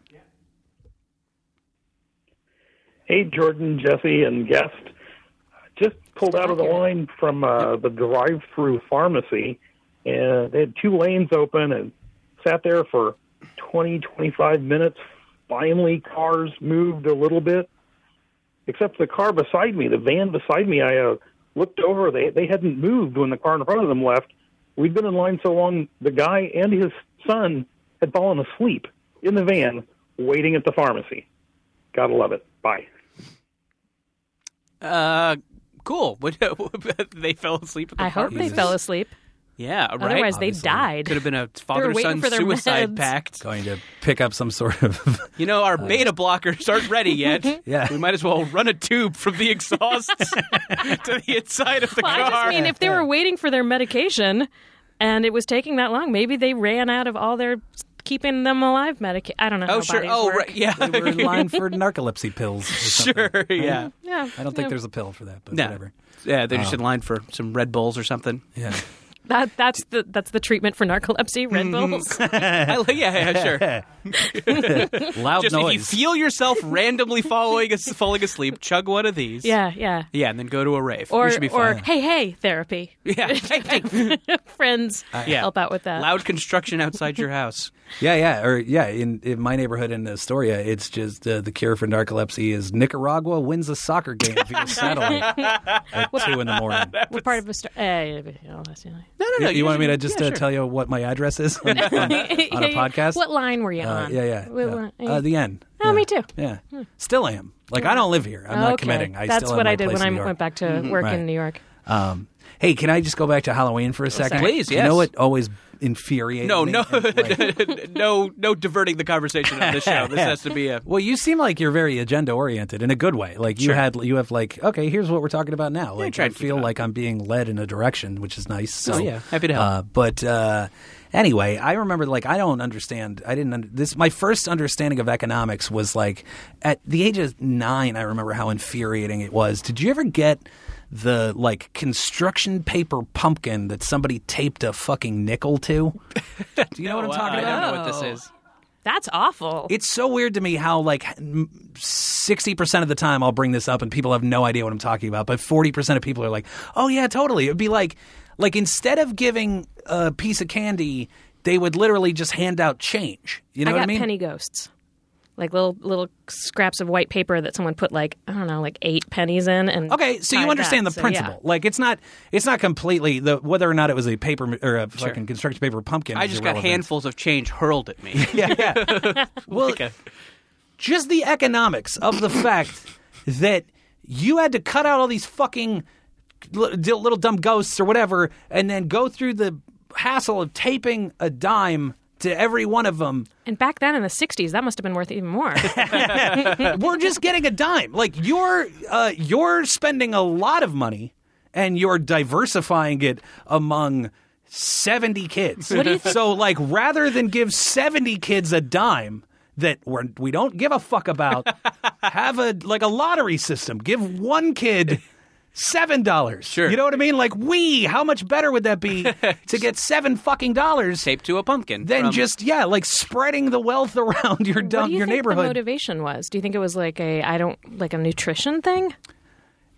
Speaker 8: Hey, Jordan, Jesse, and guest. Just pulled out of the line from uh, the drive through pharmacy, and they had two lanes open and sat there for 20, 25 minutes. Finally, cars moved a little bit, except the car beside me, the van beside me. I uh, looked over, they, they hadn't moved when the car in front of them left. We'd been in line so long, the guy and his son had fallen asleep in the van waiting at the pharmacy. Gotta love it. Bye.
Speaker 2: Uh, cool. Would- they fell asleep at the
Speaker 3: I hope
Speaker 2: party.
Speaker 3: they fell asleep.
Speaker 2: Yeah, right.
Speaker 3: Otherwise, they
Speaker 2: Could
Speaker 3: died.
Speaker 2: have been a father
Speaker 3: waiting
Speaker 2: son
Speaker 3: for their
Speaker 2: suicide
Speaker 3: meds.
Speaker 2: pact.
Speaker 4: Going to pick up some sort of
Speaker 2: You know, our beta blockers aren't ready yet.
Speaker 4: Yeah.
Speaker 2: We might as well run a tube from the exhausts to the inside of the
Speaker 3: Well, I
Speaker 2: car.
Speaker 3: just mean if they were waiting for their medication, and it was taking that long, maybe they ran out of all their keeping them alive medication. I don't know.
Speaker 2: oh,
Speaker 3: how
Speaker 2: sure.
Speaker 3: bodies
Speaker 2: Oh,
Speaker 3: work.
Speaker 2: right. Yeah.
Speaker 4: they were in line for narcolepsy pills. Or something.
Speaker 2: sure. Yeah.
Speaker 3: Yeah.
Speaker 4: I don't think
Speaker 3: Yeah.
Speaker 4: there's a pill for that, but
Speaker 2: No.
Speaker 4: whatever. Oh.
Speaker 2: Yeah, they're just in line for some Red Bulls or something.
Speaker 4: Yeah.
Speaker 3: That that's the that's the treatment for narcolepsy. Red
Speaker 2: Mm-hmm.
Speaker 3: Bulls.
Speaker 2: I like, yeah, yeah, sure.
Speaker 4: Loud
Speaker 2: Just if you
Speaker 4: noise.
Speaker 2: feel yourself randomly falling as- falling asleep, chug one of these.
Speaker 3: yeah, yeah.
Speaker 2: Yeah, and then go to a rave.
Speaker 3: Or
Speaker 2: you should be
Speaker 3: or
Speaker 2: fine.
Speaker 3: hey hey therapy.
Speaker 2: yeah.
Speaker 3: Friends
Speaker 4: Uh,
Speaker 2: Yeah.
Speaker 3: help out with that.
Speaker 2: Loud construction outside your house.
Speaker 4: yeah, yeah, or yeah. In, in my neighborhood in Astoria, it's just uh, the cure for narcolepsy is Nicaragua wins a soccer game via satellite at two in the morning.
Speaker 3: What part of a sto- eh, you know, that's the only-
Speaker 2: No, no,
Speaker 4: You,
Speaker 2: no.
Speaker 4: you want me to just
Speaker 2: yeah,
Speaker 4: uh,
Speaker 2: sure.
Speaker 4: tell you what my address is on, on- on a podcast?
Speaker 3: What line were you
Speaker 4: Uh,
Speaker 3: on?
Speaker 4: yeah, yeah.
Speaker 3: What
Speaker 4: yeah.
Speaker 3: line-
Speaker 4: Uh, the end.
Speaker 3: Oh,
Speaker 4: yeah.
Speaker 3: me too. Hmm.
Speaker 4: Yeah, still am. Like I don't live here. I'm not
Speaker 3: Okay.
Speaker 4: committing. I
Speaker 3: that's
Speaker 4: still
Speaker 3: what
Speaker 4: have my
Speaker 3: I did
Speaker 4: place
Speaker 3: when
Speaker 4: in
Speaker 3: I
Speaker 4: New York. Mm-hmm.
Speaker 3: went back to work
Speaker 4: Right.
Speaker 3: in New York.
Speaker 4: Um, hey, can I just go back to Halloween for a second?
Speaker 2: Oh, Please,
Speaker 4: You
Speaker 2: yes.
Speaker 4: know what always infuriates
Speaker 2: No,
Speaker 4: me?
Speaker 2: no,
Speaker 4: And, like-
Speaker 2: no, no diverting the conversation on the show. This has to be a.
Speaker 4: Well, you seem like you're very agenda oriented in a good way. Like you had, you have like, okay, here's what we're talking about now. Like
Speaker 2: try
Speaker 4: I
Speaker 2: and keep it
Speaker 4: feel
Speaker 2: up.
Speaker 4: like I'm being led in a direction, which is nice. So
Speaker 2: Oh, yeah. Happy to help.
Speaker 4: Uh, but uh, anyway, I remember like I don't understand. I didn't un- this. My first understanding of economics was like at the age of nine. I remember how infuriating it was. Did you ever get? The like construction paper pumpkin that somebody taped a fucking nickel to. Do you know what I'm
Speaker 2: Wow,
Speaker 4: talking
Speaker 2: I
Speaker 4: about?
Speaker 2: don't know what
Speaker 3: Oh.
Speaker 2: this is.
Speaker 3: That's awful.
Speaker 4: it's so weird to me how like sixty percent of the time I'll bring this up and people have no idea what I'm talking about, but forty percent of people are like, "Oh yeah, totally." It'd be like, like instead of giving a piece of candy, they would literally just hand out change. You know
Speaker 3: I got
Speaker 4: what I mean?
Speaker 3: penny ghosts. Like little little scraps of white paper that someone put like I don't know like eight pennies in and
Speaker 4: Okay, so you
Speaker 3: tied
Speaker 4: understand
Speaker 3: that.
Speaker 4: the
Speaker 3: So, yeah.
Speaker 4: principle. Like it's not, it's not completely the whether or not it was a paper or a fucking construction paper pumpkin.
Speaker 2: I
Speaker 4: is
Speaker 2: just got
Speaker 4: irrelevant.
Speaker 2: handfuls of change hurled at me.
Speaker 4: Yeah, yeah. well, just the economics of the fact that you had to cut out all these fucking li- d- little dumb ghosts or whatever, and then go through the hassle of taping a dime to every one of them.
Speaker 3: And back then in the '60s, that must have been worth even more.
Speaker 4: We're just getting a dime. Like you're uh, you're spending a lot of money, and you're diversifying it among. 70 kids.
Speaker 3: What do you think-
Speaker 4: So like rather than give 70 kids a dime that we're, we don't give a fuck about, have a like a lottery system. Give one kid seven dollars.
Speaker 2: Sure.
Speaker 4: You know what I mean? Like we, how much better would that be to get seven fucking dollars
Speaker 2: Taped to a pumpkin.
Speaker 4: than
Speaker 2: from-
Speaker 4: just yeah, like spreading the wealth around your
Speaker 3: What
Speaker 4: dumb
Speaker 3: do you
Speaker 4: your
Speaker 3: think
Speaker 4: neighborhood.
Speaker 3: The motivation was. Do you think it was like a I don't like a nutrition thing?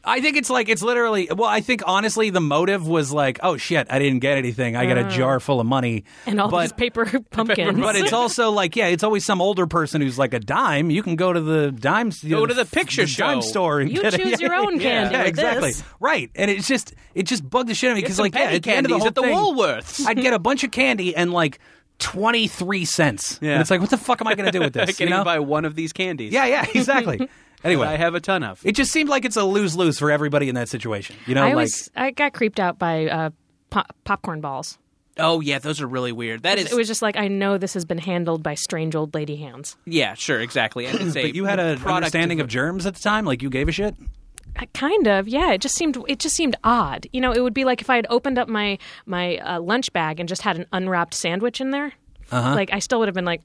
Speaker 4: I think it's like it's literally. Well, I think honestly, the motive was like, oh shit, I didn't get anything. I
Speaker 3: Mm.
Speaker 4: got a jar full of money
Speaker 3: and all
Speaker 4: but,
Speaker 3: these paper pumpkins.
Speaker 4: But it's also like, yeah, it's always some older person who's like a dime. You can go to the dime.
Speaker 2: Go to the picture show.
Speaker 4: dime store and
Speaker 3: You
Speaker 4: get it.
Speaker 3: choose your own candy
Speaker 4: Yeah,
Speaker 3: with
Speaker 4: exactly.
Speaker 3: this.
Speaker 4: Right, and it's just it just bugged the shit out of me
Speaker 2: Get
Speaker 4: because
Speaker 2: some
Speaker 4: like yeah,
Speaker 2: penny
Speaker 4: at the end of the
Speaker 2: candies
Speaker 4: whole
Speaker 2: at the
Speaker 4: thing,
Speaker 2: Woolworths.
Speaker 4: I'd get a bunch of candy and like twenty three cents.
Speaker 2: Yeah.
Speaker 4: and it's like what the fuck am I going to do with this?
Speaker 2: I can
Speaker 4: you know?
Speaker 2: even buy one of these candies.
Speaker 4: yeah, yeah, exactly.
Speaker 2: Anyway, I
Speaker 4: anyway,
Speaker 2: have a ton of.
Speaker 4: it just seemed like it's a lose lose for everybody in that situation. You know,
Speaker 3: I
Speaker 4: like
Speaker 3: was I got creeped out by uh, po- popcorn balls.
Speaker 2: oh yeah, those are really weird. That is.
Speaker 3: It was just like I know this has been handled by strange old lady hands.
Speaker 2: yeah, sure, exactly. And it's a
Speaker 4: but you had an
Speaker 2: product
Speaker 4: understanding of germs at the time. Like you gave a shit.
Speaker 3: Uh, Kind of, yeah. It just seemed it just seemed odd. You know, it would be like if I had opened up my my uh, lunch bag and just had an unwrapped sandwich in there.
Speaker 4: Uh-huh.
Speaker 3: Like I still would have been like,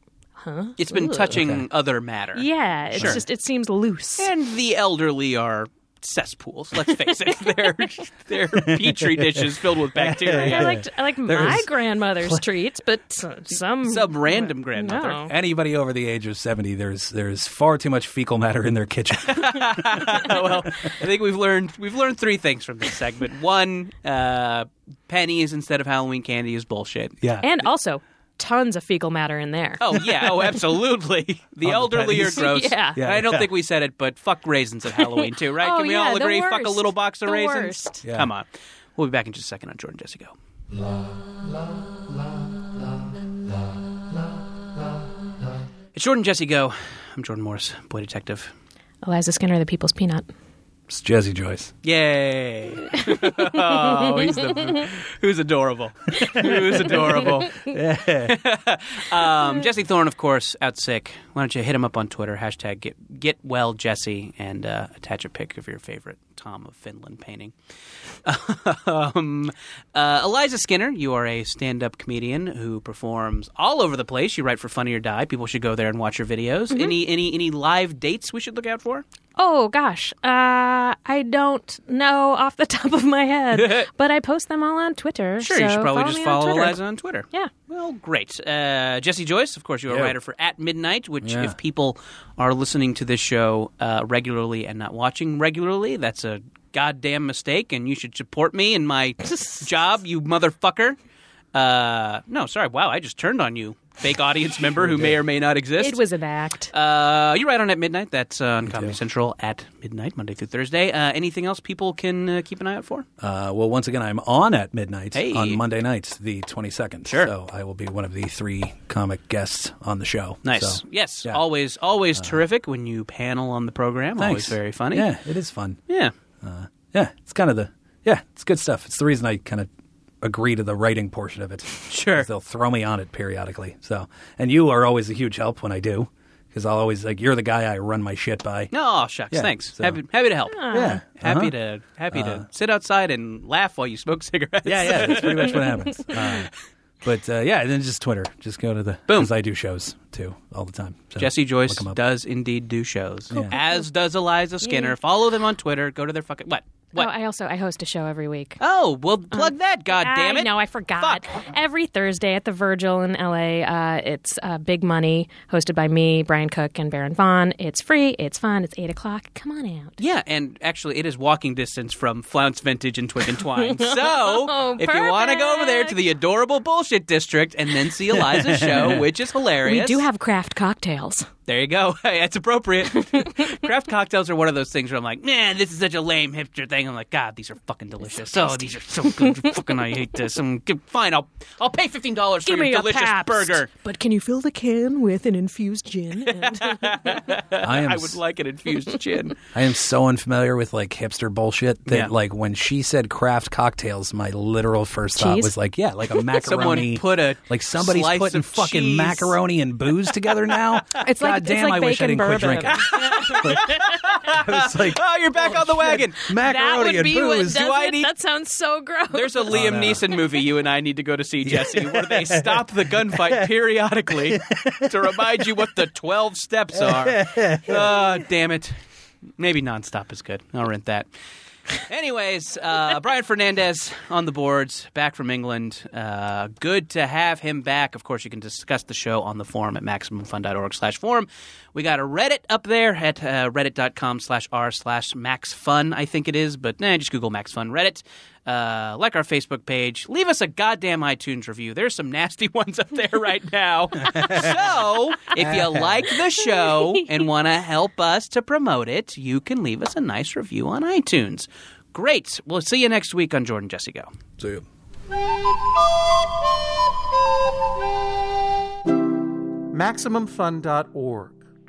Speaker 2: It's been touching other matter.
Speaker 3: yeah. It's just it seems loose.
Speaker 2: And the elderly are cesspools. Let's face it, they're they're petri dishes filled with bacteria.
Speaker 3: I liked I like my
Speaker 4: There's-
Speaker 3: grandmother's treats, but s- some
Speaker 2: Some random grandmother.
Speaker 3: No.
Speaker 4: Anybody over the age of seventy, there's there's far too much fecal matter in their kitchen.
Speaker 2: well, I think we've learned we've learned three things from this segment. One, uh, pennies instead of Halloween candy is bullshit.
Speaker 4: yeah,
Speaker 3: and also tons of fecal matter in there.
Speaker 2: Oh yeah, oh absolutely. The elderly are
Speaker 4: pennies.
Speaker 2: gross.
Speaker 3: Yeah.
Speaker 4: Yeah,
Speaker 2: And I don't
Speaker 4: yeah.
Speaker 2: think we said it, but fuck raisins at Halloween too, right?
Speaker 3: Oh,
Speaker 2: Can we
Speaker 3: yeah,
Speaker 2: all
Speaker 3: the
Speaker 2: agree? Fuck a
Speaker 3: worst.
Speaker 2: little box of
Speaker 3: The
Speaker 2: raisins.
Speaker 3: worst.
Speaker 4: Yeah.
Speaker 2: Come on, we'll be back in just a second on Jordan Jesse Go. It's Jordan Jesse Go. I'm Jordan Morris, boy detective.
Speaker 3: Eliza Skinner, the people's peanut.
Speaker 4: it's Jesse Joyce.
Speaker 2: Yay! oh, he's the who's adorable. Who's adorable. um, Jesse Thorne, of course, out sick. Why don't you hit him up on Twitter? Hashtag get get well Jesse and uh, attach a pic of your favorite Tom of Finland painting. um, uh, Eliza Skinner, you are a stand up comedian who performs all over the place. You write for Funny or Die. People should go there and watch your videos. Any any any live dates we should look out for?
Speaker 3: Oh gosh, uh, I don't know off the top of my head, but I post them all on Twitter.
Speaker 2: Sure,
Speaker 3: so
Speaker 2: you should probably
Speaker 3: follow
Speaker 2: just
Speaker 3: me on
Speaker 2: follow
Speaker 3: Twitter.
Speaker 2: Eliza on Twitter.
Speaker 3: Yeah.
Speaker 2: Well, great. Uh, Jesse Joyce, of course, you're a
Speaker 4: Yeah.
Speaker 2: writer for At Midnight, which,
Speaker 4: Yeah.
Speaker 2: if people are listening to this show uh, regularly and not watching regularly, that's a goddamn mistake, and you should support me in my job, you motherfucker. Uh, no, sorry. Wow, I just turned on you, fake audience member who may or may not exist.
Speaker 3: It was an act.
Speaker 2: Uh, you write on at midnight. That's uh, on Comedy Central at midnight, Monday through Thursday. Uh, anything else people can uh, keep an eye out for?
Speaker 4: Uh, well, once again, I'm on at midnight
Speaker 2: Hey.
Speaker 4: on Monday nights, the 22nd. Sure. So I will be one of the three comic guests on the show.
Speaker 2: Nice.
Speaker 4: So,
Speaker 2: yes.
Speaker 4: yeah. Uh,
Speaker 2: Always, always terrific when you panel on the program. Always
Speaker 4: Thanks.
Speaker 2: very funny.
Speaker 4: Yeah, it is fun.
Speaker 2: Yeah.
Speaker 4: Yeah, it's kind of the yeah, it's good stuff. It's the reason I kind of agree to the writing portion of it.
Speaker 2: Sure.
Speaker 4: 'Cause They'll throw me on it periodically. So, and you are always a huge help when I do because I'll always like you're the guy I run my shit by.
Speaker 2: No, Oh, shucks.
Speaker 4: Yeah,
Speaker 2: Thanks.
Speaker 4: so-
Speaker 2: Happy, happy to help.
Speaker 3: Ah.
Speaker 4: Yeah. Uh-huh. Uh,
Speaker 2: Happy to happy to sit outside and laugh while you smoke cigarettes.
Speaker 4: Yeah, yeah, that's pretty much what happens. Uh, but uh, yeah, and then just Twitter. Just go to the
Speaker 2: Boom.
Speaker 4: 'cause I do shows too all the time. So
Speaker 2: Jesse Joyce
Speaker 4: look 'em up.
Speaker 2: does indeed do shows, as does Eliza Skinner. Follow them on Twitter. Go to their fucking what? What?
Speaker 3: Oh, I also I host a show every week.
Speaker 2: Oh, well, plug that. God Ah, damn
Speaker 3: uh, I
Speaker 2: it!
Speaker 3: know, I forgot. Every Thursday at the Virgil in LA, uh, it's uh, Big Money, hosted by me, Brian Cook, and Baron Vaughn. It's free, it's fun, it's 8 o'clock. Come on out.
Speaker 2: Yeah, and actually, it is walking distance from Flounce Vintage and Twig and Twine. So,
Speaker 3: Oh,
Speaker 2: if you want to go over there to the adorable bullshit district and then see Eliza's show, which is hilarious,
Speaker 3: We do have craft cocktails.
Speaker 2: There you go. Hey, that's appropriate. Craft cocktails are one of those things where I'm like, man, this is such a lame hipster thing. I'm like, God, these are fucking delicious. Oh, these are so good. fucking, I hate this. I'm, fine, I'll I'll pay fifteen dollars for
Speaker 3: Give
Speaker 2: your
Speaker 3: me a
Speaker 2: delicious
Speaker 3: Pabst.
Speaker 2: burger.
Speaker 3: But can you fill the can with an infused gin? And-
Speaker 4: I am
Speaker 2: I would like an infused gin.
Speaker 4: I am so unfamiliar with like hipster bullshit that
Speaker 2: Yeah.
Speaker 4: like when she said craft cocktails, my literal first thought
Speaker 3: Cheese?
Speaker 4: was like, yeah, like a macaroni.
Speaker 2: Someone put a
Speaker 4: like somebody's
Speaker 2: slice
Speaker 4: putting
Speaker 2: of
Speaker 4: fucking
Speaker 2: cheese.
Speaker 4: macaroni and booze together now.
Speaker 3: It's like-
Speaker 4: God
Speaker 3: it's
Speaker 4: damn,
Speaker 3: like
Speaker 4: I wish I
Speaker 3: bacon
Speaker 4: didn't quit
Speaker 3: bourbon.
Speaker 4: drinking. Like, I was like
Speaker 2: Oh, you're back on the wagon.
Speaker 4: macaroni and booze.
Speaker 2: Do I need?
Speaker 3: That sounds so gross.
Speaker 2: There's a Liam Neeson movie you and I need to go to see, Jesse, where they stop the gunfight periodically to remind you what the 12 Ah, steps are. Oh, damn it. Maybe nonstop is good. I'll rent that. Anyways, uh, Brian Fernandez on the boards, back from England. Uh, good to have him back. Of course, you can discuss the show on the forum at MaximumFun.org slash forum. We got a Reddit up there at uh, reddit.com slash r slash MaxFun, I think it is. But nah, just Google MaxFun Reddit. Uh, like our Facebook page. Leave us a goddamn iTunes review. There's some nasty ones up there right now. so if you like the show and want to help us to promote it, you can leave us a nice review on iTunes. Great. We'll see you next week on Jordan Jesse Go.
Speaker 4: So you.
Speaker 9: MaximumFun.org.